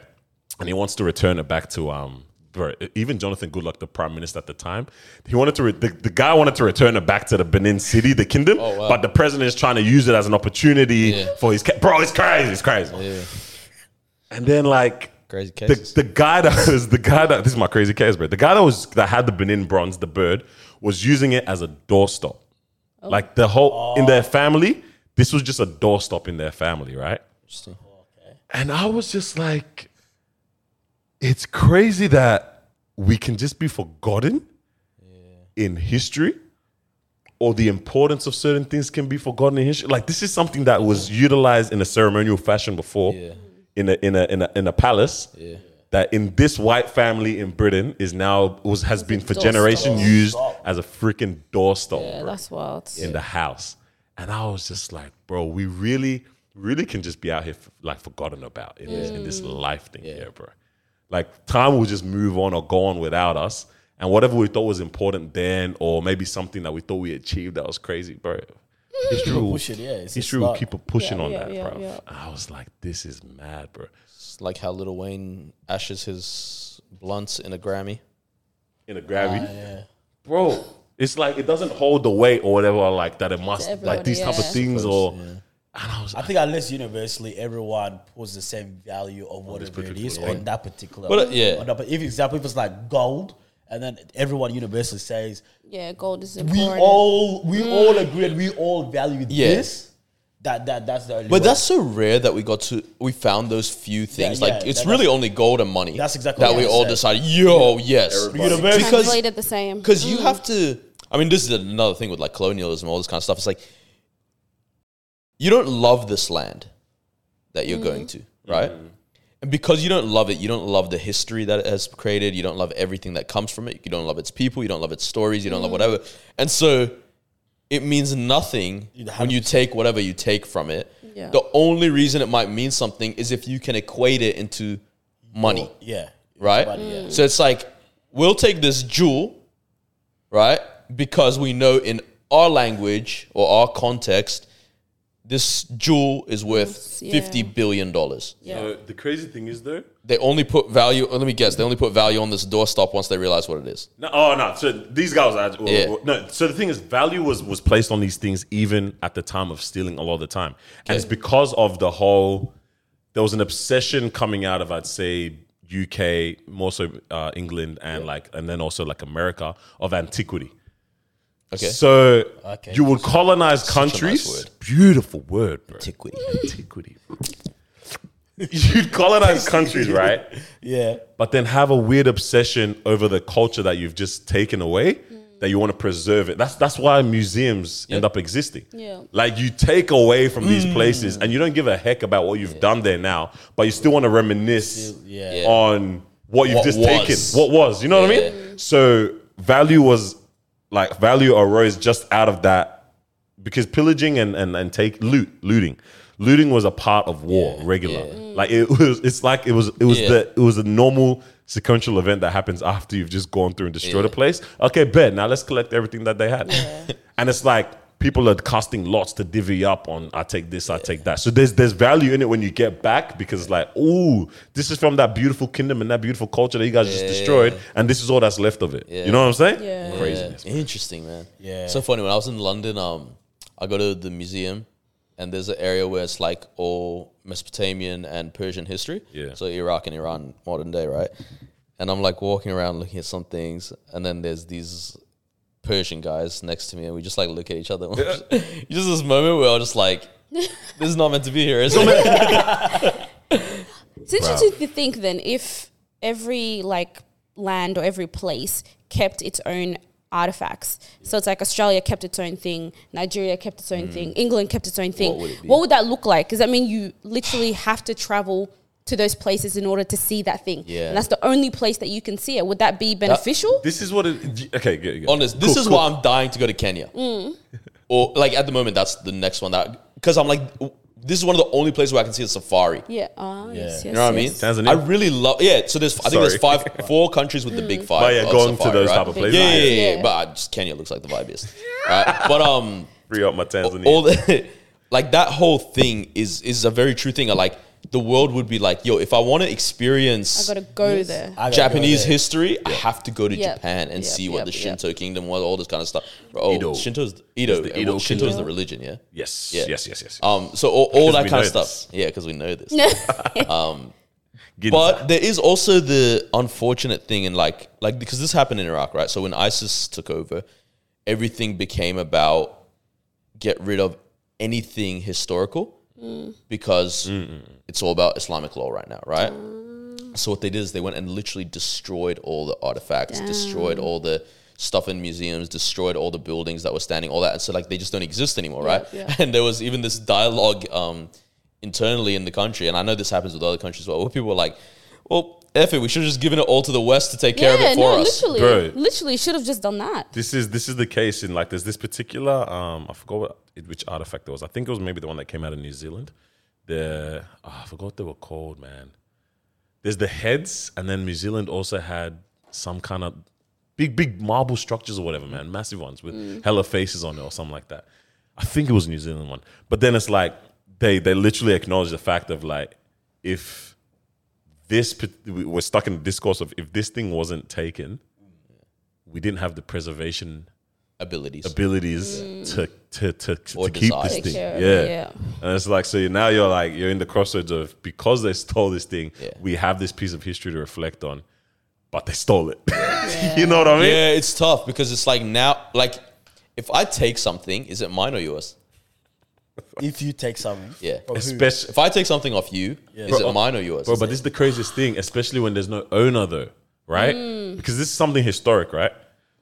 [SPEAKER 2] And he wants to return it back to um, bro, even Jonathan Goodluck, the prime minister at the time. He wanted to re- the, the guy wanted to return it back to the Benin city, the kingdom.
[SPEAKER 3] Oh, wow.
[SPEAKER 2] But the president is trying to use it as an opportunity
[SPEAKER 3] Yeah.
[SPEAKER 2] for his ca- bro. It's crazy. It's crazy. And then like
[SPEAKER 3] Crazy
[SPEAKER 2] the,
[SPEAKER 3] cases.
[SPEAKER 2] the guy that was the guy that this is my crazy case, bro. The guy that was that had the Benin bronze, the bird, was using it as a doorstop. Like the whole in their family, this was just a doorstop in their family, right? And I was just like, it's crazy that we can just be forgotten in history or the importance of certain things can be forgotten in history. Like this is something that was utilized in a ceremonial fashion before in a in a in a in a palace. That in this white family in Britain is now was has been for
[SPEAKER 4] doorstop.
[SPEAKER 2] generation used as a freaking doorstop
[SPEAKER 4] Yeah,
[SPEAKER 2] bro,
[SPEAKER 4] that's wild.
[SPEAKER 2] in the house, and I was just like, bro, we really really can just be out here f- like forgotten about in this in this
[SPEAKER 1] Mm.
[SPEAKER 2] life thing here, bro. Like time will just move on or go on without us. And whatever we thought was important then, or maybe something that we thought we achieved that was crazy, bro. History will
[SPEAKER 1] Mm. push it, yeah, it's- it's
[SPEAKER 2] history will
[SPEAKER 1] not-
[SPEAKER 2] keep a pushing
[SPEAKER 4] Yeah,
[SPEAKER 2] on
[SPEAKER 4] yeah,
[SPEAKER 2] that,
[SPEAKER 4] yeah,
[SPEAKER 2] bro.
[SPEAKER 4] yeah.
[SPEAKER 2] I was like, this is mad, bro.
[SPEAKER 3] It's like how Little Wayne ashes his blunts in a Grammy.
[SPEAKER 2] In a gravity,
[SPEAKER 1] Ah,
[SPEAKER 2] bro. It's like it doesn't hold the weight or whatever, like that. It must like
[SPEAKER 4] everybody,
[SPEAKER 2] these type of
[SPEAKER 4] yeah.
[SPEAKER 2] things, or and I was
[SPEAKER 1] I think unless universally everyone puts the same value of whatever it
[SPEAKER 2] particular
[SPEAKER 1] is
[SPEAKER 2] one.
[SPEAKER 1] on that particular.
[SPEAKER 3] But, uh, yeah.
[SPEAKER 1] on that, but if example, if it's like gold, and then everyone universally says
[SPEAKER 4] Yeah, gold is
[SPEAKER 1] we
[SPEAKER 4] important.
[SPEAKER 1] all we all agree and we all value
[SPEAKER 3] Yeah.
[SPEAKER 1] this. That that that's the only.
[SPEAKER 3] But
[SPEAKER 1] way.
[SPEAKER 3] that's so rare that we got to we found those few things.
[SPEAKER 1] yeah,
[SPEAKER 3] like it's
[SPEAKER 1] that-
[SPEAKER 3] really only gold and money.
[SPEAKER 1] That's exactly
[SPEAKER 3] that
[SPEAKER 1] what
[SPEAKER 3] we
[SPEAKER 1] I
[SPEAKER 3] all
[SPEAKER 1] said.
[SPEAKER 3] decided. Yo, yes,
[SPEAKER 1] Universally-
[SPEAKER 3] because
[SPEAKER 4] translated the same. Mm.
[SPEAKER 3] because you have to. I mean, this is another thing with like colonialism, all this kind of stuff. It's like you don't love this land that you're
[SPEAKER 4] Mm.
[SPEAKER 3] going to, right? And because you don't love it, you don't love the history that it has created. You don't love everything that comes from it. You don't love its people. You don't love its stories. You don't
[SPEAKER 4] Mm.
[SPEAKER 3] love whatever. And so it means nothing when you take whatever you take from it.
[SPEAKER 4] Yeah.
[SPEAKER 3] The only reason it might mean something is if you can equate it into money
[SPEAKER 1] yeah.
[SPEAKER 3] right? So it's like we'll take this jewel, right? Because we know in our language or our context, this jewel is worth
[SPEAKER 4] yeah.
[SPEAKER 3] fifty billion dollars.
[SPEAKER 2] Uh, the crazy thing is though.
[SPEAKER 3] They only put value. Let me guess. They only put value on this doorstop once they realize what it is.
[SPEAKER 2] No, oh no! So these guys are well,
[SPEAKER 3] Yeah.
[SPEAKER 2] no. So the thing is, value was was placed on these things even at the time of stealing a lot of the time, and it's because of the whole. There was an obsession coming out of I'd say UK, more so uh, England, and like, and then also like America of antiquity.
[SPEAKER 3] Okay.
[SPEAKER 2] So
[SPEAKER 1] Okay.
[SPEAKER 2] you would colonize
[SPEAKER 3] nice
[SPEAKER 2] countries.
[SPEAKER 3] word.
[SPEAKER 2] Beautiful word, bro.
[SPEAKER 3] Antiquity.
[SPEAKER 2] Antiquity. You'd colonize countries, right?
[SPEAKER 1] Yeah.
[SPEAKER 2] but then have a weird obsession over the culture that you've just taken away that you want to preserve it. That's that's why museums end up existing.
[SPEAKER 4] Yeah.
[SPEAKER 2] Like you take away from these places and you don't give a heck about what you've done there now, but you still want to reminisce
[SPEAKER 1] yeah.
[SPEAKER 3] Yeah.
[SPEAKER 2] on what you've
[SPEAKER 3] What
[SPEAKER 2] just
[SPEAKER 3] was.
[SPEAKER 2] taken. What was, you know what I mean? So value was like value arose just out of that because pillaging and and, and take loot looting looting was a part of war regular like it was it's like it was it was
[SPEAKER 3] Mm. Yeah.
[SPEAKER 2] the it was a normal sequential event that happens after you've just gone through and destroyed a place okay bet now let's collect everything that they had and it's like people are casting lots to divvy up on i take this i take that so there's there's value in it when you get back because it's like ooh this is from that beautiful kingdom and that beautiful culture that you guys just destroyed and this is all that's left of it you know what i'm saying
[SPEAKER 4] Yeah.
[SPEAKER 2] craziness
[SPEAKER 3] Yeah. Interesting, man.
[SPEAKER 1] Yeah.
[SPEAKER 3] So funny. When I was in London, um, I go to the museum, and there's an area where it's like all Mesopotamian and Persian history.
[SPEAKER 2] Yeah.
[SPEAKER 3] So Iraq and Iran, modern day, right? And I'm like walking around looking at some things, and then there's these Persian guys next to me, and we just like look at each other. just this moment where I was just like, "This is not meant to be here." Is it?
[SPEAKER 4] It's interesting to think then if every like land or every place kept its own artifacts. So it's like Australia kept its own thing, Nigeria kept its own thing, England kept its own thing. What
[SPEAKER 3] Mm. would
[SPEAKER 4] would,
[SPEAKER 3] it be?
[SPEAKER 4] that look like? Does that mean you literally have to travel to those places in order to see that thing?
[SPEAKER 3] Yeah.
[SPEAKER 4] And that's the only place that you can see it. Would that be beneficial?
[SPEAKER 2] This is what it. Okay, good. good.
[SPEAKER 3] honest, this is
[SPEAKER 4] Mm.
[SPEAKER 3] why I'm dying to go to Kenya. Or like at the moment, that's the next one that because I'm like, w- This is one of the only places where I can see a safari.
[SPEAKER 4] Yeah. Ah, yes, yes.
[SPEAKER 3] You know what
[SPEAKER 4] yes.
[SPEAKER 3] I mean?
[SPEAKER 2] Tanzania?
[SPEAKER 3] I really love. Yeah, so there's. I think there's
[SPEAKER 2] Sorry.
[SPEAKER 3] five, four countries with the big five.
[SPEAKER 2] But yeah,
[SPEAKER 3] of
[SPEAKER 2] going to
[SPEAKER 3] safari,
[SPEAKER 2] those
[SPEAKER 3] right?
[SPEAKER 2] type of places.
[SPEAKER 3] Yeah, yeah, yeah, yeah,
[SPEAKER 4] Mm. Yeah.
[SPEAKER 3] But I just Kenya looks like the vibiest. right? But um,
[SPEAKER 2] Free up my Tanzania.
[SPEAKER 3] all the, like that whole thing is is a very true thing. I like the world would be like, yo, if I want to experience
[SPEAKER 4] I gotta go there.
[SPEAKER 1] I gotta go
[SPEAKER 3] Japanese
[SPEAKER 1] there.
[SPEAKER 3] history, I have to go to
[SPEAKER 4] Yep.
[SPEAKER 3] Japan and
[SPEAKER 4] Yep,
[SPEAKER 3] see what
[SPEAKER 4] yep,
[SPEAKER 3] the
[SPEAKER 4] yep.
[SPEAKER 3] Shinto kingdom was, all this kind of stuff. Oh,
[SPEAKER 2] Edo.
[SPEAKER 3] Shinto's Edo.
[SPEAKER 2] the
[SPEAKER 3] and
[SPEAKER 2] Edo
[SPEAKER 3] what- Shinto is the
[SPEAKER 2] kingdom.
[SPEAKER 3] religion, yeah.
[SPEAKER 2] yes,
[SPEAKER 3] Yeah.
[SPEAKER 2] yes, yes, yes.
[SPEAKER 3] Um, so all, all
[SPEAKER 2] Because
[SPEAKER 3] that
[SPEAKER 2] we
[SPEAKER 3] kind of
[SPEAKER 2] know
[SPEAKER 3] stuff,
[SPEAKER 2] this.
[SPEAKER 3] yeah, because we know this.
[SPEAKER 2] Guinness.
[SPEAKER 3] But there is also the unfortunate thing, and like, like because this happened in Iraq, right? So when ISIS took over, everything became about get rid of anything historical
[SPEAKER 4] Mm.
[SPEAKER 3] because
[SPEAKER 2] Mm.
[SPEAKER 3] it's all about Islamic law right now, right?
[SPEAKER 4] Mm.
[SPEAKER 3] So what they did is they went and literally destroyed all the artifacts, destroyed all the stuff in museums, destroyed all the buildings that were standing, all that. And so like they just don't exist anymore, right?
[SPEAKER 4] yeah.
[SPEAKER 3] And there was even this dialogue um, internally in the country, and I know this happens with other countries as well, where people were like, "Well, F it, we should have just given it all to the West to take care of it for
[SPEAKER 4] no,
[SPEAKER 3] us."
[SPEAKER 4] literally,
[SPEAKER 2] Bro.
[SPEAKER 4] literally should have just done that.
[SPEAKER 2] This is this is the case in like there's this particular um I forgot what, which artifact it was. I think it was maybe the one that came out of New Zealand. The ah, I forgot what they were called, man. There's the heads, and then New Zealand also had some kind of big, big marble structures or whatever, man, massive ones with hella faces on it or something like that. I think it was a New Zealand one, but then it's like they they literally acknowledge the fact of like if this pa- we- we're stuck in the discourse of if this thing wasn't taken, we didn't have the preservation
[SPEAKER 3] Abilities.
[SPEAKER 2] abilities to to to, to
[SPEAKER 3] Or
[SPEAKER 2] keep
[SPEAKER 3] desire.
[SPEAKER 2] this
[SPEAKER 3] Take
[SPEAKER 2] thing.
[SPEAKER 4] Mm. care
[SPEAKER 2] Yeah.
[SPEAKER 4] of it, yeah.
[SPEAKER 2] and it's like so you- now you're like you're in the crossroads of because they stole this thing,
[SPEAKER 3] Yeah.
[SPEAKER 2] we have this piece of history to reflect on, but they stole it. you know what I mean?
[SPEAKER 3] Yeah, it's tough because it's like now, like if I take something, is it mine or yours?
[SPEAKER 1] If you take something,
[SPEAKER 3] Yeah.
[SPEAKER 1] from who?
[SPEAKER 2] Especially,
[SPEAKER 3] If I take something off you, is
[SPEAKER 2] Bro,
[SPEAKER 3] it mine or yours?
[SPEAKER 2] bro. But this is the craziest thing, especially when there's no owner though, right?
[SPEAKER 4] Mm.
[SPEAKER 2] Because this is something historic, right?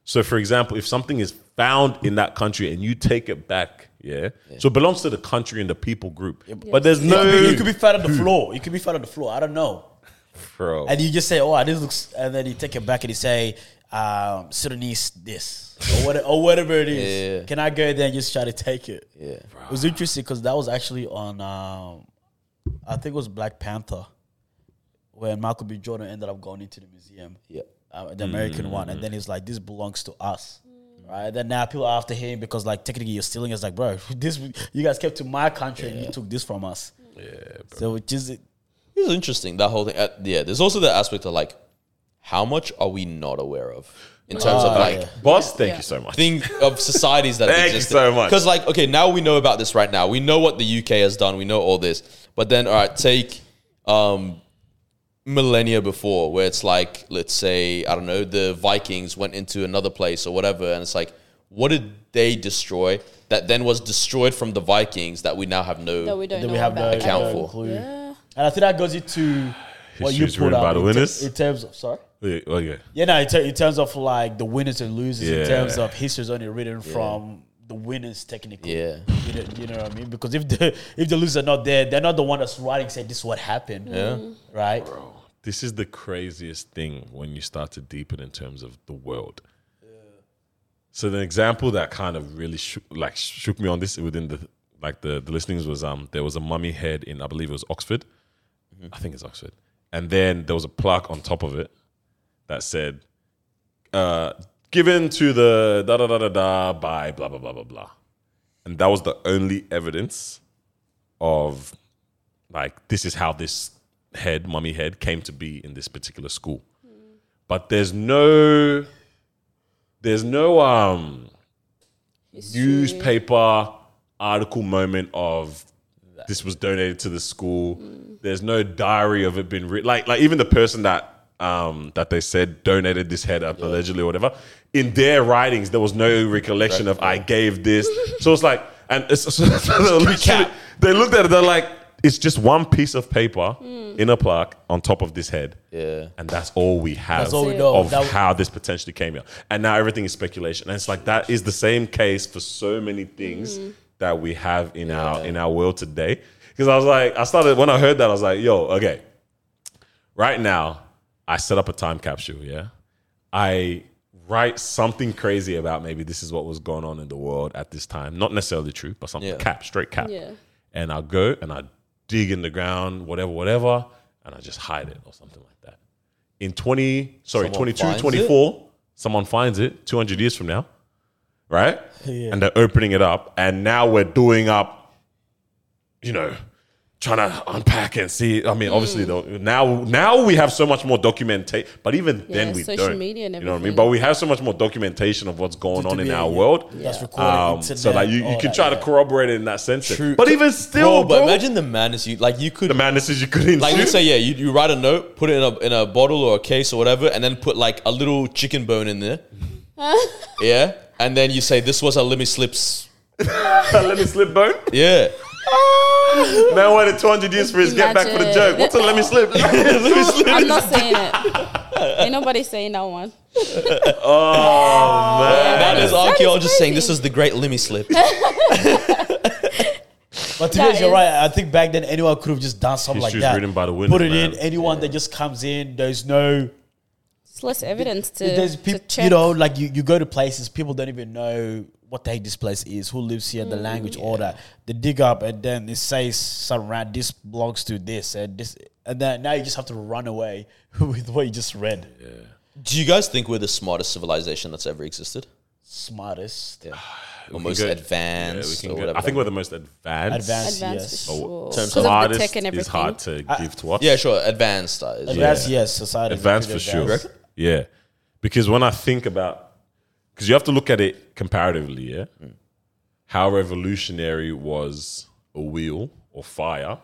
[SPEAKER 2] So, for example, if something is found in that country and you take it back, yeah, so it belongs to the country and the people group, but there's no.
[SPEAKER 1] I mean, you could be fat on the floor. You could be fat on the floor. I don't know.
[SPEAKER 2] bro.
[SPEAKER 1] And you just say, "Oh, this looks," and then you take it back and you say, um, "Sudanese this or, what, or whatever it is."
[SPEAKER 3] Yeah.
[SPEAKER 1] Can I go there and just try to take it?
[SPEAKER 3] yeah.
[SPEAKER 1] It was interesting because that was actually on, um, I think it was Black Panther, where Michael B. Jordan ended up going into the museum,
[SPEAKER 3] Yeah.
[SPEAKER 1] uh, the American one, and then he's like, "This belongs to us." Right then now people are after him because like technically you're stealing. It's like, bro, this you guys came to my country and you took this from us. Yeah, so which is
[SPEAKER 3] It's interesting that whole thing. Uh, yeah, there's also that aspect of like, how much are we not aware of in terms of like
[SPEAKER 1] yeah.
[SPEAKER 2] Boss, thank you so much.
[SPEAKER 3] thing of societies that
[SPEAKER 2] Thank you so much.
[SPEAKER 3] Because like, okay, now we know about this right now. We know what the UK has done. We know all this. But then, all right, take um, millennia before, where it's like, let's say, I don't know, the Vikings went into another place or whatever, and it's like, what did they destroy that then was destroyed from the Vikings that we now have no?
[SPEAKER 4] That we don't
[SPEAKER 1] that
[SPEAKER 4] know
[SPEAKER 1] we have no
[SPEAKER 4] about.
[SPEAKER 3] Account
[SPEAKER 1] no
[SPEAKER 3] for.
[SPEAKER 1] clue.
[SPEAKER 4] Yeah.
[SPEAKER 1] And I think that goes into what you
[SPEAKER 2] History's
[SPEAKER 1] put
[SPEAKER 2] written by
[SPEAKER 1] out
[SPEAKER 2] the
[SPEAKER 1] in, ter-
[SPEAKER 2] winners.
[SPEAKER 1] in terms of sorry.
[SPEAKER 2] Yeah, okay.
[SPEAKER 1] Yeah, no, in, ter- in terms of like the winners and losers,
[SPEAKER 2] Yeah.
[SPEAKER 1] in terms of history's only written from the winners technically.
[SPEAKER 3] Yeah.
[SPEAKER 1] You know, you know what I mean? Because if the if the losers are not there, they're not the one that's writing saying this is what happened. Yeah.
[SPEAKER 4] Mm.
[SPEAKER 1] Right?
[SPEAKER 2] This is the craziest thing when you start to deepen in terms of the world. So the example that kind of really shook, like shook me on this within the like the, the listenings was um there was a mummy head in I believe it was Oxford, I think it's Oxford, and then there was a plaque on top of it that said, uh, "Given to the da da da da da by blah blah blah blah blah," and that was the only evidence of like this is how this head mummy head came to be in this particular school but there's no there's no um newspaper article moment of this was donated to the school there's no diary of it being written like like even the person that um, that they said donated this head up allegedly or whatever. In their writings, there was no recollection of I gave this. so it's like, and it's, so they're literally- they looked at it. They're like, it's just one piece of paper in a plaque on top of this head.
[SPEAKER 3] Yeah.
[SPEAKER 2] And that's all we have
[SPEAKER 1] That's all we know.
[SPEAKER 2] of
[SPEAKER 1] That-
[SPEAKER 2] how this potentially came here. And now everything is speculation. And it's like that is the same case for so many things that we have in our in our world today. Because I was like, I started when I heard that, I was like, yo, okay. Right now, I set up a time capsule, yeah. I write something crazy about maybe this is what was going on in the world at this time. Not necessarily true, but something
[SPEAKER 3] Yeah.
[SPEAKER 2] cap, straight cap.
[SPEAKER 4] Yeah.
[SPEAKER 2] and I go and I dig in the ground, whatever, whatever, and I just hide it or something like that. In 20, sorry,
[SPEAKER 3] Someone
[SPEAKER 2] twenty two,
[SPEAKER 3] finds
[SPEAKER 2] twenty four, 22, 24, someone finds it 200 years from now, right?
[SPEAKER 1] Yeah.
[SPEAKER 2] And they're opening it up. And now we're doing up, you know, trying to unpack and see. I mean,
[SPEAKER 4] Mm.
[SPEAKER 2] obviously, though, now now we have so much more documentation, but even
[SPEAKER 4] Yeah,
[SPEAKER 2] then we
[SPEAKER 4] social
[SPEAKER 2] don't.
[SPEAKER 4] media and
[SPEAKER 2] you know what I mean?
[SPEAKER 4] everything.
[SPEAKER 2] But we have so much more documentation of what's going on in
[SPEAKER 1] Yeah,
[SPEAKER 2] our
[SPEAKER 1] yeah.
[SPEAKER 2] world.
[SPEAKER 1] That's recorded.
[SPEAKER 2] Um, so
[SPEAKER 1] internet,
[SPEAKER 2] like you, you
[SPEAKER 1] all
[SPEAKER 2] can
[SPEAKER 1] that,
[SPEAKER 2] try
[SPEAKER 1] yeah.
[SPEAKER 2] to corroborate it in that sense.
[SPEAKER 3] True.
[SPEAKER 2] But even still,
[SPEAKER 3] Bro, but
[SPEAKER 2] bro,
[SPEAKER 3] imagine the madness you like. You could
[SPEAKER 2] the madness is you couldn't
[SPEAKER 3] Like
[SPEAKER 2] do.
[SPEAKER 3] let's say, yeah, you, you write a note, put it in a in a bottle or a case or whatever, and then put like a little chicken bone in there. yeah. And then you say this was a lemmy slips.
[SPEAKER 2] let me slip bone.
[SPEAKER 3] Yeah.
[SPEAKER 2] Man waited 200 years for his get back for the
[SPEAKER 4] Imagine.
[SPEAKER 2] joke. What's a let me slip?
[SPEAKER 4] I'm not saying it. Ain't nobody saying that one.
[SPEAKER 2] Oh,
[SPEAKER 3] that is
[SPEAKER 4] that is
[SPEAKER 3] archaeologists saying this
[SPEAKER 4] crazy.
[SPEAKER 3] is the great lemmy slip.
[SPEAKER 1] But to be
[SPEAKER 4] That
[SPEAKER 1] honest, you're
[SPEAKER 4] is-
[SPEAKER 1] right. I think back then anyone could have just done something
[SPEAKER 2] History is
[SPEAKER 1] like that.
[SPEAKER 2] written by the wind,
[SPEAKER 1] Put it
[SPEAKER 2] man.
[SPEAKER 1] in. Anyone that just comes in, there's no,
[SPEAKER 4] It's less evidence to,
[SPEAKER 1] there's
[SPEAKER 4] to
[SPEAKER 1] people.
[SPEAKER 4] check.
[SPEAKER 1] You know, like you, you go to places, people don't even know what the heck this place is, who lives here,
[SPEAKER 4] Mm,
[SPEAKER 1] the language, all that. They dig up and then it says some random. This belongs to this and this, and then now you just have to run away with what you just read.
[SPEAKER 3] Do you guys think we're the smartest civilization that's ever existed?
[SPEAKER 1] Smartest,
[SPEAKER 3] Or most
[SPEAKER 2] go-
[SPEAKER 3] advanced or whatever.
[SPEAKER 2] I think we're the most advanced.
[SPEAKER 1] advanced,
[SPEAKER 4] Advanced
[SPEAKER 1] yes.
[SPEAKER 4] for
[SPEAKER 2] Oh,
[SPEAKER 4] sure.
[SPEAKER 3] terms
[SPEAKER 4] Because of the
[SPEAKER 2] Hardest
[SPEAKER 4] tech and
[SPEAKER 2] is
[SPEAKER 4] everything.
[SPEAKER 2] hard to give to us.
[SPEAKER 3] yeah, sure. Advanced. uh, is-
[SPEAKER 1] Advanced, yes. Society is
[SPEAKER 2] advanced for
[SPEAKER 1] pretty
[SPEAKER 2] sure.
[SPEAKER 1] advanced.
[SPEAKER 2] Yeah, because when I think about, because you have to look at it comparatively, yeah, how revolutionary was a wheel or fire,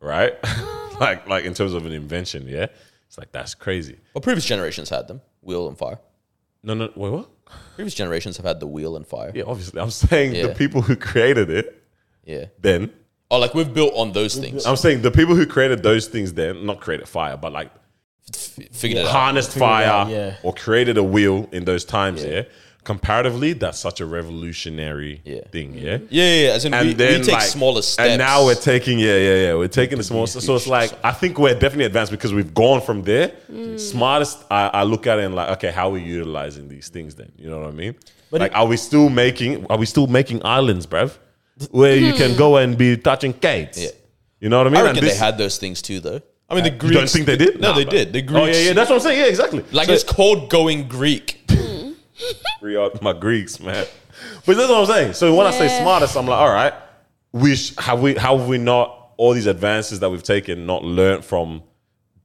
[SPEAKER 2] right? like, like in terms of an invention, yeah, it's like that's crazy.
[SPEAKER 3] Well, previous generations had them. Wheel and fire.
[SPEAKER 2] No, no, wait, what?
[SPEAKER 3] Previous generations have had the wheel and fire. Yeah.
[SPEAKER 2] Yeah, obviously, I'm saying the
[SPEAKER 3] Yeah.
[SPEAKER 2] people who created it then.
[SPEAKER 3] Oh, like we've built on those things.
[SPEAKER 2] I'm saying the people who created those things then, not created fire, but like
[SPEAKER 3] Figured it out.
[SPEAKER 2] harnessed
[SPEAKER 1] Figured
[SPEAKER 2] fire
[SPEAKER 1] it out, yeah.
[SPEAKER 2] or created a wheel in those times, yeah. Comparatively, that's such a revolutionary
[SPEAKER 3] Yeah.
[SPEAKER 2] thing, yeah.
[SPEAKER 3] Yeah, yeah, yeah. As in
[SPEAKER 2] And
[SPEAKER 3] we, we
[SPEAKER 2] then
[SPEAKER 3] take
[SPEAKER 2] like-
[SPEAKER 3] smaller steps.
[SPEAKER 2] And now we're taking, yeah, yeah, yeah. We're taking the small. So it's like I think we're definitely advanced because we've gone from there.
[SPEAKER 3] Mm.
[SPEAKER 2] Smartest, I, I look at it and like, okay, how are we utilizing these things then? You know what I mean?
[SPEAKER 1] But
[SPEAKER 2] like,
[SPEAKER 1] it-
[SPEAKER 2] are we still making? Are we still making islands, bruv? Where you can go and be touching kites.
[SPEAKER 3] Mm. Yeah.
[SPEAKER 2] You know what I mean?
[SPEAKER 3] I
[SPEAKER 2] And
[SPEAKER 3] reckon
[SPEAKER 2] this-
[SPEAKER 3] they had those things too, though. I mean, the Greeks.
[SPEAKER 2] You don't think they did?
[SPEAKER 3] No,
[SPEAKER 2] Nah,
[SPEAKER 3] they
[SPEAKER 2] bruv.
[SPEAKER 3] did. The
[SPEAKER 2] Oh
[SPEAKER 3] Greeks-
[SPEAKER 2] yeah, yeah. That's what I'm saying. Yeah, exactly.
[SPEAKER 3] Like
[SPEAKER 2] So-
[SPEAKER 3] it's called going Greek.
[SPEAKER 2] Riyadh, my Greeks, man. But that's what I'm saying. So when I say
[SPEAKER 4] Yeah.
[SPEAKER 2] smartest, I'm like, all right, we sh- have we how have we not all these advances that we've taken not learned from?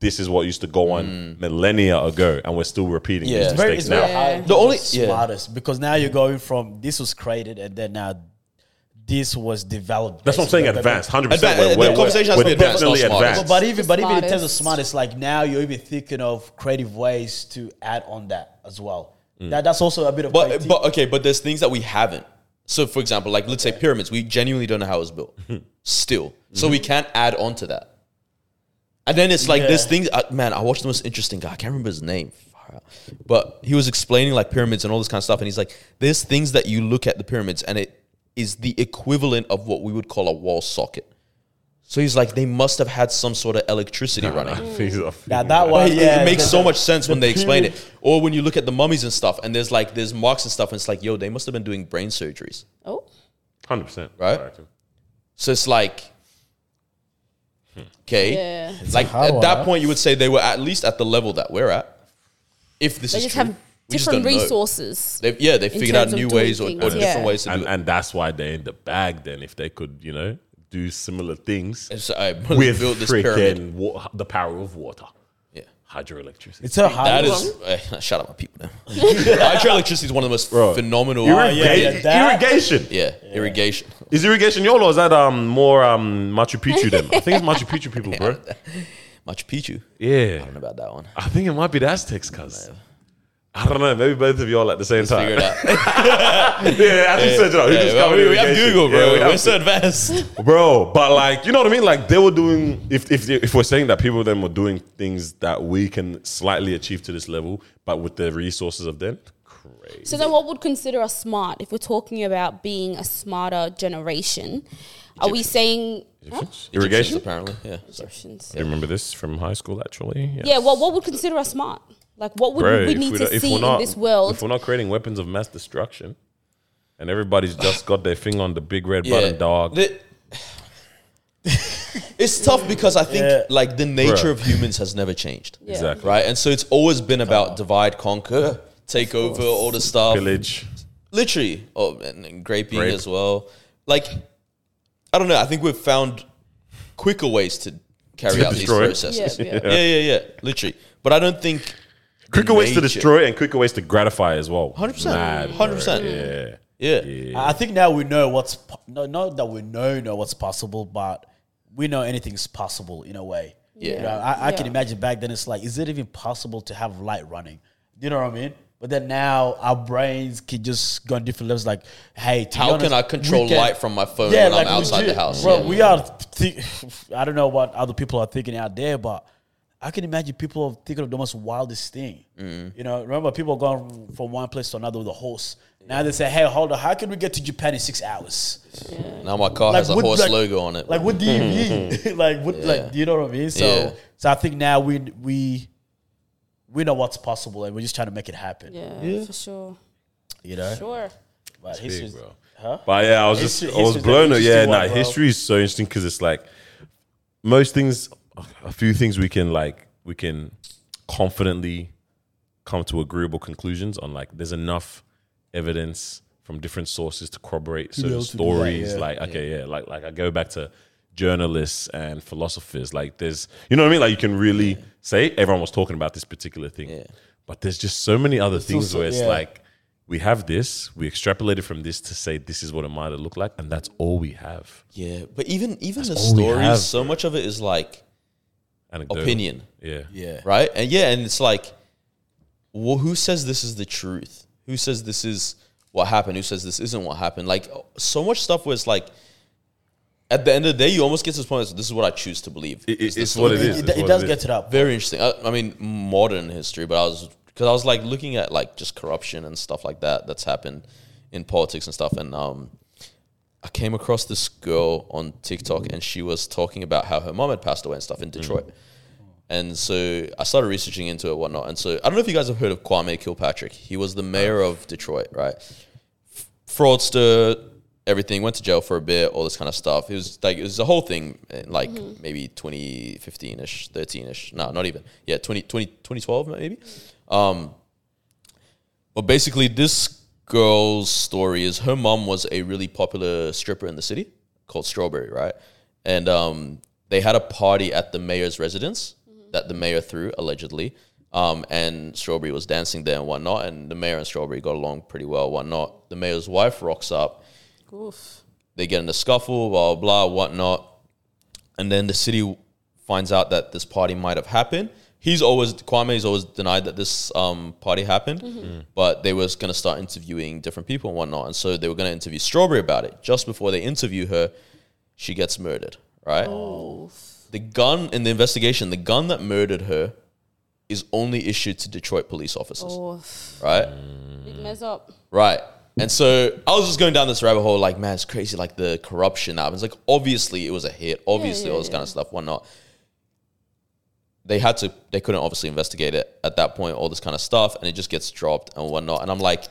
[SPEAKER 2] This is what used to go on millennia ago, and we're still repeating
[SPEAKER 3] Mm. Yeah.
[SPEAKER 2] these
[SPEAKER 3] It's
[SPEAKER 1] It's very,
[SPEAKER 2] mistakes
[SPEAKER 1] it's
[SPEAKER 2] now.
[SPEAKER 1] very hard.
[SPEAKER 3] The only- yeah.
[SPEAKER 1] smartest because now
[SPEAKER 2] Mm.
[SPEAKER 1] you're going from this was created and then now this was developed.
[SPEAKER 2] That's what I'm saying.
[SPEAKER 1] basically. But-
[SPEAKER 2] Advanced, hundred
[SPEAKER 3] Advan-
[SPEAKER 2] percent.
[SPEAKER 3] the conversation has to be advanced, not smart.
[SPEAKER 1] But, but even but even in terms of
[SPEAKER 4] Smartest.
[SPEAKER 1] smartest, like now you're even thinking of creative ways to add on that as well. That that's also a bit of
[SPEAKER 3] Mm. But
[SPEAKER 1] creative-
[SPEAKER 3] but okay, but there's things that we haven't. So for example, like let's say pyramids, we genuinely don't know how it was built. Still, so
[SPEAKER 1] Mm-hmm.
[SPEAKER 3] we can't add on to that. And then it's like there's
[SPEAKER 1] Yeah.
[SPEAKER 3] things. Uh, man, I watched the most interesting guy. I can't remember his name. Far out. But he was explaining like pyramids and all this kind of stuff, and he's like, "There's things that you look at the pyramids, and it is the equivalent of what we would call a wall socket." So he's like, "They must have had some sort of electricity running."
[SPEAKER 1] now that
[SPEAKER 3] But
[SPEAKER 1] one
[SPEAKER 3] it-
[SPEAKER 1] yeah,
[SPEAKER 3] it makes
[SPEAKER 1] the-
[SPEAKER 3] so much sense
[SPEAKER 1] the
[SPEAKER 3] when they explain
[SPEAKER 1] period-
[SPEAKER 3] it. Or when you look at the mummies and stuff, and there's like there's marks and stuff, and it's like, yo, they must have been doing brain surgeries.
[SPEAKER 4] Oh,
[SPEAKER 2] hundred percent,
[SPEAKER 3] Right? So it's like, okay,
[SPEAKER 4] yeah.
[SPEAKER 3] like
[SPEAKER 1] hard
[SPEAKER 3] at
[SPEAKER 1] one,
[SPEAKER 3] that
[SPEAKER 1] huh?
[SPEAKER 3] point, you would say they were at least at the level that we're at. If this
[SPEAKER 4] They
[SPEAKER 3] is
[SPEAKER 4] just
[SPEAKER 3] true.
[SPEAKER 4] have
[SPEAKER 3] We just
[SPEAKER 4] different
[SPEAKER 3] don't know.
[SPEAKER 4] resources.
[SPEAKER 3] They've, yeah, they figured out
[SPEAKER 4] terms of
[SPEAKER 3] new
[SPEAKER 4] doing
[SPEAKER 3] ways or, or
[SPEAKER 4] things,
[SPEAKER 3] different
[SPEAKER 4] yeah.
[SPEAKER 3] ways to
[SPEAKER 2] and
[SPEAKER 3] do it.
[SPEAKER 2] and that's why they're in the bag. Then if they could, you know, do similar things
[SPEAKER 3] And so I
[SPEAKER 2] with
[SPEAKER 3] built this pyramid.
[SPEAKER 2] freaking wa- the power of water,
[SPEAKER 3] Yeah.
[SPEAKER 2] hydroelectricity.
[SPEAKER 1] It's so hard.
[SPEAKER 3] That is, eh, shout out my people now. Hydroelectricity is one of the most
[SPEAKER 2] Bro.
[SPEAKER 3] phenomenal.
[SPEAKER 1] yeah, yeah,
[SPEAKER 2] Irriga-
[SPEAKER 1] that-
[SPEAKER 2] irrigation.
[SPEAKER 3] yeah, irrigation.
[SPEAKER 2] Is irrigation your law? Is that um more um Machu Picchu then? I think it's Machu Picchu people, bro.
[SPEAKER 3] Machu Picchu.
[SPEAKER 2] Yeah,
[SPEAKER 3] I don't know about that one.
[SPEAKER 2] I think it might be the Aztecs, cuz. I don't know. Maybe both of y'all at the same
[SPEAKER 3] Figure
[SPEAKER 2] time.
[SPEAKER 3] it out.
[SPEAKER 2] Yeah, I think search it out. Who
[SPEAKER 3] Yeah, well,
[SPEAKER 2] discovered
[SPEAKER 3] we, we have
[SPEAKER 2] irrigation?
[SPEAKER 3] Google, bro.
[SPEAKER 2] Yeah, we
[SPEAKER 3] we are
[SPEAKER 2] have
[SPEAKER 3] so advanced.
[SPEAKER 2] to. bro. But like, you know what I mean? Like they were doing. If if if we're saying that people then were doing things that we can slightly achieve to this level, but with the resources of then, crazy.
[SPEAKER 4] So then, what would consider us smart if we're talking about being a smarter generation? Are we saying
[SPEAKER 2] Irrigation.
[SPEAKER 3] apparently. Yeah. Sorry.
[SPEAKER 4] Egyptians?
[SPEAKER 2] Do you remember this from high school? Actually, yeah.
[SPEAKER 4] Yeah. Well, what would consider us smart? Like, what would
[SPEAKER 2] Bro,
[SPEAKER 4] we
[SPEAKER 2] if
[SPEAKER 4] need
[SPEAKER 2] we don't-
[SPEAKER 4] to
[SPEAKER 2] if
[SPEAKER 4] see
[SPEAKER 2] we're not-
[SPEAKER 4] in this world?
[SPEAKER 2] If we're not creating weapons of mass destruction, and everybody's just got their finger on the big red
[SPEAKER 3] Yeah.
[SPEAKER 2] button, dog.
[SPEAKER 3] The- it's tough because I think
[SPEAKER 1] Yeah.
[SPEAKER 3] like the nature
[SPEAKER 2] Bruh.
[SPEAKER 3] of humans has never changed,
[SPEAKER 4] Yeah.
[SPEAKER 2] Exactly.
[SPEAKER 3] right? And so it's always been about divide, conquer, take over, all the stuff,
[SPEAKER 2] Village.
[SPEAKER 3] literally, oh, and, and graping
[SPEAKER 2] Grape.
[SPEAKER 3] as well. Like, I don't know. I think we've found quicker ways to carry
[SPEAKER 2] To
[SPEAKER 3] out
[SPEAKER 2] destroy.
[SPEAKER 3] these processes.
[SPEAKER 4] Yeah, yeah.
[SPEAKER 3] yeah, yeah, yeah, literally. But I don't think
[SPEAKER 2] Quicker ways to
[SPEAKER 3] Nature.
[SPEAKER 2] destroy and quicker ways to gratify as well.
[SPEAKER 3] 100%.
[SPEAKER 2] Mad,
[SPEAKER 3] 100%.
[SPEAKER 2] bro.
[SPEAKER 3] Yeah.
[SPEAKER 2] Yeah.
[SPEAKER 1] I think now we know what's po- no, not that we know know what's possible, but we know anything's possible in a way.
[SPEAKER 3] Yeah.
[SPEAKER 1] You know, I, I can
[SPEAKER 4] Yeah.
[SPEAKER 1] imagine back then it's like, is it even possible to have light running? You know what I mean? But then now our brains can just go on different levels. Like, hey, to be
[SPEAKER 3] How can
[SPEAKER 1] honest,
[SPEAKER 3] I
[SPEAKER 1] we
[SPEAKER 3] control
[SPEAKER 1] can-
[SPEAKER 3] light from my phone when Oh, I'm outside
[SPEAKER 1] legit,
[SPEAKER 3] the house?
[SPEAKER 1] Bro,
[SPEAKER 3] Yeah.
[SPEAKER 1] we are. Th- I don't know what other people are thinking out there, but I can imagine people are thinking of the most wildest thing.
[SPEAKER 3] Mm.
[SPEAKER 1] You know, remember people going from one place to another with a horse. Now they say, "Hey, hold on, how can we get to Japan in six hours?"
[SPEAKER 3] Now my car has a
[SPEAKER 1] what-
[SPEAKER 3] horse logo on it.
[SPEAKER 1] Like, what do you mean? like, what? Like, do you know what I mean? So,
[SPEAKER 3] Yeah.
[SPEAKER 1] so I think now we we we know what's possible, and we're just trying to make it happen.
[SPEAKER 4] Yeah, for sure.
[SPEAKER 1] You know,
[SPEAKER 4] Sure.
[SPEAKER 1] but
[SPEAKER 2] Big,
[SPEAKER 1] history's-
[SPEAKER 2] bro.
[SPEAKER 1] Huh?
[SPEAKER 2] But yeah, I was just
[SPEAKER 1] History-
[SPEAKER 2] I was
[SPEAKER 1] history's
[SPEAKER 2] blown
[SPEAKER 1] an
[SPEAKER 2] away. Yeah,
[SPEAKER 1] interesting
[SPEAKER 2] nah,
[SPEAKER 1] one, bro.
[SPEAKER 2] history is so interesting because it's like most things, a few things we can like we can confidently come to agreeable conclusions on. Like, there's enough evidence from different sources to corroborate certain
[SPEAKER 1] able to do that,
[SPEAKER 2] stories.
[SPEAKER 1] yeah.
[SPEAKER 2] Like, okay, yeah, like like I go back to journalists and philosophers. Like, there's you know what I mean. Like, you can really say everyone was talking about this particular thing, but there's just so many other things
[SPEAKER 1] so-
[SPEAKER 2] where it's
[SPEAKER 1] yeah.
[SPEAKER 2] like we have this, we extrapolated from this to say this is what it might have looked like, and that's all we have.
[SPEAKER 3] yeah, but even even the
[SPEAKER 2] all we
[SPEAKER 3] stories,
[SPEAKER 2] have,
[SPEAKER 3] so much of it is like
[SPEAKER 2] Anecdotal.
[SPEAKER 3] Opinion.
[SPEAKER 2] Yeah.
[SPEAKER 1] Yeah.
[SPEAKER 3] right? And yeah, and it's like, well, who says this is the truth? Who says this is what happened? Who says this isn't what happened? Like so much stuff where it's like, at the end of the day, you almost get to this point. It's, this is what I choose to believe.
[SPEAKER 2] It,
[SPEAKER 3] is
[SPEAKER 2] it,
[SPEAKER 3] the
[SPEAKER 2] it's what it
[SPEAKER 1] It,
[SPEAKER 2] is.
[SPEAKER 1] it-
[SPEAKER 2] it's
[SPEAKER 1] it
[SPEAKER 2] what
[SPEAKER 1] does
[SPEAKER 2] is.
[SPEAKER 1] get to that.
[SPEAKER 3] Very interesting. I, I mean, modern history, but I was because I was like looking at like just corruption and stuff like that that's happened in politics and stuff, and um, I came across this girl on TikTok, and she was talking about how her mom had passed away and stuff
[SPEAKER 2] Mm.
[SPEAKER 3] in Detroit, and so I started researching into it, and whatnot, and so I don't know if you guys have heard of Kwame Kilpatrick. He was the mayor of Detroit, right? fraudster, everything. Went to jail for a bit, all this kind of stuff. It was like it was a whole thing, in, like maybe 2015 ish, 13 ish. No, not even. Yeah, 20, 20 2012 maybe. Um, but basically, this girl's story is her mom was a really popular stripper in the city called Strawberry, right? And um, they had a party at the mayor's residence that the mayor threw allegedly. Um, and Strawberry was dancing there and whatnot, and the mayor and Strawberry got along pretty well, and whatnot. The mayor's wife rocks up,
[SPEAKER 4] Oof.
[SPEAKER 3] they get in a scuffle, blah blah, blah whatnot, and then the city finds out that this party might have happened. He's always Kwame's always denied that this um, party happened, but they was gonna start interviewing different people and whatnot, and so they were gonna interview Strawberry about it. Just before they interview her, she gets murdered. Right? The gun in the investigation, the gun that murdered her, is only issued to Detroit police officers.
[SPEAKER 4] Oh. Oof.
[SPEAKER 3] Right?
[SPEAKER 4] Big mess up.
[SPEAKER 3] Right. And so I was just going down this rabbit hole, like, man, it's crazy, like the corruption that happens. Like, obviously it was a hit, obviously
[SPEAKER 4] yeah,
[SPEAKER 3] all this kind of stuff, whatnot. They had to, they couldn't obviously investigate it at that point, all this kind of stuff, and it just gets dropped and whatnot. And I'm like,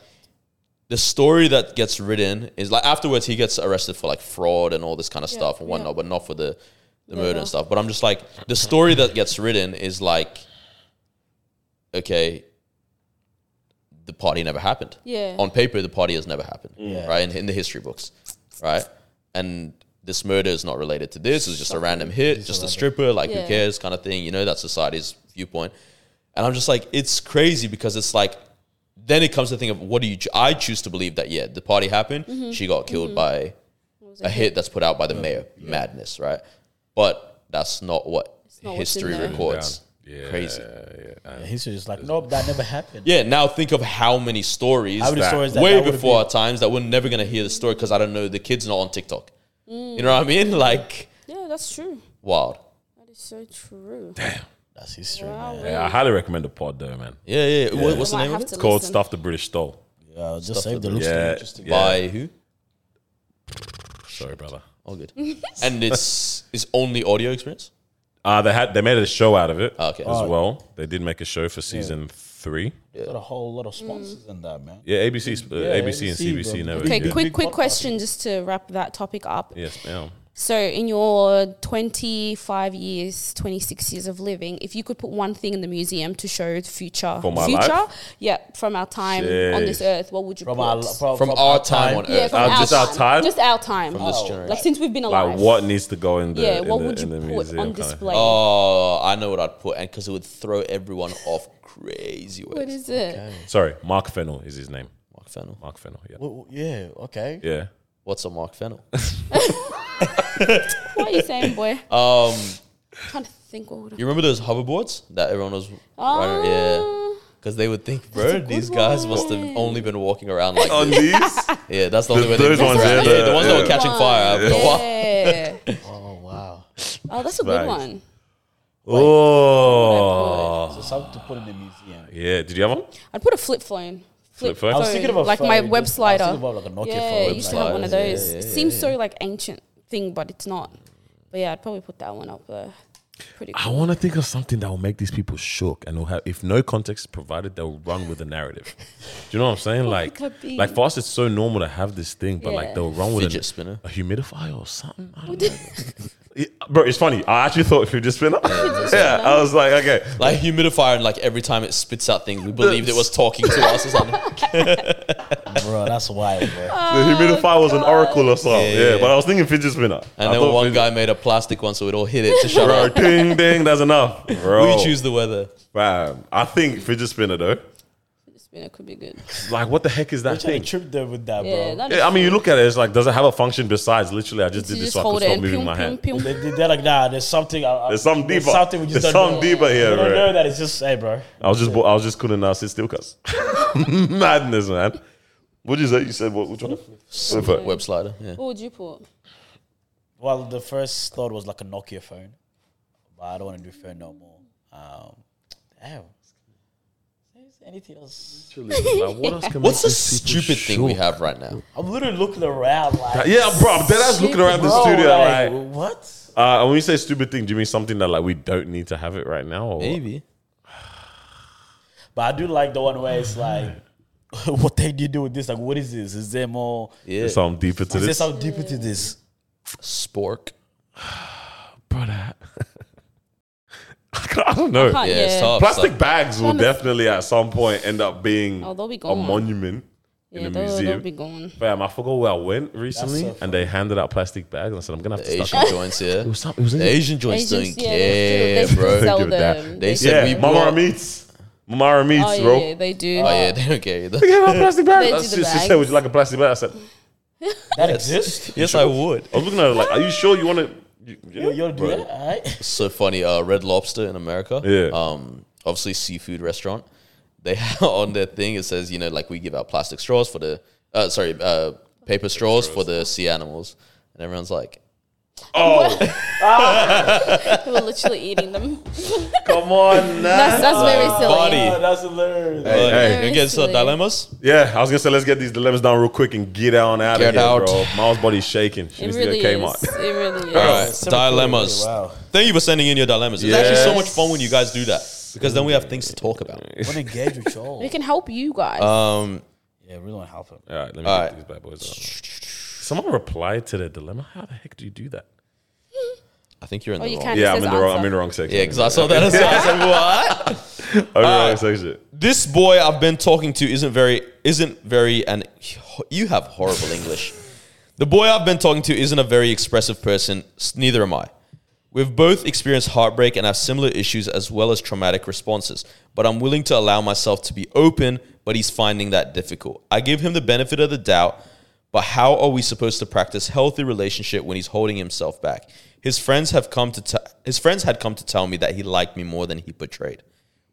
[SPEAKER 3] the story that gets written is like afterwards he gets arrested for like fraud and all this kind of stuff and whatnot, but not for the, the murder and stuff. But I'm just like, the story that gets written is like, okay, the party never happened.
[SPEAKER 4] Yeah.
[SPEAKER 3] On paper, the party has never happened. Right. In, in the history books. Right. And this murder is not related to this. It's just a random hit, just a stripper, like
[SPEAKER 4] Yeah.
[SPEAKER 3] who cares kind of thing. You know, that's society's viewpoint. And I'm just like, it's crazy because it's like, then it comes to think of what do you, cho- I choose to believe that, yeah, the party happened.
[SPEAKER 4] Mm-hmm.
[SPEAKER 3] She got killed by a hit that's put out by the mayor. Madness, right? But that's not what
[SPEAKER 4] not what's in
[SPEAKER 3] history
[SPEAKER 4] there.
[SPEAKER 3] records.
[SPEAKER 2] Yeah.
[SPEAKER 3] Crazy.
[SPEAKER 1] History is like, nope, that never happened.
[SPEAKER 3] Yeah, now think of how many stories,
[SPEAKER 1] How many
[SPEAKER 3] that-
[SPEAKER 1] stories that
[SPEAKER 3] way
[SPEAKER 1] that would've
[SPEAKER 3] before
[SPEAKER 1] been.
[SPEAKER 3] our times that we're never gonna hear the story because I don't know the kid's not on TikTok. You know what I mean? Like
[SPEAKER 4] Yeah, that's true.
[SPEAKER 3] wild.
[SPEAKER 4] That is so true.
[SPEAKER 1] That's history.
[SPEAKER 4] Wow.
[SPEAKER 1] Man.
[SPEAKER 2] Yeah, I highly recommend the pod though, man.
[SPEAKER 3] Yeah, yeah. yeah. What, what's
[SPEAKER 4] I
[SPEAKER 3] the name
[SPEAKER 4] have
[SPEAKER 3] of it?
[SPEAKER 4] to
[SPEAKER 2] It's called
[SPEAKER 4] listen.
[SPEAKER 2] Stuff the British Stole.
[SPEAKER 1] Yeah, just save the looks.
[SPEAKER 2] Yeah.
[SPEAKER 1] Interesting.
[SPEAKER 2] Yeah.
[SPEAKER 3] By who?
[SPEAKER 2] Sorry, brother.
[SPEAKER 3] All good. and it's it's only audio experience.
[SPEAKER 2] Uh, they had they made a show out of it
[SPEAKER 3] Okay.
[SPEAKER 2] as
[SPEAKER 1] Uh,
[SPEAKER 3] Oh.
[SPEAKER 2] well. They did make a show for season three.
[SPEAKER 1] Got a whole lot of
[SPEAKER 4] Mm.
[SPEAKER 1] sponsors in that, man.
[SPEAKER 2] Yeah, ABC, uh, ABC, and
[SPEAKER 1] ABC,
[SPEAKER 2] CBC
[SPEAKER 1] bro.
[SPEAKER 2] never.
[SPEAKER 4] Okay,
[SPEAKER 2] yeah.
[SPEAKER 4] quick,
[SPEAKER 1] big
[SPEAKER 4] quick
[SPEAKER 1] podcast.
[SPEAKER 4] question just to wrap that topic up.
[SPEAKER 2] Yes, ma'am.
[SPEAKER 4] So, in your 25 years, 26 years of living, if you could put one thing in the museum to show the future,
[SPEAKER 2] From our
[SPEAKER 4] future,
[SPEAKER 2] life?
[SPEAKER 4] yeah, from our time on this
[SPEAKER 2] Jeez.
[SPEAKER 4] earth, what would you
[SPEAKER 1] From
[SPEAKER 4] put?
[SPEAKER 1] our, from,
[SPEAKER 3] From
[SPEAKER 1] from
[SPEAKER 3] our time on
[SPEAKER 4] yeah,
[SPEAKER 3] earth.
[SPEAKER 4] from
[SPEAKER 2] Uh,
[SPEAKER 4] our
[SPEAKER 2] just our
[SPEAKER 4] time,
[SPEAKER 2] time? Oh.
[SPEAKER 4] just our time,
[SPEAKER 3] From this generation.
[SPEAKER 4] like since we've been alive.
[SPEAKER 2] Like what needs to go in the
[SPEAKER 4] yeah,
[SPEAKER 2] in
[SPEAKER 4] what
[SPEAKER 2] the,
[SPEAKER 4] would you
[SPEAKER 2] in the
[SPEAKER 4] put
[SPEAKER 2] museum
[SPEAKER 4] on
[SPEAKER 2] kind of-
[SPEAKER 4] display?
[SPEAKER 3] Oh, I know what I'd put, and because it would throw everyone off crazy. Ways.
[SPEAKER 4] what is it?
[SPEAKER 2] Sorry, Mark Fennell is his name.
[SPEAKER 3] Mark Fennel?
[SPEAKER 2] Mark Fennell. Yeah.
[SPEAKER 1] W- w- Oh, Yeah. Okay.
[SPEAKER 2] Yeah.
[SPEAKER 3] What's a Mark Fennel?
[SPEAKER 4] What are you saying, boy?
[SPEAKER 3] um,
[SPEAKER 4] trying to think what would I
[SPEAKER 3] you remember those hoverboards that everyone was?
[SPEAKER 4] Ah.
[SPEAKER 3] riding? Yeah. Because they would think, bro,
[SPEAKER 4] a
[SPEAKER 3] these
[SPEAKER 4] good
[SPEAKER 3] guys must have
[SPEAKER 4] one.
[SPEAKER 3] only been walking around like
[SPEAKER 2] On
[SPEAKER 3] this.
[SPEAKER 2] these,
[SPEAKER 3] Yeah, that's the only way they
[SPEAKER 2] those
[SPEAKER 3] walked
[SPEAKER 2] ones,
[SPEAKER 3] around.
[SPEAKER 2] yeah,
[SPEAKER 3] Yeah, the ones that
[SPEAKER 2] yeah.
[SPEAKER 3] were catching fire.
[SPEAKER 4] Yeah.
[SPEAKER 3] The one-
[SPEAKER 1] Oh wow.
[SPEAKER 4] Oh, that's a
[SPEAKER 2] Bags.
[SPEAKER 4] good one.
[SPEAKER 2] oh
[SPEAKER 1] So something to put in the museum.
[SPEAKER 2] yeah. Did you have one?
[SPEAKER 4] I'd put a flip phone.
[SPEAKER 2] Flip phone? I was
[SPEAKER 4] like my web slider.
[SPEAKER 1] I was thinking about like a Nokia
[SPEAKER 4] yeah,
[SPEAKER 1] phone.
[SPEAKER 4] you used to have one of
[SPEAKER 3] sliders, yeah,
[SPEAKER 4] those.
[SPEAKER 3] yeah,
[SPEAKER 4] it
[SPEAKER 3] yeah,
[SPEAKER 4] seems so like ancient thing, but it's not. But yeah, I'd probably put that one up there. Pretty
[SPEAKER 2] I
[SPEAKER 4] cool.
[SPEAKER 2] want to think of something that will make these people shook and will have, if no context is provided, they'll run with the narrative. Do you know what I'm saying? like,
[SPEAKER 4] could be?
[SPEAKER 2] like for us, it's so normal to have this thing, but like
[SPEAKER 4] Yeah.
[SPEAKER 2] they'll run with
[SPEAKER 3] Fidget
[SPEAKER 2] an-
[SPEAKER 3] spinner.
[SPEAKER 2] a humidifier or something. I don't know. Yeah, Bro, it's funny. I actually thought fidget spinner. Yeah, I was like, okay,
[SPEAKER 3] Like humidifier, and like every time it spits out things, we believed it was talking to us or something.
[SPEAKER 1] bro, that's wild, bro.
[SPEAKER 2] the humidifier was an oracle or something. Yeah,
[SPEAKER 3] Yeah, yeah, yeah.
[SPEAKER 2] but I was thinking fidget spinner.
[SPEAKER 3] And
[SPEAKER 2] I
[SPEAKER 3] then
[SPEAKER 2] thought
[SPEAKER 3] one
[SPEAKER 2] fidget-
[SPEAKER 3] guy made a plastic one, so it all hit it to shut
[SPEAKER 2] Bro,
[SPEAKER 3] up.
[SPEAKER 2] ding ding, that's enough. Bro,
[SPEAKER 3] We choose the weather.
[SPEAKER 2] Bam. I think fidget spinner though.
[SPEAKER 4] Spinner could be good.
[SPEAKER 2] Like, what the heck is that
[SPEAKER 1] Trying
[SPEAKER 2] thing?
[SPEAKER 1] to trip there with that,
[SPEAKER 4] Yeah,
[SPEAKER 1] bro.
[SPEAKER 4] that'd be
[SPEAKER 2] Yeah, I mean, you
[SPEAKER 4] cool.
[SPEAKER 2] look at it. It's like, does it have a function besides literally? I just
[SPEAKER 4] You
[SPEAKER 2] did this
[SPEAKER 4] just
[SPEAKER 2] so I could
[SPEAKER 4] hold it
[SPEAKER 2] stop
[SPEAKER 4] and
[SPEAKER 2] moving
[SPEAKER 4] pum,
[SPEAKER 2] my
[SPEAKER 4] pum,
[SPEAKER 2] hand.
[SPEAKER 4] pum.
[SPEAKER 1] They, they, they're like, nah, there's something. I, I-
[SPEAKER 2] There's something deeper.
[SPEAKER 1] There's something we just
[SPEAKER 2] There's
[SPEAKER 1] don't
[SPEAKER 2] something
[SPEAKER 1] know.
[SPEAKER 2] deeper here,
[SPEAKER 1] We don't know
[SPEAKER 2] bro.
[SPEAKER 1] that. It's just, hey, bro.
[SPEAKER 2] I was just, bo- I was just couldn't now sit still, cause madness, man. What is that you said? What, which one? Flipper.
[SPEAKER 3] Web slider. Yeah.
[SPEAKER 4] What would you put?
[SPEAKER 1] Well, the first thought was like a Nokia phone, but I don't want to do phone no more. Um, damn. Is Anything else?
[SPEAKER 2] Like, what else can make
[SPEAKER 3] What's the
[SPEAKER 2] these people
[SPEAKER 3] stupid thing we
[SPEAKER 2] shook?
[SPEAKER 3] have right now?
[SPEAKER 1] I'm literally looking around like,
[SPEAKER 2] Yeah, bro. I'm dead ass looking around the
[SPEAKER 1] bro,
[SPEAKER 2] studio
[SPEAKER 1] like,
[SPEAKER 2] like.
[SPEAKER 1] what?
[SPEAKER 2] Uh, when you say stupid thing, do you mean something that like we don't need to have it right now? Or what?
[SPEAKER 3] Maybe.
[SPEAKER 1] But I do like the one where it's like, what they do do with this? Like, what is this? Is there more?
[SPEAKER 3] Yeah.
[SPEAKER 2] There's something deeper to
[SPEAKER 1] Is there
[SPEAKER 2] this,
[SPEAKER 1] something deeper to this?
[SPEAKER 3] Spork.
[SPEAKER 2] bro. That. I don't know.
[SPEAKER 4] Can't-
[SPEAKER 3] Yeah, it's tough.
[SPEAKER 2] Plastic
[SPEAKER 3] So-
[SPEAKER 2] bags will
[SPEAKER 4] Kinda-
[SPEAKER 2] definitely at some point end up being
[SPEAKER 4] Oh, they'll be
[SPEAKER 2] a
[SPEAKER 4] gone.
[SPEAKER 2] monument in
[SPEAKER 4] Yeah,
[SPEAKER 2] a
[SPEAKER 4] they'll, they'll
[SPEAKER 2] museum.
[SPEAKER 4] be gone.
[SPEAKER 2] Fam, I forgot where I went recently,
[SPEAKER 1] so
[SPEAKER 2] and they handed out plastic bags. And I said, "I'm gonna have to
[SPEAKER 3] Asian
[SPEAKER 2] start."
[SPEAKER 3] joints, yeah.
[SPEAKER 2] It was something. It was in-
[SPEAKER 3] The Asian joints
[SPEAKER 4] Asians,
[SPEAKER 3] don't
[SPEAKER 4] yeah, they
[SPEAKER 3] care,
[SPEAKER 4] still, they still
[SPEAKER 3] bro.
[SPEAKER 2] Thank
[SPEAKER 4] sell
[SPEAKER 2] you for that.
[SPEAKER 4] them.
[SPEAKER 3] They
[SPEAKER 4] They
[SPEAKER 3] said
[SPEAKER 2] yeah,
[SPEAKER 3] we
[SPEAKER 2] Mama
[SPEAKER 3] brought-
[SPEAKER 2] meets, Mama meets,
[SPEAKER 4] Oh, yeah,
[SPEAKER 2] bro.
[SPEAKER 4] yeah, they do.
[SPEAKER 3] Oh yeah, they don't care.
[SPEAKER 2] They gave out plastic bags.
[SPEAKER 4] They do
[SPEAKER 2] I-
[SPEAKER 4] the
[SPEAKER 2] she, she said,
[SPEAKER 4] bags.
[SPEAKER 2] "Would you like a plastic bag?" I said,
[SPEAKER 1] That exists?
[SPEAKER 3] yes, I would.
[SPEAKER 2] "I was looking at her like, are you sure you want to?"
[SPEAKER 1] You're, you're doing that? All right.
[SPEAKER 3] so funny. Uh, Red Lobster in America.
[SPEAKER 2] Yeah.
[SPEAKER 3] Um, obviously seafood restaurant. They have on their thing it says you know like we give out plastic straws for the uh sorry uh paper straws for the sea animals and everyone's like
[SPEAKER 2] Oh,
[SPEAKER 4] They were literally eating them.
[SPEAKER 2] come on
[SPEAKER 4] That's,
[SPEAKER 2] now.
[SPEAKER 4] that's very silly.
[SPEAKER 3] buddy.
[SPEAKER 1] Oh, that's hilarious.
[SPEAKER 2] Hey, hey.
[SPEAKER 3] You get some
[SPEAKER 4] Seriously.
[SPEAKER 3] dilemmas.
[SPEAKER 2] Yeah, I was gonna say let's get these dilemmas down real quick and get on out
[SPEAKER 3] Get
[SPEAKER 2] of here,
[SPEAKER 3] out.
[SPEAKER 2] bro. Miles' body's shaking. She
[SPEAKER 4] It
[SPEAKER 2] needs to
[SPEAKER 4] really
[SPEAKER 2] get Kmart.
[SPEAKER 4] is. It really is.
[SPEAKER 3] All right,
[SPEAKER 1] Simple
[SPEAKER 3] dilemmas.
[SPEAKER 1] theory, wow.
[SPEAKER 3] Thank you for sending in your dilemmas. It's actually so
[SPEAKER 2] Yes.
[SPEAKER 3] much fun when you guys do that because then we have things to talk about.
[SPEAKER 1] What engage with y'all?
[SPEAKER 4] We can help you guys.
[SPEAKER 2] Uh,
[SPEAKER 3] Um,
[SPEAKER 1] yeah, really want to help him.
[SPEAKER 2] All right, let me
[SPEAKER 3] All
[SPEAKER 2] get
[SPEAKER 3] right.
[SPEAKER 2] these bad boys out. Someone replied to the dilemma. How the heck do you do that?
[SPEAKER 3] I think you're in
[SPEAKER 4] Oh,
[SPEAKER 3] the
[SPEAKER 4] you
[SPEAKER 3] wrong.
[SPEAKER 4] can't- And it
[SPEAKER 2] yeah, I'm
[SPEAKER 4] says
[SPEAKER 2] in the wrong.
[SPEAKER 4] answer.
[SPEAKER 2] I'm in the wrong section. Oh,
[SPEAKER 3] Yeah, because I saw that as well. I said, what?
[SPEAKER 2] I'm in the wrong section.
[SPEAKER 3] This boy I've been talking to isn't very isn't very and you have horrible English. The boy I've been talking to isn't a very expressive person, s- neither am I. We've both experienced heartbreak and have similar issues as well as traumatic responses, but I'm willing to allow myself to be open, but he's finding that difficult. I give him the benefit of the doubt, but how are we supposed to practice healthy relationship when he's holding himself back? His friends have come to te- his friends had come to tell me that he liked me more than he portrayed,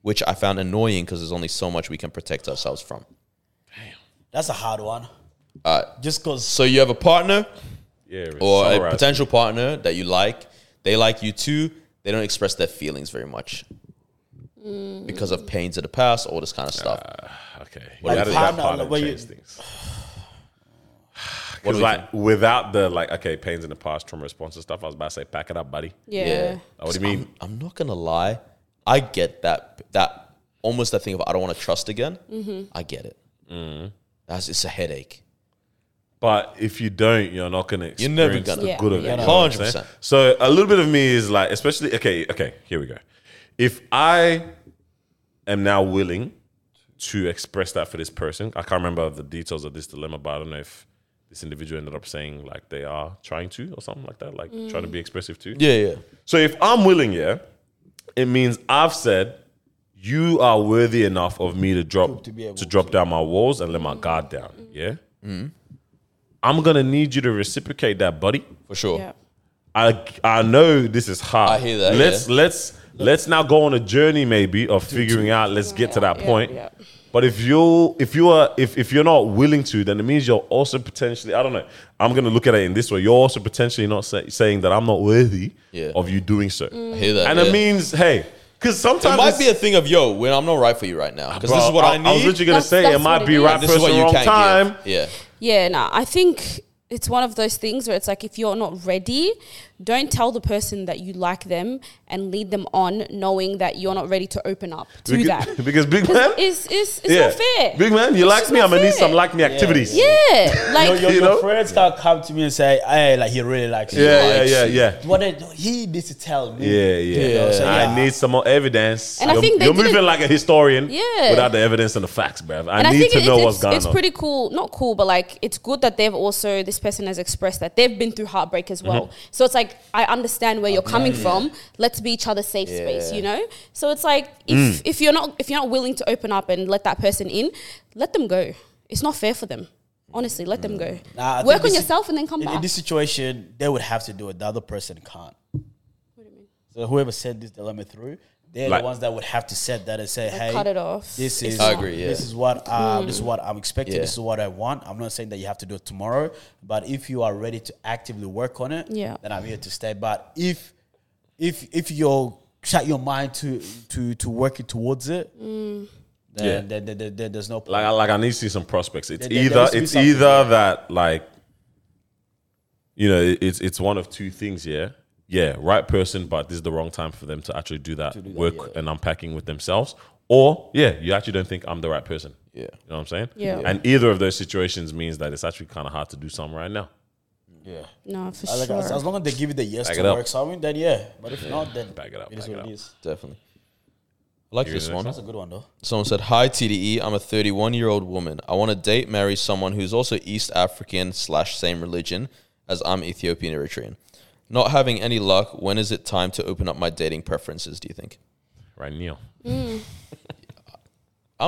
[SPEAKER 3] which I found annoying because there's only so much we can protect ourselves from.
[SPEAKER 1] That's a hard one. Just because
[SPEAKER 3] So you have a partner
[SPEAKER 2] Yeah,
[SPEAKER 3] or a
[SPEAKER 2] summarize.
[SPEAKER 3] potential partner that you like, they like you too. They don't express their feelings very much
[SPEAKER 4] Mm.
[SPEAKER 3] because of pains of the past, all this kind of stuff.
[SPEAKER 2] Okay, well, how does that
[SPEAKER 1] partner,
[SPEAKER 2] partner
[SPEAKER 1] like, where you-
[SPEAKER 2] change things?
[SPEAKER 3] What
[SPEAKER 2] Because
[SPEAKER 3] do we
[SPEAKER 2] like without the like, okay, pains in the past, trauma response and stuff. I was about to say, pack it up, buddy.
[SPEAKER 4] yeah.
[SPEAKER 3] yeah.
[SPEAKER 2] Like, what do you mean?
[SPEAKER 3] I'm not gonna lie, I get that that almost that thing
[SPEAKER 4] Mm-hmm.
[SPEAKER 2] Mm.
[SPEAKER 3] of I don't want to trust again. I get it. That's it's a headache.
[SPEAKER 2] But if you don't, you're not gonna experience
[SPEAKER 3] You're never gonna.
[SPEAKER 2] the
[SPEAKER 4] Yeah,
[SPEAKER 2] good of
[SPEAKER 4] yeah.
[SPEAKER 2] it. you know what I'm
[SPEAKER 3] 100%.
[SPEAKER 2] saying? So a little bit of me is like, especially okay, okay, here we go. If I am now willing to express that for this person, I can't remember the details of this dilemma, but I don't know if this individual ended up saying like they are trying to or something like that, like trying to be expressive too.
[SPEAKER 3] Mm. Yeah, yeah.
[SPEAKER 2] So if I'm willing, yeah, it means I've said you are worthy enough of me to drop
[SPEAKER 1] To
[SPEAKER 2] to,
[SPEAKER 1] be able
[SPEAKER 2] drop down my walls and let my guard down. Yeah. I'm gonna need you to reciprocate that, buddy.
[SPEAKER 3] For sure.
[SPEAKER 4] Yeah.
[SPEAKER 2] I I know this is hard.
[SPEAKER 3] I hear that,
[SPEAKER 2] Let's
[SPEAKER 3] yeah.
[SPEAKER 2] let's let's now go on a journey maybe of figuring out. Let's get to that
[SPEAKER 4] yeah,
[SPEAKER 2] point.
[SPEAKER 4] yeah.
[SPEAKER 2] But if you if you are if, if you're not willing to, then it means you're also potentially I don't know. I'm gonna look at it in this way. You're also potentially not say, saying that I'm not worthy
[SPEAKER 3] Yeah.
[SPEAKER 2] of you doing so.
[SPEAKER 4] Mm.
[SPEAKER 3] I hear that.
[SPEAKER 2] And
[SPEAKER 3] yeah.
[SPEAKER 2] it means hey, because sometimes
[SPEAKER 3] it might
[SPEAKER 2] it's-
[SPEAKER 3] be a thing of yo, when I'm not right for you right now because this
[SPEAKER 2] Bro,
[SPEAKER 3] is what I, need.
[SPEAKER 2] I was literally gonna
[SPEAKER 4] That's-
[SPEAKER 2] say it
[SPEAKER 4] that's
[SPEAKER 2] might
[SPEAKER 4] what
[SPEAKER 2] be
[SPEAKER 4] it
[SPEAKER 2] right
[SPEAKER 4] is.
[SPEAKER 3] this is
[SPEAKER 2] person
[SPEAKER 3] what you
[SPEAKER 2] wrong
[SPEAKER 3] can't
[SPEAKER 2] time.
[SPEAKER 3] give. Yeah,
[SPEAKER 4] Yeah, no, I think it's one of those things where it's like if you're not ready, don't tell the person that you like them and lead them on knowing that you're not ready to open up to
[SPEAKER 2] Because,
[SPEAKER 4] that.
[SPEAKER 2] because big man,
[SPEAKER 4] 'Cause it's it's, it's
[SPEAKER 2] yeah,
[SPEAKER 4] not fair.
[SPEAKER 2] big man, you
[SPEAKER 4] It's
[SPEAKER 2] like
[SPEAKER 4] just
[SPEAKER 2] me.
[SPEAKER 4] not
[SPEAKER 2] I'm gonna need
[SPEAKER 4] fair.
[SPEAKER 2] some like me activities.
[SPEAKER 4] Yeah,
[SPEAKER 1] Your,
[SPEAKER 4] like
[SPEAKER 1] your,
[SPEAKER 2] You
[SPEAKER 1] your
[SPEAKER 2] know?
[SPEAKER 1] friends can't come to me and say, "Hey, like he really likes you."
[SPEAKER 2] yeah, yeah,
[SPEAKER 3] Likes
[SPEAKER 2] yeah,
[SPEAKER 3] you.
[SPEAKER 2] yeah.
[SPEAKER 1] What did, he needs to tell me.
[SPEAKER 2] Yeah, yeah.
[SPEAKER 1] Yeah. So, yeah.
[SPEAKER 2] I need some more evidence.
[SPEAKER 4] And I
[SPEAKER 2] you're
[SPEAKER 4] think they
[SPEAKER 2] you're
[SPEAKER 4] didn't-
[SPEAKER 2] moving like a historian
[SPEAKER 4] Yeah.
[SPEAKER 2] without the evidence and the facts, bruv. I
[SPEAKER 4] and
[SPEAKER 2] need
[SPEAKER 4] I think
[SPEAKER 2] to
[SPEAKER 4] it-
[SPEAKER 2] know
[SPEAKER 4] it's,
[SPEAKER 2] what's going
[SPEAKER 4] it's
[SPEAKER 2] on.
[SPEAKER 4] pretty cool. Not cool, but like it's good that they've also this person has expressed that they've been through heartbreak
[SPEAKER 2] Mm-hmm.
[SPEAKER 4] as well. So it's like I understand where you're coming from. Let's be each other's safe space, you know. So it's like if
[SPEAKER 2] Mm.
[SPEAKER 4] if you're not if you're not willing to open up and let that person in, let them go. It's not fair for them. Honestly, let them
[SPEAKER 2] Mm.
[SPEAKER 4] go.
[SPEAKER 1] Nah, I think
[SPEAKER 4] Work on
[SPEAKER 1] this-
[SPEAKER 4] yourself and then come
[SPEAKER 1] In,
[SPEAKER 4] back.
[SPEAKER 1] in this situation, they would have to do it. The other person can't. So whoever said this dilemma through, they're
[SPEAKER 2] Like-
[SPEAKER 1] the ones that would have to set that and say, "Hey,
[SPEAKER 4] cut it off.
[SPEAKER 1] This
[SPEAKER 4] It's Hmm.
[SPEAKER 1] is
[SPEAKER 3] I agree, yeah.
[SPEAKER 1] This is what uh, this is what I'm expecting.
[SPEAKER 3] Yeah.
[SPEAKER 1] This is what I want. I'm not saying that you have to do it tomorrow, but if you are ready to actively work on it,
[SPEAKER 4] Yeah.
[SPEAKER 1] then I'm here to stay. But if if if you're shut your mind to to to working towards it,
[SPEAKER 4] Hmm.
[SPEAKER 1] then,
[SPEAKER 2] Yeah.
[SPEAKER 1] then, then, then- then there's no point.
[SPEAKER 2] like, I- like I need to see some prospects. It's
[SPEAKER 1] There- there
[SPEAKER 2] either
[SPEAKER 1] must be
[SPEAKER 2] it's
[SPEAKER 1] something,
[SPEAKER 2] either
[SPEAKER 1] yeah.
[SPEAKER 2] that like, you know, it- it's it's one of two things. Yeah, yeah, right person, but this is the wrong time for them to actually do that work and unpacking with themselves. Or yeah, you actually don't think I'm the right person.
[SPEAKER 3] Yeah.
[SPEAKER 2] you know what I'm saying.
[SPEAKER 4] Yeah. Yeah.
[SPEAKER 2] and either of those situations means that it's actually kind of hard to do something right now.
[SPEAKER 4] no, for
[SPEAKER 1] Uh, Like,
[SPEAKER 4] sure.
[SPEAKER 1] as, as long as they give you the yes
[SPEAKER 2] Back it
[SPEAKER 1] to
[SPEAKER 2] up.
[SPEAKER 1] work something, then yeah. But if not, then
[SPEAKER 2] Back it up,
[SPEAKER 1] It is
[SPEAKER 2] back it
[SPEAKER 1] what
[SPEAKER 2] up.
[SPEAKER 1] it is.
[SPEAKER 3] definitely. I like this
[SPEAKER 2] the
[SPEAKER 3] one.
[SPEAKER 1] That's a good one though.
[SPEAKER 3] Someone said, "Hi TDE, I'm a 31 year old woman. I want to date, marry someone who's also East African slash same religion as I'm Ethiopian Eritrean. Not having any luck. When is it time to open up my dating preferences? Do you think?
[SPEAKER 2] Right now,
[SPEAKER 3] I'm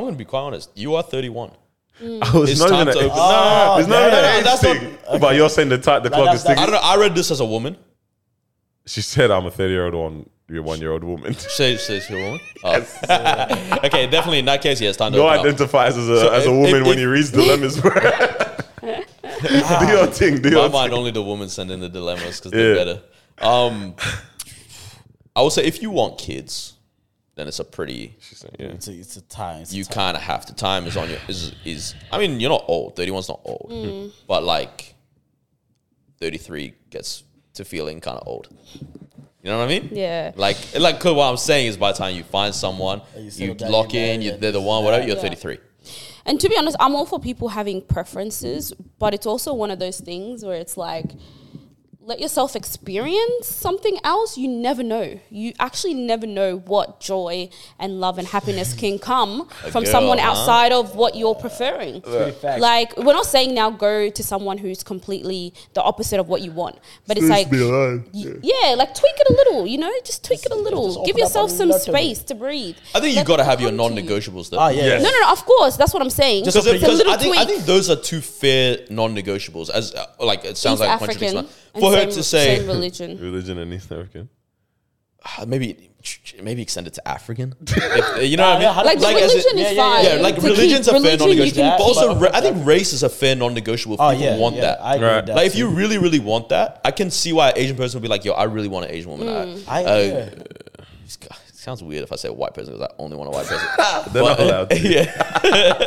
[SPEAKER 3] gonna be quite honest. You are 31.
[SPEAKER 2] I was
[SPEAKER 3] It's
[SPEAKER 2] not
[SPEAKER 3] time
[SPEAKER 2] even.
[SPEAKER 3] to
[SPEAKER 2] a-
[SPEAKER 3] open-
[SPEAKER 2] no, it's not
[SPEAKER 1] Ah, yeah,
[SPEAKER 2] even
[SPEAKER 1] yeah,
[SPEAKER 2] an age
[SPEAKER 3] that's
[SPEAKER 2] thing. But you're saying the time, the clock
[SPEAKER 1] that's-
[SPEAKER 2] is ticking.
[SPEAKER 3] I don't know. I read this as a woman.
[SPEAKER 2] She said, "I'm a 30 year old one, you're one year old woman."
[SPEAKER 3] Says says a woman. Oh. okay, definitely in that case, yes, time to
[SPEAKER 2] No
[SPEAKER 3] open up.
[SPEAKER 2] identifies as a as a
[SPEAKER 3] if-
[SPEAKER 2] woman
[SPEAKER 3] if-
[SPEAKER 2] when
[SPEAKER 3] if-
[SPEAKER 2] you reads dilemmas. bro. do your thing. Do
[SPEAKER 3] my
[SPEAKER 2] your
[SPEAKER 3] mind,
[SPEAKER 2] thing.
[SPEAKER 3] only the women send in the dilemmas because they're
[SPEAKER 2] Yeah.
[SPEAKER 3] better. Um, I would say if you want kids, then it's a pretty.
[SPEAKER 2] Yeah.
[SPEAKER 1] It's a, it's a time. It's a
[SPEAKER 3] You
[SPEAKER 1] time.
[SPEAKER 3] kind of have to. Time is on your is is. I mean, you're not old. Thirty one's not old,
[SPEAKER 4] Mm.
[SPEAKER 3] but like thirty three gets to feeling kind of old. You know what I mean?
[SPEAKER 4] Yeah.
[SPEAKER 3] Like, like, 'cause what I'm saying is, by the time you find someone,
[SPEAKER 1] you
[SPEAKER 3] you,
[SPEAKER 1] settle down,
[SPEAKER 3] lock
[SPEAKER 1] you marry,
[SPEAKER 3] in. You,
[SPEAKER 1] and
[SPEAKER 3] they're the
[SPEAKER 1] this
[SPEAKER 3] one.
[SPEAKER 1] and
[SPEAKER 3] Whatever.
[SPEAKER 1] that.
[SPEAKER 3] You're
[SPEAKER 4] Yeah.
[SPEAKER 3] thirty three.
[SPEAKER 4] And to be honest, I'm all for people having preferences, but it's also one of those things where it's like, let yourself experience something else. You never know. You actually never know what joy and love and happiness can come from
[SPEAKER 3] girl,
[SPEAKER 4] someone
[SPEAKER 3] huh?
[SPEAKER 4] outside of what you're preferring.
[SPEAKER 1] Pretty facts.
[SPEAKER 4] Like, we're not saying now go to someone who's completely the opposite of what you want, but it's like, y- yeah, like tweak it a little, you know, just tweak it a
[SPEAKER 1] just
[SPEAKER 4] little. Give
[SPEAKER 1] open up
[SPEAKER 4] yourself
[SPEAKER 1] a
[SPEAKER 4] some
[SPEAKER 1] lot of it.
[SPEAKER 4] space to breathe.
[SPEAKER 3] I think you
[SPEAKER 4] Let
[SPEAKER 3] got to
[SPEAKER 4] them
[SPEAKER 3] have your
[SPEAKER 4] come to you.
[SPEAKER 3] non-negotiables. Though.
[SPEAKER 1] Ah, yeah.
[SPEAKER 2] Yes.
[SPEAKER 1] yeah.
[SPEAKER 4] No, no, no, of course. That's what I'm saying.
[SPEAKER 1] Just
[SPEAKER 4] Just
[SPEAKER 3] Because
[SPEAKER 4] a
[SPEAKER 1] something-
[SPEAKER 3] because I think
[SPEAKER 4] little
[SPEAKER 3] I
[SPEAKER 4] tweak.
[SPEAKER 3] think those are two fair non-negotiables. As uh, like it sounds
[SPEAKER 4] He's
[SPEAKER 3] like a
[SPEAKER 4] African.
[SPEAKER 3] contradiction for her
[SPEAKER 4] and
[SPEAKER 3] to
[SPEAKER 4] same-
[SPEAKER 3] say
[SPEAKER 4] same religion.
[SPEAKER 2] Religion and East African.
[SPEAKER 3] "Ah, maybe maybe extend it to African. If- uh, you know what I
[SPEAKER 1] yeah,
[SPEAKER 3] mean?
[SPEAKER 1] how
[SPEAKER 4] Like,
[SPEAKER 1] Like,
[SPEAKER 3] as
[SPEAKER 4] religion
[SPEAKER 3] in-
[SPEAKER 1] yeah,
[SPEAKER 4] is
[SPEAKER 1] yeah,
[SPEAKER 4] fine.
[SPEAKER 1] yeah,
[SPEAKER 3] yeah, like
[SPEAKER 4] to keep.
[SPEAKER 3] religion's a fair
[SPEAKER 4] Religion you
[SPEAKER 3] non-negotiable.
[SPEAKER 4] can
[SPEAKER 3] But also,
[SPEAKER 1] keep.
[SPEAKER 3] ra- I think race is a fair non-negotiable. If
[SPEAKER 1] Oh
[SPEAKER 3] people
[SPEAKER 1] yeah,
[SPEAKER 3] want
[SPEAKER 1] yeah,
[SPEAKER 3] that.
[SPEAKER 1] I agree
[SPEAKER 2] Right.
[SPEAKER 1] with that.
[SPEAKER 3] like if you
[SPEAKER 1] too.
[SPEAKER 3] really, really want that, I can see why an Asian person would be like, "Yo, I really want an Asian woman." I,
[SPEAKER 4] Mm.
[SPEAKER 1] I-
[SPEAKER 3] uh,
[SPEAKER 1] yeah.
[SPEAKER 3] it's- it sounds weird if I say a white person because I only want a white person.
[SPEAKER 2] They're not allowed. To.
[SPEAKER 3] yeah.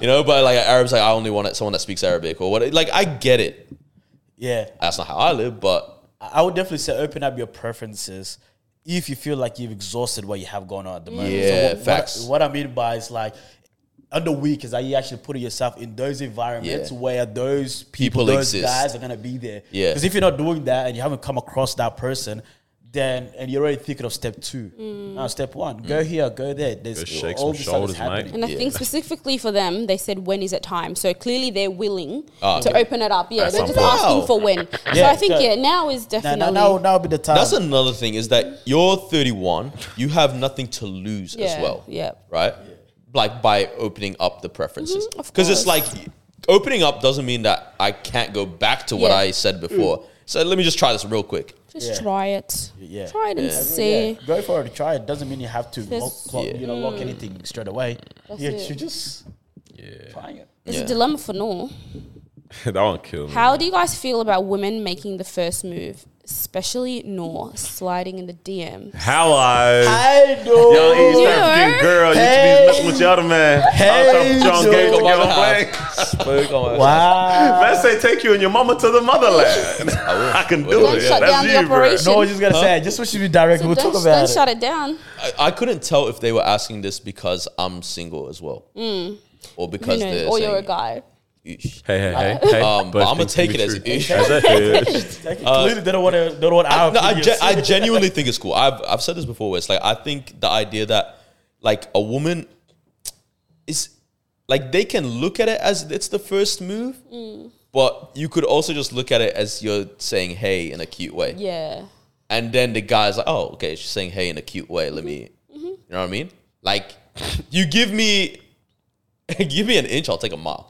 [SPEAKER 3] you know, but like Arabs, like I only want someone that speaks Arabic or what. Like I get it.
[SPEAKER 1] yeah,
[SPEAKER 3] That's not how I live, but
[SPEAKER 1] I I would definitely say open up your preferences if you feel like you've exhausted what you have going on at the moment.
[SPEAKER 3] Yeah,
[SPEAKER 1] what,
[SPEAKER 3] facts.
[SPEAKER 1] What, I- what I mean by is like on the week is that you actually put yourself in those environments
[SPEAKER 3] Yeah.
[SPEAKER 1] where those people,
[SPEAKER 3] People
[SPEAKER 1] those
[SPEAKER 3] exist.
[SPEAKER 1] guys are gonna be there.
[SPEAKER 3] Yeah.
[SPEAKER 1] Because if you're not doing that and you haven't come across that person, then and you're already thinking of step two.
[SPEAKER 4] Mm.
[SPEAKER 1] Now step one,
[SPEAKER 3] Mm.
[SPEAKER 1] go here, go there. There's
[SPEAKER 2] Go shake
[SPEAKER 1] all
[SPEAKER 2] some
[SPEAKER 1] this stuff is
[SPEAKER 2] shoulders, mate.
[SPEAKER 1] happening.
[SPEAKER 4] And I
[SPEAKER 3] Yeah.
[SPEAKER 4] think specifically for them, they said when is it time. So clearly they're willing
[SPEAKER 3] Ah,
[SPEAKER 4] to
[SPEAKER 3] okay.
[SPEAKER 4] open it up. Yeah,
[SPEAKER 2] At
[SPEAKER 4] they're
[SPEAKER 2] some
[SPEAKER 4] just
[SPEAKER 2] point.
[SPEAKER 4] asking
[SPEAKER 3] Wow.
[SPEAKER 4] for when. so
[SPEAKER 1] Yeah,
[SPEAKER 4] I think
[SPEAKER 1] so-
[SPEAKER 4] yeah, now is
[SPEAKER 1] Now,
[SPEAKER 4] definitely.
[SPEAKER 1] now, now, now would be the time.
[SPEAKER 3] That's
[SPEAKER 4] Um,
[SPEAKER 3] another thing is that you're 31, you have nothing to lose
[SPEAKER 4] Yeah,
[SPEAKER 3] as well.
[SPEAKER 4] yeah.
[SPEAKER 3] Right? Like by opening up the preferences.
[SPEAKER 4] Mhm, of
[SPEAKER 3] Because it's like
[SPEAKER 4] course.
[SPEAKER 3] opening up doesn't mean that I can't go back to what
[SPEAKER 4] Yeah.
[SPEAKER 3] I said before. So let me just try this real quick.
[SPEAKER 4] Just
[SPEAKER 1] Yeah.
[SPEAKER 4] try it.
[SPEAKER 1] Yeah.
[SPEAKER 4] Try it and see.
[SPEAKER 1] Yeah, go for it. Try it. Doesn't mean you have to lock,
[SPEAKER 4] There's-
[SPEAKER 1] clock,
[SPEAKER 3] Yeah.
[SPEAKER 1] you know, lock anything straight away. you
[SPEAKER 4] it.
[SPEAKER 1] should just try it.
[SPEAKER 4] There's
[SPEAKER 3] Yeah.
[SPEAKER 4] a dilemma for Noor.
[SPEAKER 2] that won't kill me.
[SPEAKER 4] How do you guys feel about women making the first move, especially Noor sliding in the DM?
[SPEAKER 2] Hello.
[SPEAKER 1] I know.
[SPEAKER 2] Yo, East
[SPEAKER 4] You
[SPEAKER 2] African
[SPEAKER 4] are?
[SPEAKER 2] girl, you
[SPEAKER 1] Hey.
[SPEAKER 2] to be messing with your other man.
[SPEAKER 1] Hey,
[SPEAKER 2] I'm trying to
[SPEAKER 1] Joe.
[SPEAKER 2] get your
[SPEAKER 3] Mother
[SPEAKER 2] mother
[SPEAKER 3] half. Spoke on my-
[SPEAKER 1] Wow.
[SPEAKER 2] Man say take you and your mama to the motherland. I can do
[SPEAKER 4] Don't
[SPEAKER 2] it.
[SPEAKER 4] shut
[SPEAKER 2] That's
[SPEAKER 4] down the
[SPEAKER 2] you, bro.
[SPEAKER 4] operation.
[SPEAKER 1] No, I was just gonna say. I just wish you be direct.
[SPEAKER 4] So
[SPEAKER 1] we'll talk
[SPEAKER 4] don't, don't
[SPEAKER 1] about it.
[SPEAKER 4] shut it down.
[SPEAKER 3] I, I couldn't tell if they were asking this because I'm single as well. Or
[SPEAKER 4] Mm. Who
[SPEAKER 3] because
[SPEAKER 4] knows?
[SPEAKER 3] they're
[SPEAKER 4] Or
[SPEAKER 3] saying,
[SPEAKER 4] you're a guy.
[SPEAKER 3] "Eesh."
[SPEAKER 2] Hey, hey, hey, hey.
[SPEAKER 3] Um, but
[SPEAKER 2] Both
[SPEAKER 3] I'm gonna
[SPEAKER 2] things
[SPEAKER 3] take
[SPEAKER 2] can
[SPEAKER 3] it
[SPEAKER 2] be
[SPEAKER 3] as an
[SPEAKER 2] true.
[SPEAKER 3] issue.
[SPEAKER 1] Like,
[SPEAKER 2] Exactly.
[SPEAKER 1] Clearly, they don't want to. They don't want our.
[SPEAKER 3] no, Uh, I,
[SPEAKER 1] opinions.
[SPEAKER 3] gen- I genuinely think it's cool. I've, I've said this before. Where it's like I think the idea that like a woman is like they can look at it as it's the first move,
[SPEAKER 4] Mm.
[SPEAKER 3] but you could also just look at it as you're saying hey in a cute way,
[SPEAKER 4] Yeah.
[SPEAKER 3] and then the guy's like, oh okay, she's saying hey in a cute way. Let me,
[SPEAKER 4] Mm-hmm.
[SPEAKER 3] you know what I mean? Like you give me give me an inch, I'll take a mile.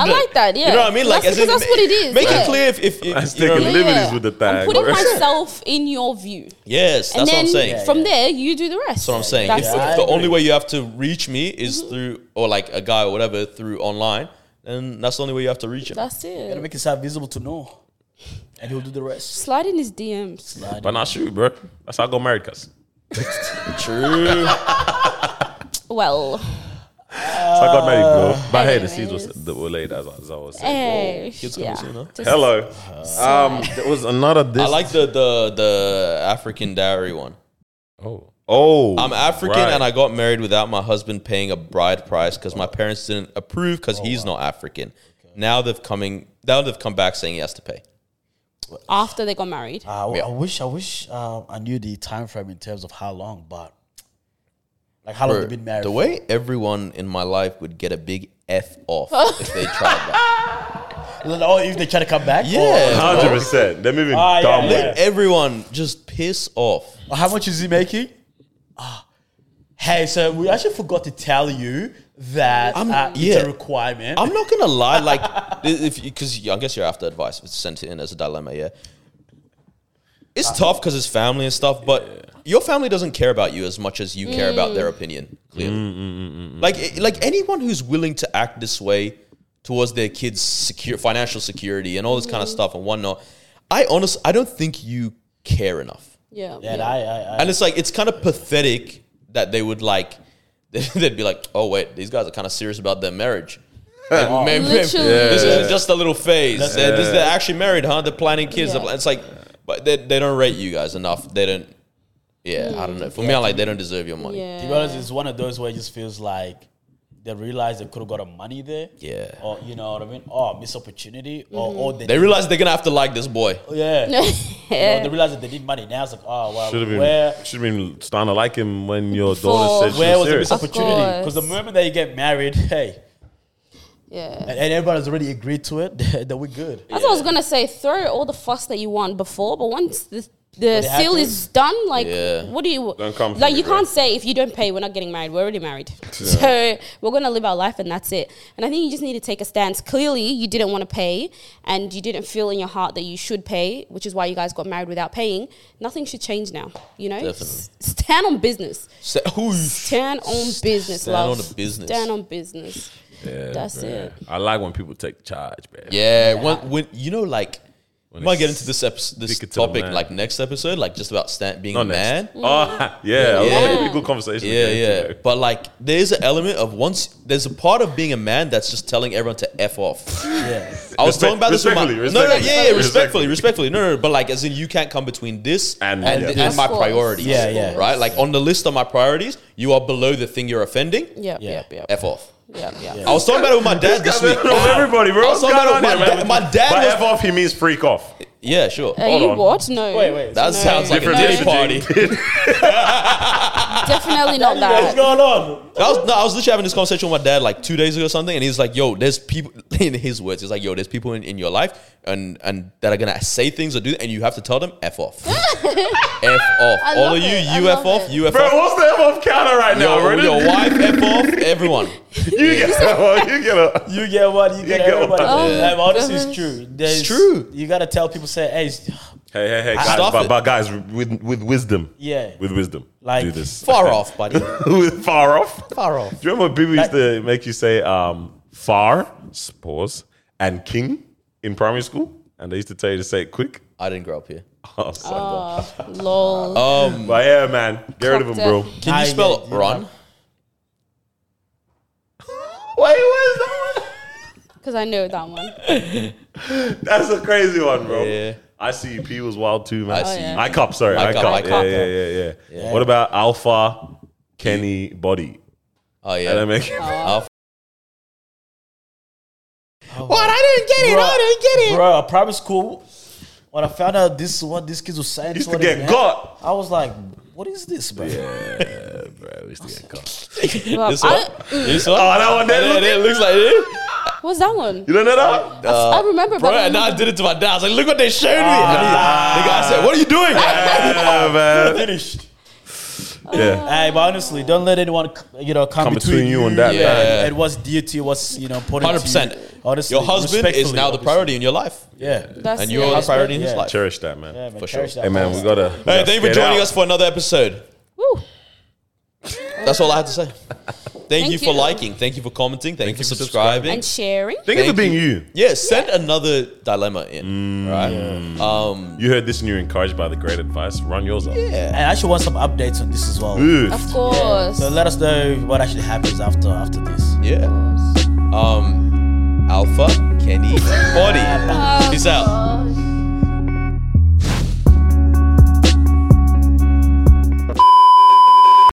[SPEAKER 4] I like that. Yeah.
[SPEAKER 3] You know what I mean? Like
[SPEAKER 4] that's,
[SPEAKER 3] as in,
[SPEAKER 4] because that's what it is.
[SPEAKER 3] Make
[SPEAKER 4] yeah.
[SPEAKER 3] it clear if, if, if
[SPEAKER 2] I'm
[SPEAKER 3] you know what I
[SPEAKER 2] taking
[SPEAKER 3] mean?
[SPEAKER 2] liberties with the
[SPEAKER 4] I'm
[SPEAKER 2] thing.
[SPEAKER 4] putting
[SPEAKER 2] bro.
[SPEAKER 4] myself in your view.
[SPEAKER 3] yes, that's
[SPEAKER 4] And
[SPEAKER 3] what
[SPEAKER 4] then
[SPEAKER 3] I'm saying.
[SPEAKER 4] from there, you do the rest.
[SPEAKER 3] That's what I'm saying.
[SPEAKER 4] That's
[SPEAKER 3] if
[SPEAKER 4] it. Mm-hmm.
[SPEAKER 3] if
[SPEAKER 1] I
[SPEAKER 3] the
[SPEAKER 1] agree.
[SPEAKER 3] only way you have to reach me is through, or like a guy or whatever, through online, then that's the only way you have to reach him.
[SPEAKER 4] That's
[SPEAKER 1] Gotta
[SPEAKER 4] it.
[SPEAKER 1] make yourself visible to know, and he'll do the rest.
[SPEAKER 4] Slide in his DMs.
[SPEAKER 2] But not shoot, bro. That's how I got married, cuz.
[SPEAKER 3] true.
[SPEAKER 4] Well,
[SPEAKER 2] That's how I got married, bro. But hey, the
[SPEAKER 4] Uh, anyways.
[SPEAKER 2] seeds was that were laid as, as I was saying.
[SPEAKER 4] eh, yeah.
[SPEAKER 3] soon, huh?
[SPEAKER 4] Just-
[SPEAKER 2] Hello.
[SPEAKER 4] Uh,
[SPEAKER 2] Um, there was another this.
[SPEAKER 3] I like the the the African diary one.
[SPEAKER 2] Oh, oh
[SPEAKER 3] I'm African and I got married without my husband paying a bride price because my parents didn't approve because
[SPEAKER 1] Oh,
[SPEAKER 3] he's not African. Now they've coming. Now they've come back saying he has to pay.
[SPEAKER 4] After they got married.
[SPEAKER 1] Uh, I-
[SPEAKER 3] Yeah.
[SPEAKER 1] I wish I wish um, I knew the time frame in terms of how long, but like how long
[SPEAKER 3] Bro,
[SPEAKER 1] they've been married.
[SPEAKER 3] the
[SPEAKER 1] for.
[SPEAKER 3] way everyone in my life would get a big f off if they tried that.
[SPEAKER 1] Or Oh, if they try to come back. Oh, or-
[SPEAKER 3] Yeah.
[SPEAKER 2] hundred percent. They're moving
[SPEAKER 1] Ah, yeah,
[SPEAKER 2] dumb
[SPEAKER 1] yeah.
[SPEAKER 2] with it.
[SPEAKER 3] Everyone just piss off.
[SPEAKER 1] Or how much is he making? Ah, hey, so we actually forgot to tell you that
[SPEAKER 3] I'm-
[SPEAKER 1] uh,
[SPEAKER 3] yeah.
[SPEAKER 1] it's a requirement.
[SPEAKER 3] I'm not gonna lie, like if because I guess you're after advice, if it's sent in as a dilemma, yeah. It's tough because it's family and stuff, but your family doesn't care about you as much as you care about their opinion. Clearly, like like anyone who's willing to act this way towards their kids' secure financial security and all this kind of stuff and whatnot, I honestly I don't think you care enough.
[SPEAKER 4] Yeah.
[SPEAKER 1] and
[SPEAKER 4] yeah.
[SPEAKER 1] I, I, I
[SPEAKER 3] And it's like it's kind of pathetic that they would like they'd be like, oh wait, these guys are kind of serious about their marriage. Maybe-
[SPEAKER 4] Literally.
[SPEAKER 3] This isn't just a little phase. They're, this- they're actually married, huh? They're planning kids. They're
[SPEAKER 4] Yeah.
[SPEAKER 3] pla- It's like, but they, they don't rate you guys enough. They don't. Yeah, I don't know. For me, I'm like they don't deserve your money.
[SPEAKER 1] To be honest, it's one of those where it just feels like they realize they could have got a money there.
[SPEAKER 3] Yeah.
[SPEAKER 1] Or you know what I mean? Or miss opportunity. Or, or Mm-hmm. they, oh,
[SPEAKER 3] They realize they're gonna have to like this boy.
[SPEAKER 1] yeah. You know,
[SPEAKER 4] Yeah.
[SPEAKER 1] they realize that they need money. Now it's like, oh well,
[SPEAKER 2] Should have
[SPEAKER 1] where
[SPEAKER 2] been, should have been starting to like him when your
[SPEAKER 4] Before.
[SPEAKER 2] daughter said she
[SPEAKER 1] where
[SPEAKER 2] was
[SPEAKER 1] was the
[SPEAKER 2] serious.
[SPEAKER 1] missed opportunity?
[SPEAKER 4] course.
[SPEAKER 1] Because the moment that you get married, hey,
[SPEAKER 4] yeah.
[SPEAKER 1] and, and everybody's already agreed to it, then we're good.
[SPEAKER 4] That's what I was gonna say. Throw all the fuss that you want before, but once the the
[SPEAKER 1] it
[SPEAKER 4] seal
[SPEAKER 1] happens.
[SPEAKER 4] is done, like
[SPEAKER 3] Yeah.
[SPEAKER 4] what do you
[SPEAKER 2] Don't come for
[SPEAKER 4] like?
[SPEAKER 2] me,
[SPEAKER 4] You
[SPEAKER 2] bro.
[SPEAKER 4] can't say if you don't pay, we're not getting married. We're already married, so we're gonna live our life and that's it. And I think you just need to take a stance. Clearly, you didn't want to pay, and you didn't feel in your heart that you should pay, which is why you guys got married without paying. Nothing should change now. You know,
[SPEAKER 3] Definitely.
[SPEAKER 4] S- stand on business.
[SPEAKER 3] Sa- Whoosh.
[SPEAKER 4] Stand on business,
[SPEAKER 3] stand
[SPEAKER 4] love.
[SPEAKER 3] on the business.
[SPEAKER 4] Stand on business.
[SPEAKER 2] Yeah,
[SPEAKER 4] That's
[SPEAKER 2] bruh.
[SPEAKER 4] it.
[SPEAKER 2] I like when people take charge, man.
[SPEAKER 3] Yeah, When, when you know, like
[SPEAKER 2] When
[SPEAKER 3] We might
[SPEAKER 2] it's-
[SPEAKER 3] get into this episode, this
[SPEAKER 2] Stick it to the
[SPEAKER 3] topic
[SPEAKER 2] man.
[SPEAKER 3] like next episode, like just about stand, being
[SPEAKER 2] Not
[SPEAKER 3] a man.
[SPEAKER 2] next. Oh, yeah.
[SPEAKER 3] Yeah.
[SPEAKER 2] yeah. good conversation.
[SPEAKER 3] Yeah,
[SPEAKER 2] Okay,
[SPEAKER 3] yeah.
[SPEAKER 2] okay.
[SPEAKER 3] But like, there is an element of once there's a part of being a man that's just telling everyone to f off.
[SPEAKER 1] Yeah.
[SPEAKER 3] I was
[SPEAKER 2] Respect-
[SPEAKER 3] talking about this with my no,
[SPEAKER 2] respectfully,
[SPEAKER 3] no, yeah,
[SPEAKER 2] respectfully.
[SPEAKER 3] yeah, respectfully, respectfully. No, no, no, but like, as in, you can't come between this
[SPEAKER 2] And-
[SPEAKER 3] and and,
[SPEAKER 2] yeah.
[SPEAKER 3] and my
[SPEAKER 4] Of course.
[SPEAKER 3] priorities.
[SPEAKER 1] Yeah, yeah.
[SPEAKER 3] Right, like on the list of my priorities, you are below the thing you're offending.
[SPEAKER 6] Yep,
[SPEAKER 1] Yeah.
[SPEAKER 6] yep, yep.
[SPEAKER 3] F off.
[SPEAKER 6] Yep, yep.
[SPEAKER 3] I was talking about it with my dad
[SPEAKER 2] This
[SPEAKER 3] this
[SPEAKER 2] guy
[SPEAKER 3] week.
[SPEAKER 2] better know everybody, bro.
[SPEAKER 3] I
[SPEAKER 2] What's
[SPEAKER 3] was talking
[SPEAKER 2] going on
[SPEAKER 3] about it with
[SPEAKER 2] here,
[SPEAKER 3] my,
[SPEAKER 2] man?
[SPEAKER 3] dad, my dad
[SPEAKER 2] By
[SPEAKER 3] was
[SPEAKER 2] F off, he means freak off.
[SPEAKER 3] yeah, sure.
[SPEAKER 4] Are
[SPEAKER 2] Hold
[SPEAKER 4] you
[SPEAKER 2] on.
[SPEAKER 4] what? No.
[SPEAKER 1] Wait, wait.
[SPEAKER 3] that sounds like a
[SPEAKER 2] Different
[SPEAKER 3] dinner party.
[SPEAKER 2] messaging.
[SPEAKER 4] Definitely not
[SPEAKER 1] What's
[SPEAKER 4] that.
[SPEAKER 1] going on?
[SPEAKER 3] I was, no, I was literally having this conversation with my dad like two days ago or something, and he's like, "Yo, there's people." In his words, he's like, "Yo, there's people in, in your life and and that are gonna say things or do, and you have to tell them f off, f off,
[SPEAKER 4] I
[SPEAKER 3] all
[SPEAKER 4] love
[SPEAKER 3] of you,
[SPEAKER 4] it. I
[SPEAKER 3] you f
[SPEAKER 4] love
[SPEAKER 3] off,
[SPEAKER 4] it.
[SPEAKER 3] you f
[SPEAKER 2] Bro,
[SPEAKER 3] off,
[SPEAKER 2] what's the F off counter right now,
[SPEAKER 3] yo,
[SPEAKER 2] bro?
[SPEAKER 3] your wife f off, everyone."
[SPEAKER 2] You get a, you get a.
[SPEAKER 1] You get what? You get
[SPEAKER 2] get
[SPEAKER 1] everybody.
[SPEAKER 2] what?
[SPEAKER 1] Um, honestly,
[SPEAKER 4] goodness.
[SPEAKER 1] it's true. There's-
[SPEAKER 3] Oh, true.
[SPEAKER 1] You gotta tell people. Say, hey, it's-
[SPEAKER 2] Hey, hey, hey, guys,
[SPEAKER 3] Stop
[SPEAKER 2] but,
[SPEAKER 3] it.
[SPEAKER 2] but guys, with with wisdom,
[SPEAKER 1] yeah.
[SPEAKER 2] with wisdom,
[SPEAKER 1] Like-
[SPEAKER 2] do this
[SPEAKER 3] Far off, buddy.
[SPEAKER 2] with far off.
[SPEAKER 3] Far off.
[SPEAKER 2] Do you remember people used to make you say um, far, pause, and king in primary school? And they used to tell you to say it quick.
[SPEAKER 3] I didn't grow up here.
[SPEAKER 2] Oh, son.
[SPEAKER 4] Lol.
[SPEAKER 2] But yeah, man, get rid of him, bro.
[SPEAKER 4] Cocktail.
[SPEAKER 3] Can
[SPEAKER 1] I
[SPEAKER 3] you spell
[SPEAKER 1] get you.
[SPEAKER 3] Ron?
[SPEAKER 2] Wait, where's that one?
[SPEAKER 4] Because I know that one.
[SPEAKER 2] That's a crazy one, bro.
[SPEAKER 3] Yeah.
[SPEAKER 2] I see you. P was wild too, man.
[SPEAKER 3] I see you.
[SPEAKER 2] I cup, sorry. I
[SPEAKER 3] I cup,
[SPEAKER 2] cup.
[SPEAKER 3] I
[SPEAKER 2] Yeah,
[SPEAKER 3] cup.
[SPEAKER 2] yeah, yeah, yeah, What about Alpha Kenny Body?
[SPEAKER 3] Oh
[SPEAKER 2] And I
[SPEAKER 3] yeah.
[SPEAKER 2] make
[SPEAKER 3] Alpha.
[SPEAKER 6] What? I didn't get it.
[SPEAKER 1] Bruh.
[SPEAKER 6] I didn't get it.
[SPEAKER 1] Bro, at primary school, when I found out this is what these kids were saying,
[SPEAKER 2] used to
[SPEAKER 1] what it
[SPEAKER 2] get
[SPEAKER 1] meant,
[SPEAKER 2] got.
[SPEAKER 1] I was like, what is this, bro?
[SPEAKER 2] Bro, used to get got.
[SPEAKER 4] Well,
[SPEAKER 3] This
[SPEAKER 4] I,
[SPEAKER 3] one. This one.
[SPEAKER 2] Oh, that one there.
[SPEAKER 3] And
[SPEAKER 2] look-
[SPEAKER 3] then it looks like this.
[SPEAKER 4] what's that one?
[SPEAKER 2] You don't know that?
[SPEAKER 3] Oh.
[SPEAKER 4] I, I remember,
[SPEAKER 3] Bro,
[SPEAKER 4] but I
[SPEAKER 3] and I
[SPEAKER 4] remember-
[SPEAKER 3] did it to my dad. I was like, look what they showed me. And he, the guy said, what are you doing?
[SPEAKER 2] Ah. Yeah, man.
[SPEAKER 1] Finished.
[SPEAKER 2] Yeah.
[SPEAKER 1] Hey, but honestly, don't let anyone you know come,
[SPEAKER 2] Come
[SPEAKER 1] between,
[SPEAKER 2] between you and that,
[SPEAKER 1] Yeah.
[SPEAKER 3] man.
[SPEAKER 1] And what's dear to you, what's you know important to you.
[SPEAKER 3] 100%.
[SPEAKER 1] Honestly,
[SPEAKER 3] Your husband is
[SPEAKER 1] respectfully,
[SPEAKER 3] now the
[SPEAKER 1] obviously.
[SPEAKER 3] priority in your life.
[SPEAKER 1] Yeah.
[SPEAKER 4] That's
[SPEAKER 3] And
[SPEAKER 4] it.
[SPEAKER 3] you are the priority in his
[SPEAKER 1] Yeah.
[SPEAKER 3] life.
[SPEAKER 2] Cherish that, man.
[SPEAKER 1] yeah man,
[SPEAKER 3] For
[SPEAKER 1] cherish
[SPEAKER 3] sure.
[SPEAKER 1] that
[SPEAKER 2] Hey, man, we
[SPEAKER 1] boss.
[SPEAKER 2] gotta.
[SPEAKER 3] Hey, thank you for joining us for another episode.
[SPEAKER 4] Woo.
[SPEAKER 3] That's all I have to say. Thank, you for
[SPEAKER 4] you.
[SPEAKER 3] liking. Thank you for commenting. Thank, you
[SPEAKER 2] you
[SPEAKER 3] for
[SPEAKER 2] for
[SPEAKER 3] subscribing.
[SPEAKER 4] And sharing.
[SPEAKER 2] Thank you for
[SPEAKER 3] Thank
[SPEAKER 2] being
[SPEAKER 3] you.
[SPEAKER 2] you.
[SPEAKER 3] Yeah, send another dilemma in. right? Um,
[SPEAKER 2] You heard this and you're encouraged by the great advice. Run yours up.
[SPEAKER 1] And I actually want some updates on this as well.
[SPEAKER 2] Oof.
[SPEAKER 4] Of course.
[SPEAKER 1] So let us know what actually happens after after this.
[SPEAKER 3] yeah. Um, Alpha Kenny Body. Peace out.
[SPEAKER 4] Oh,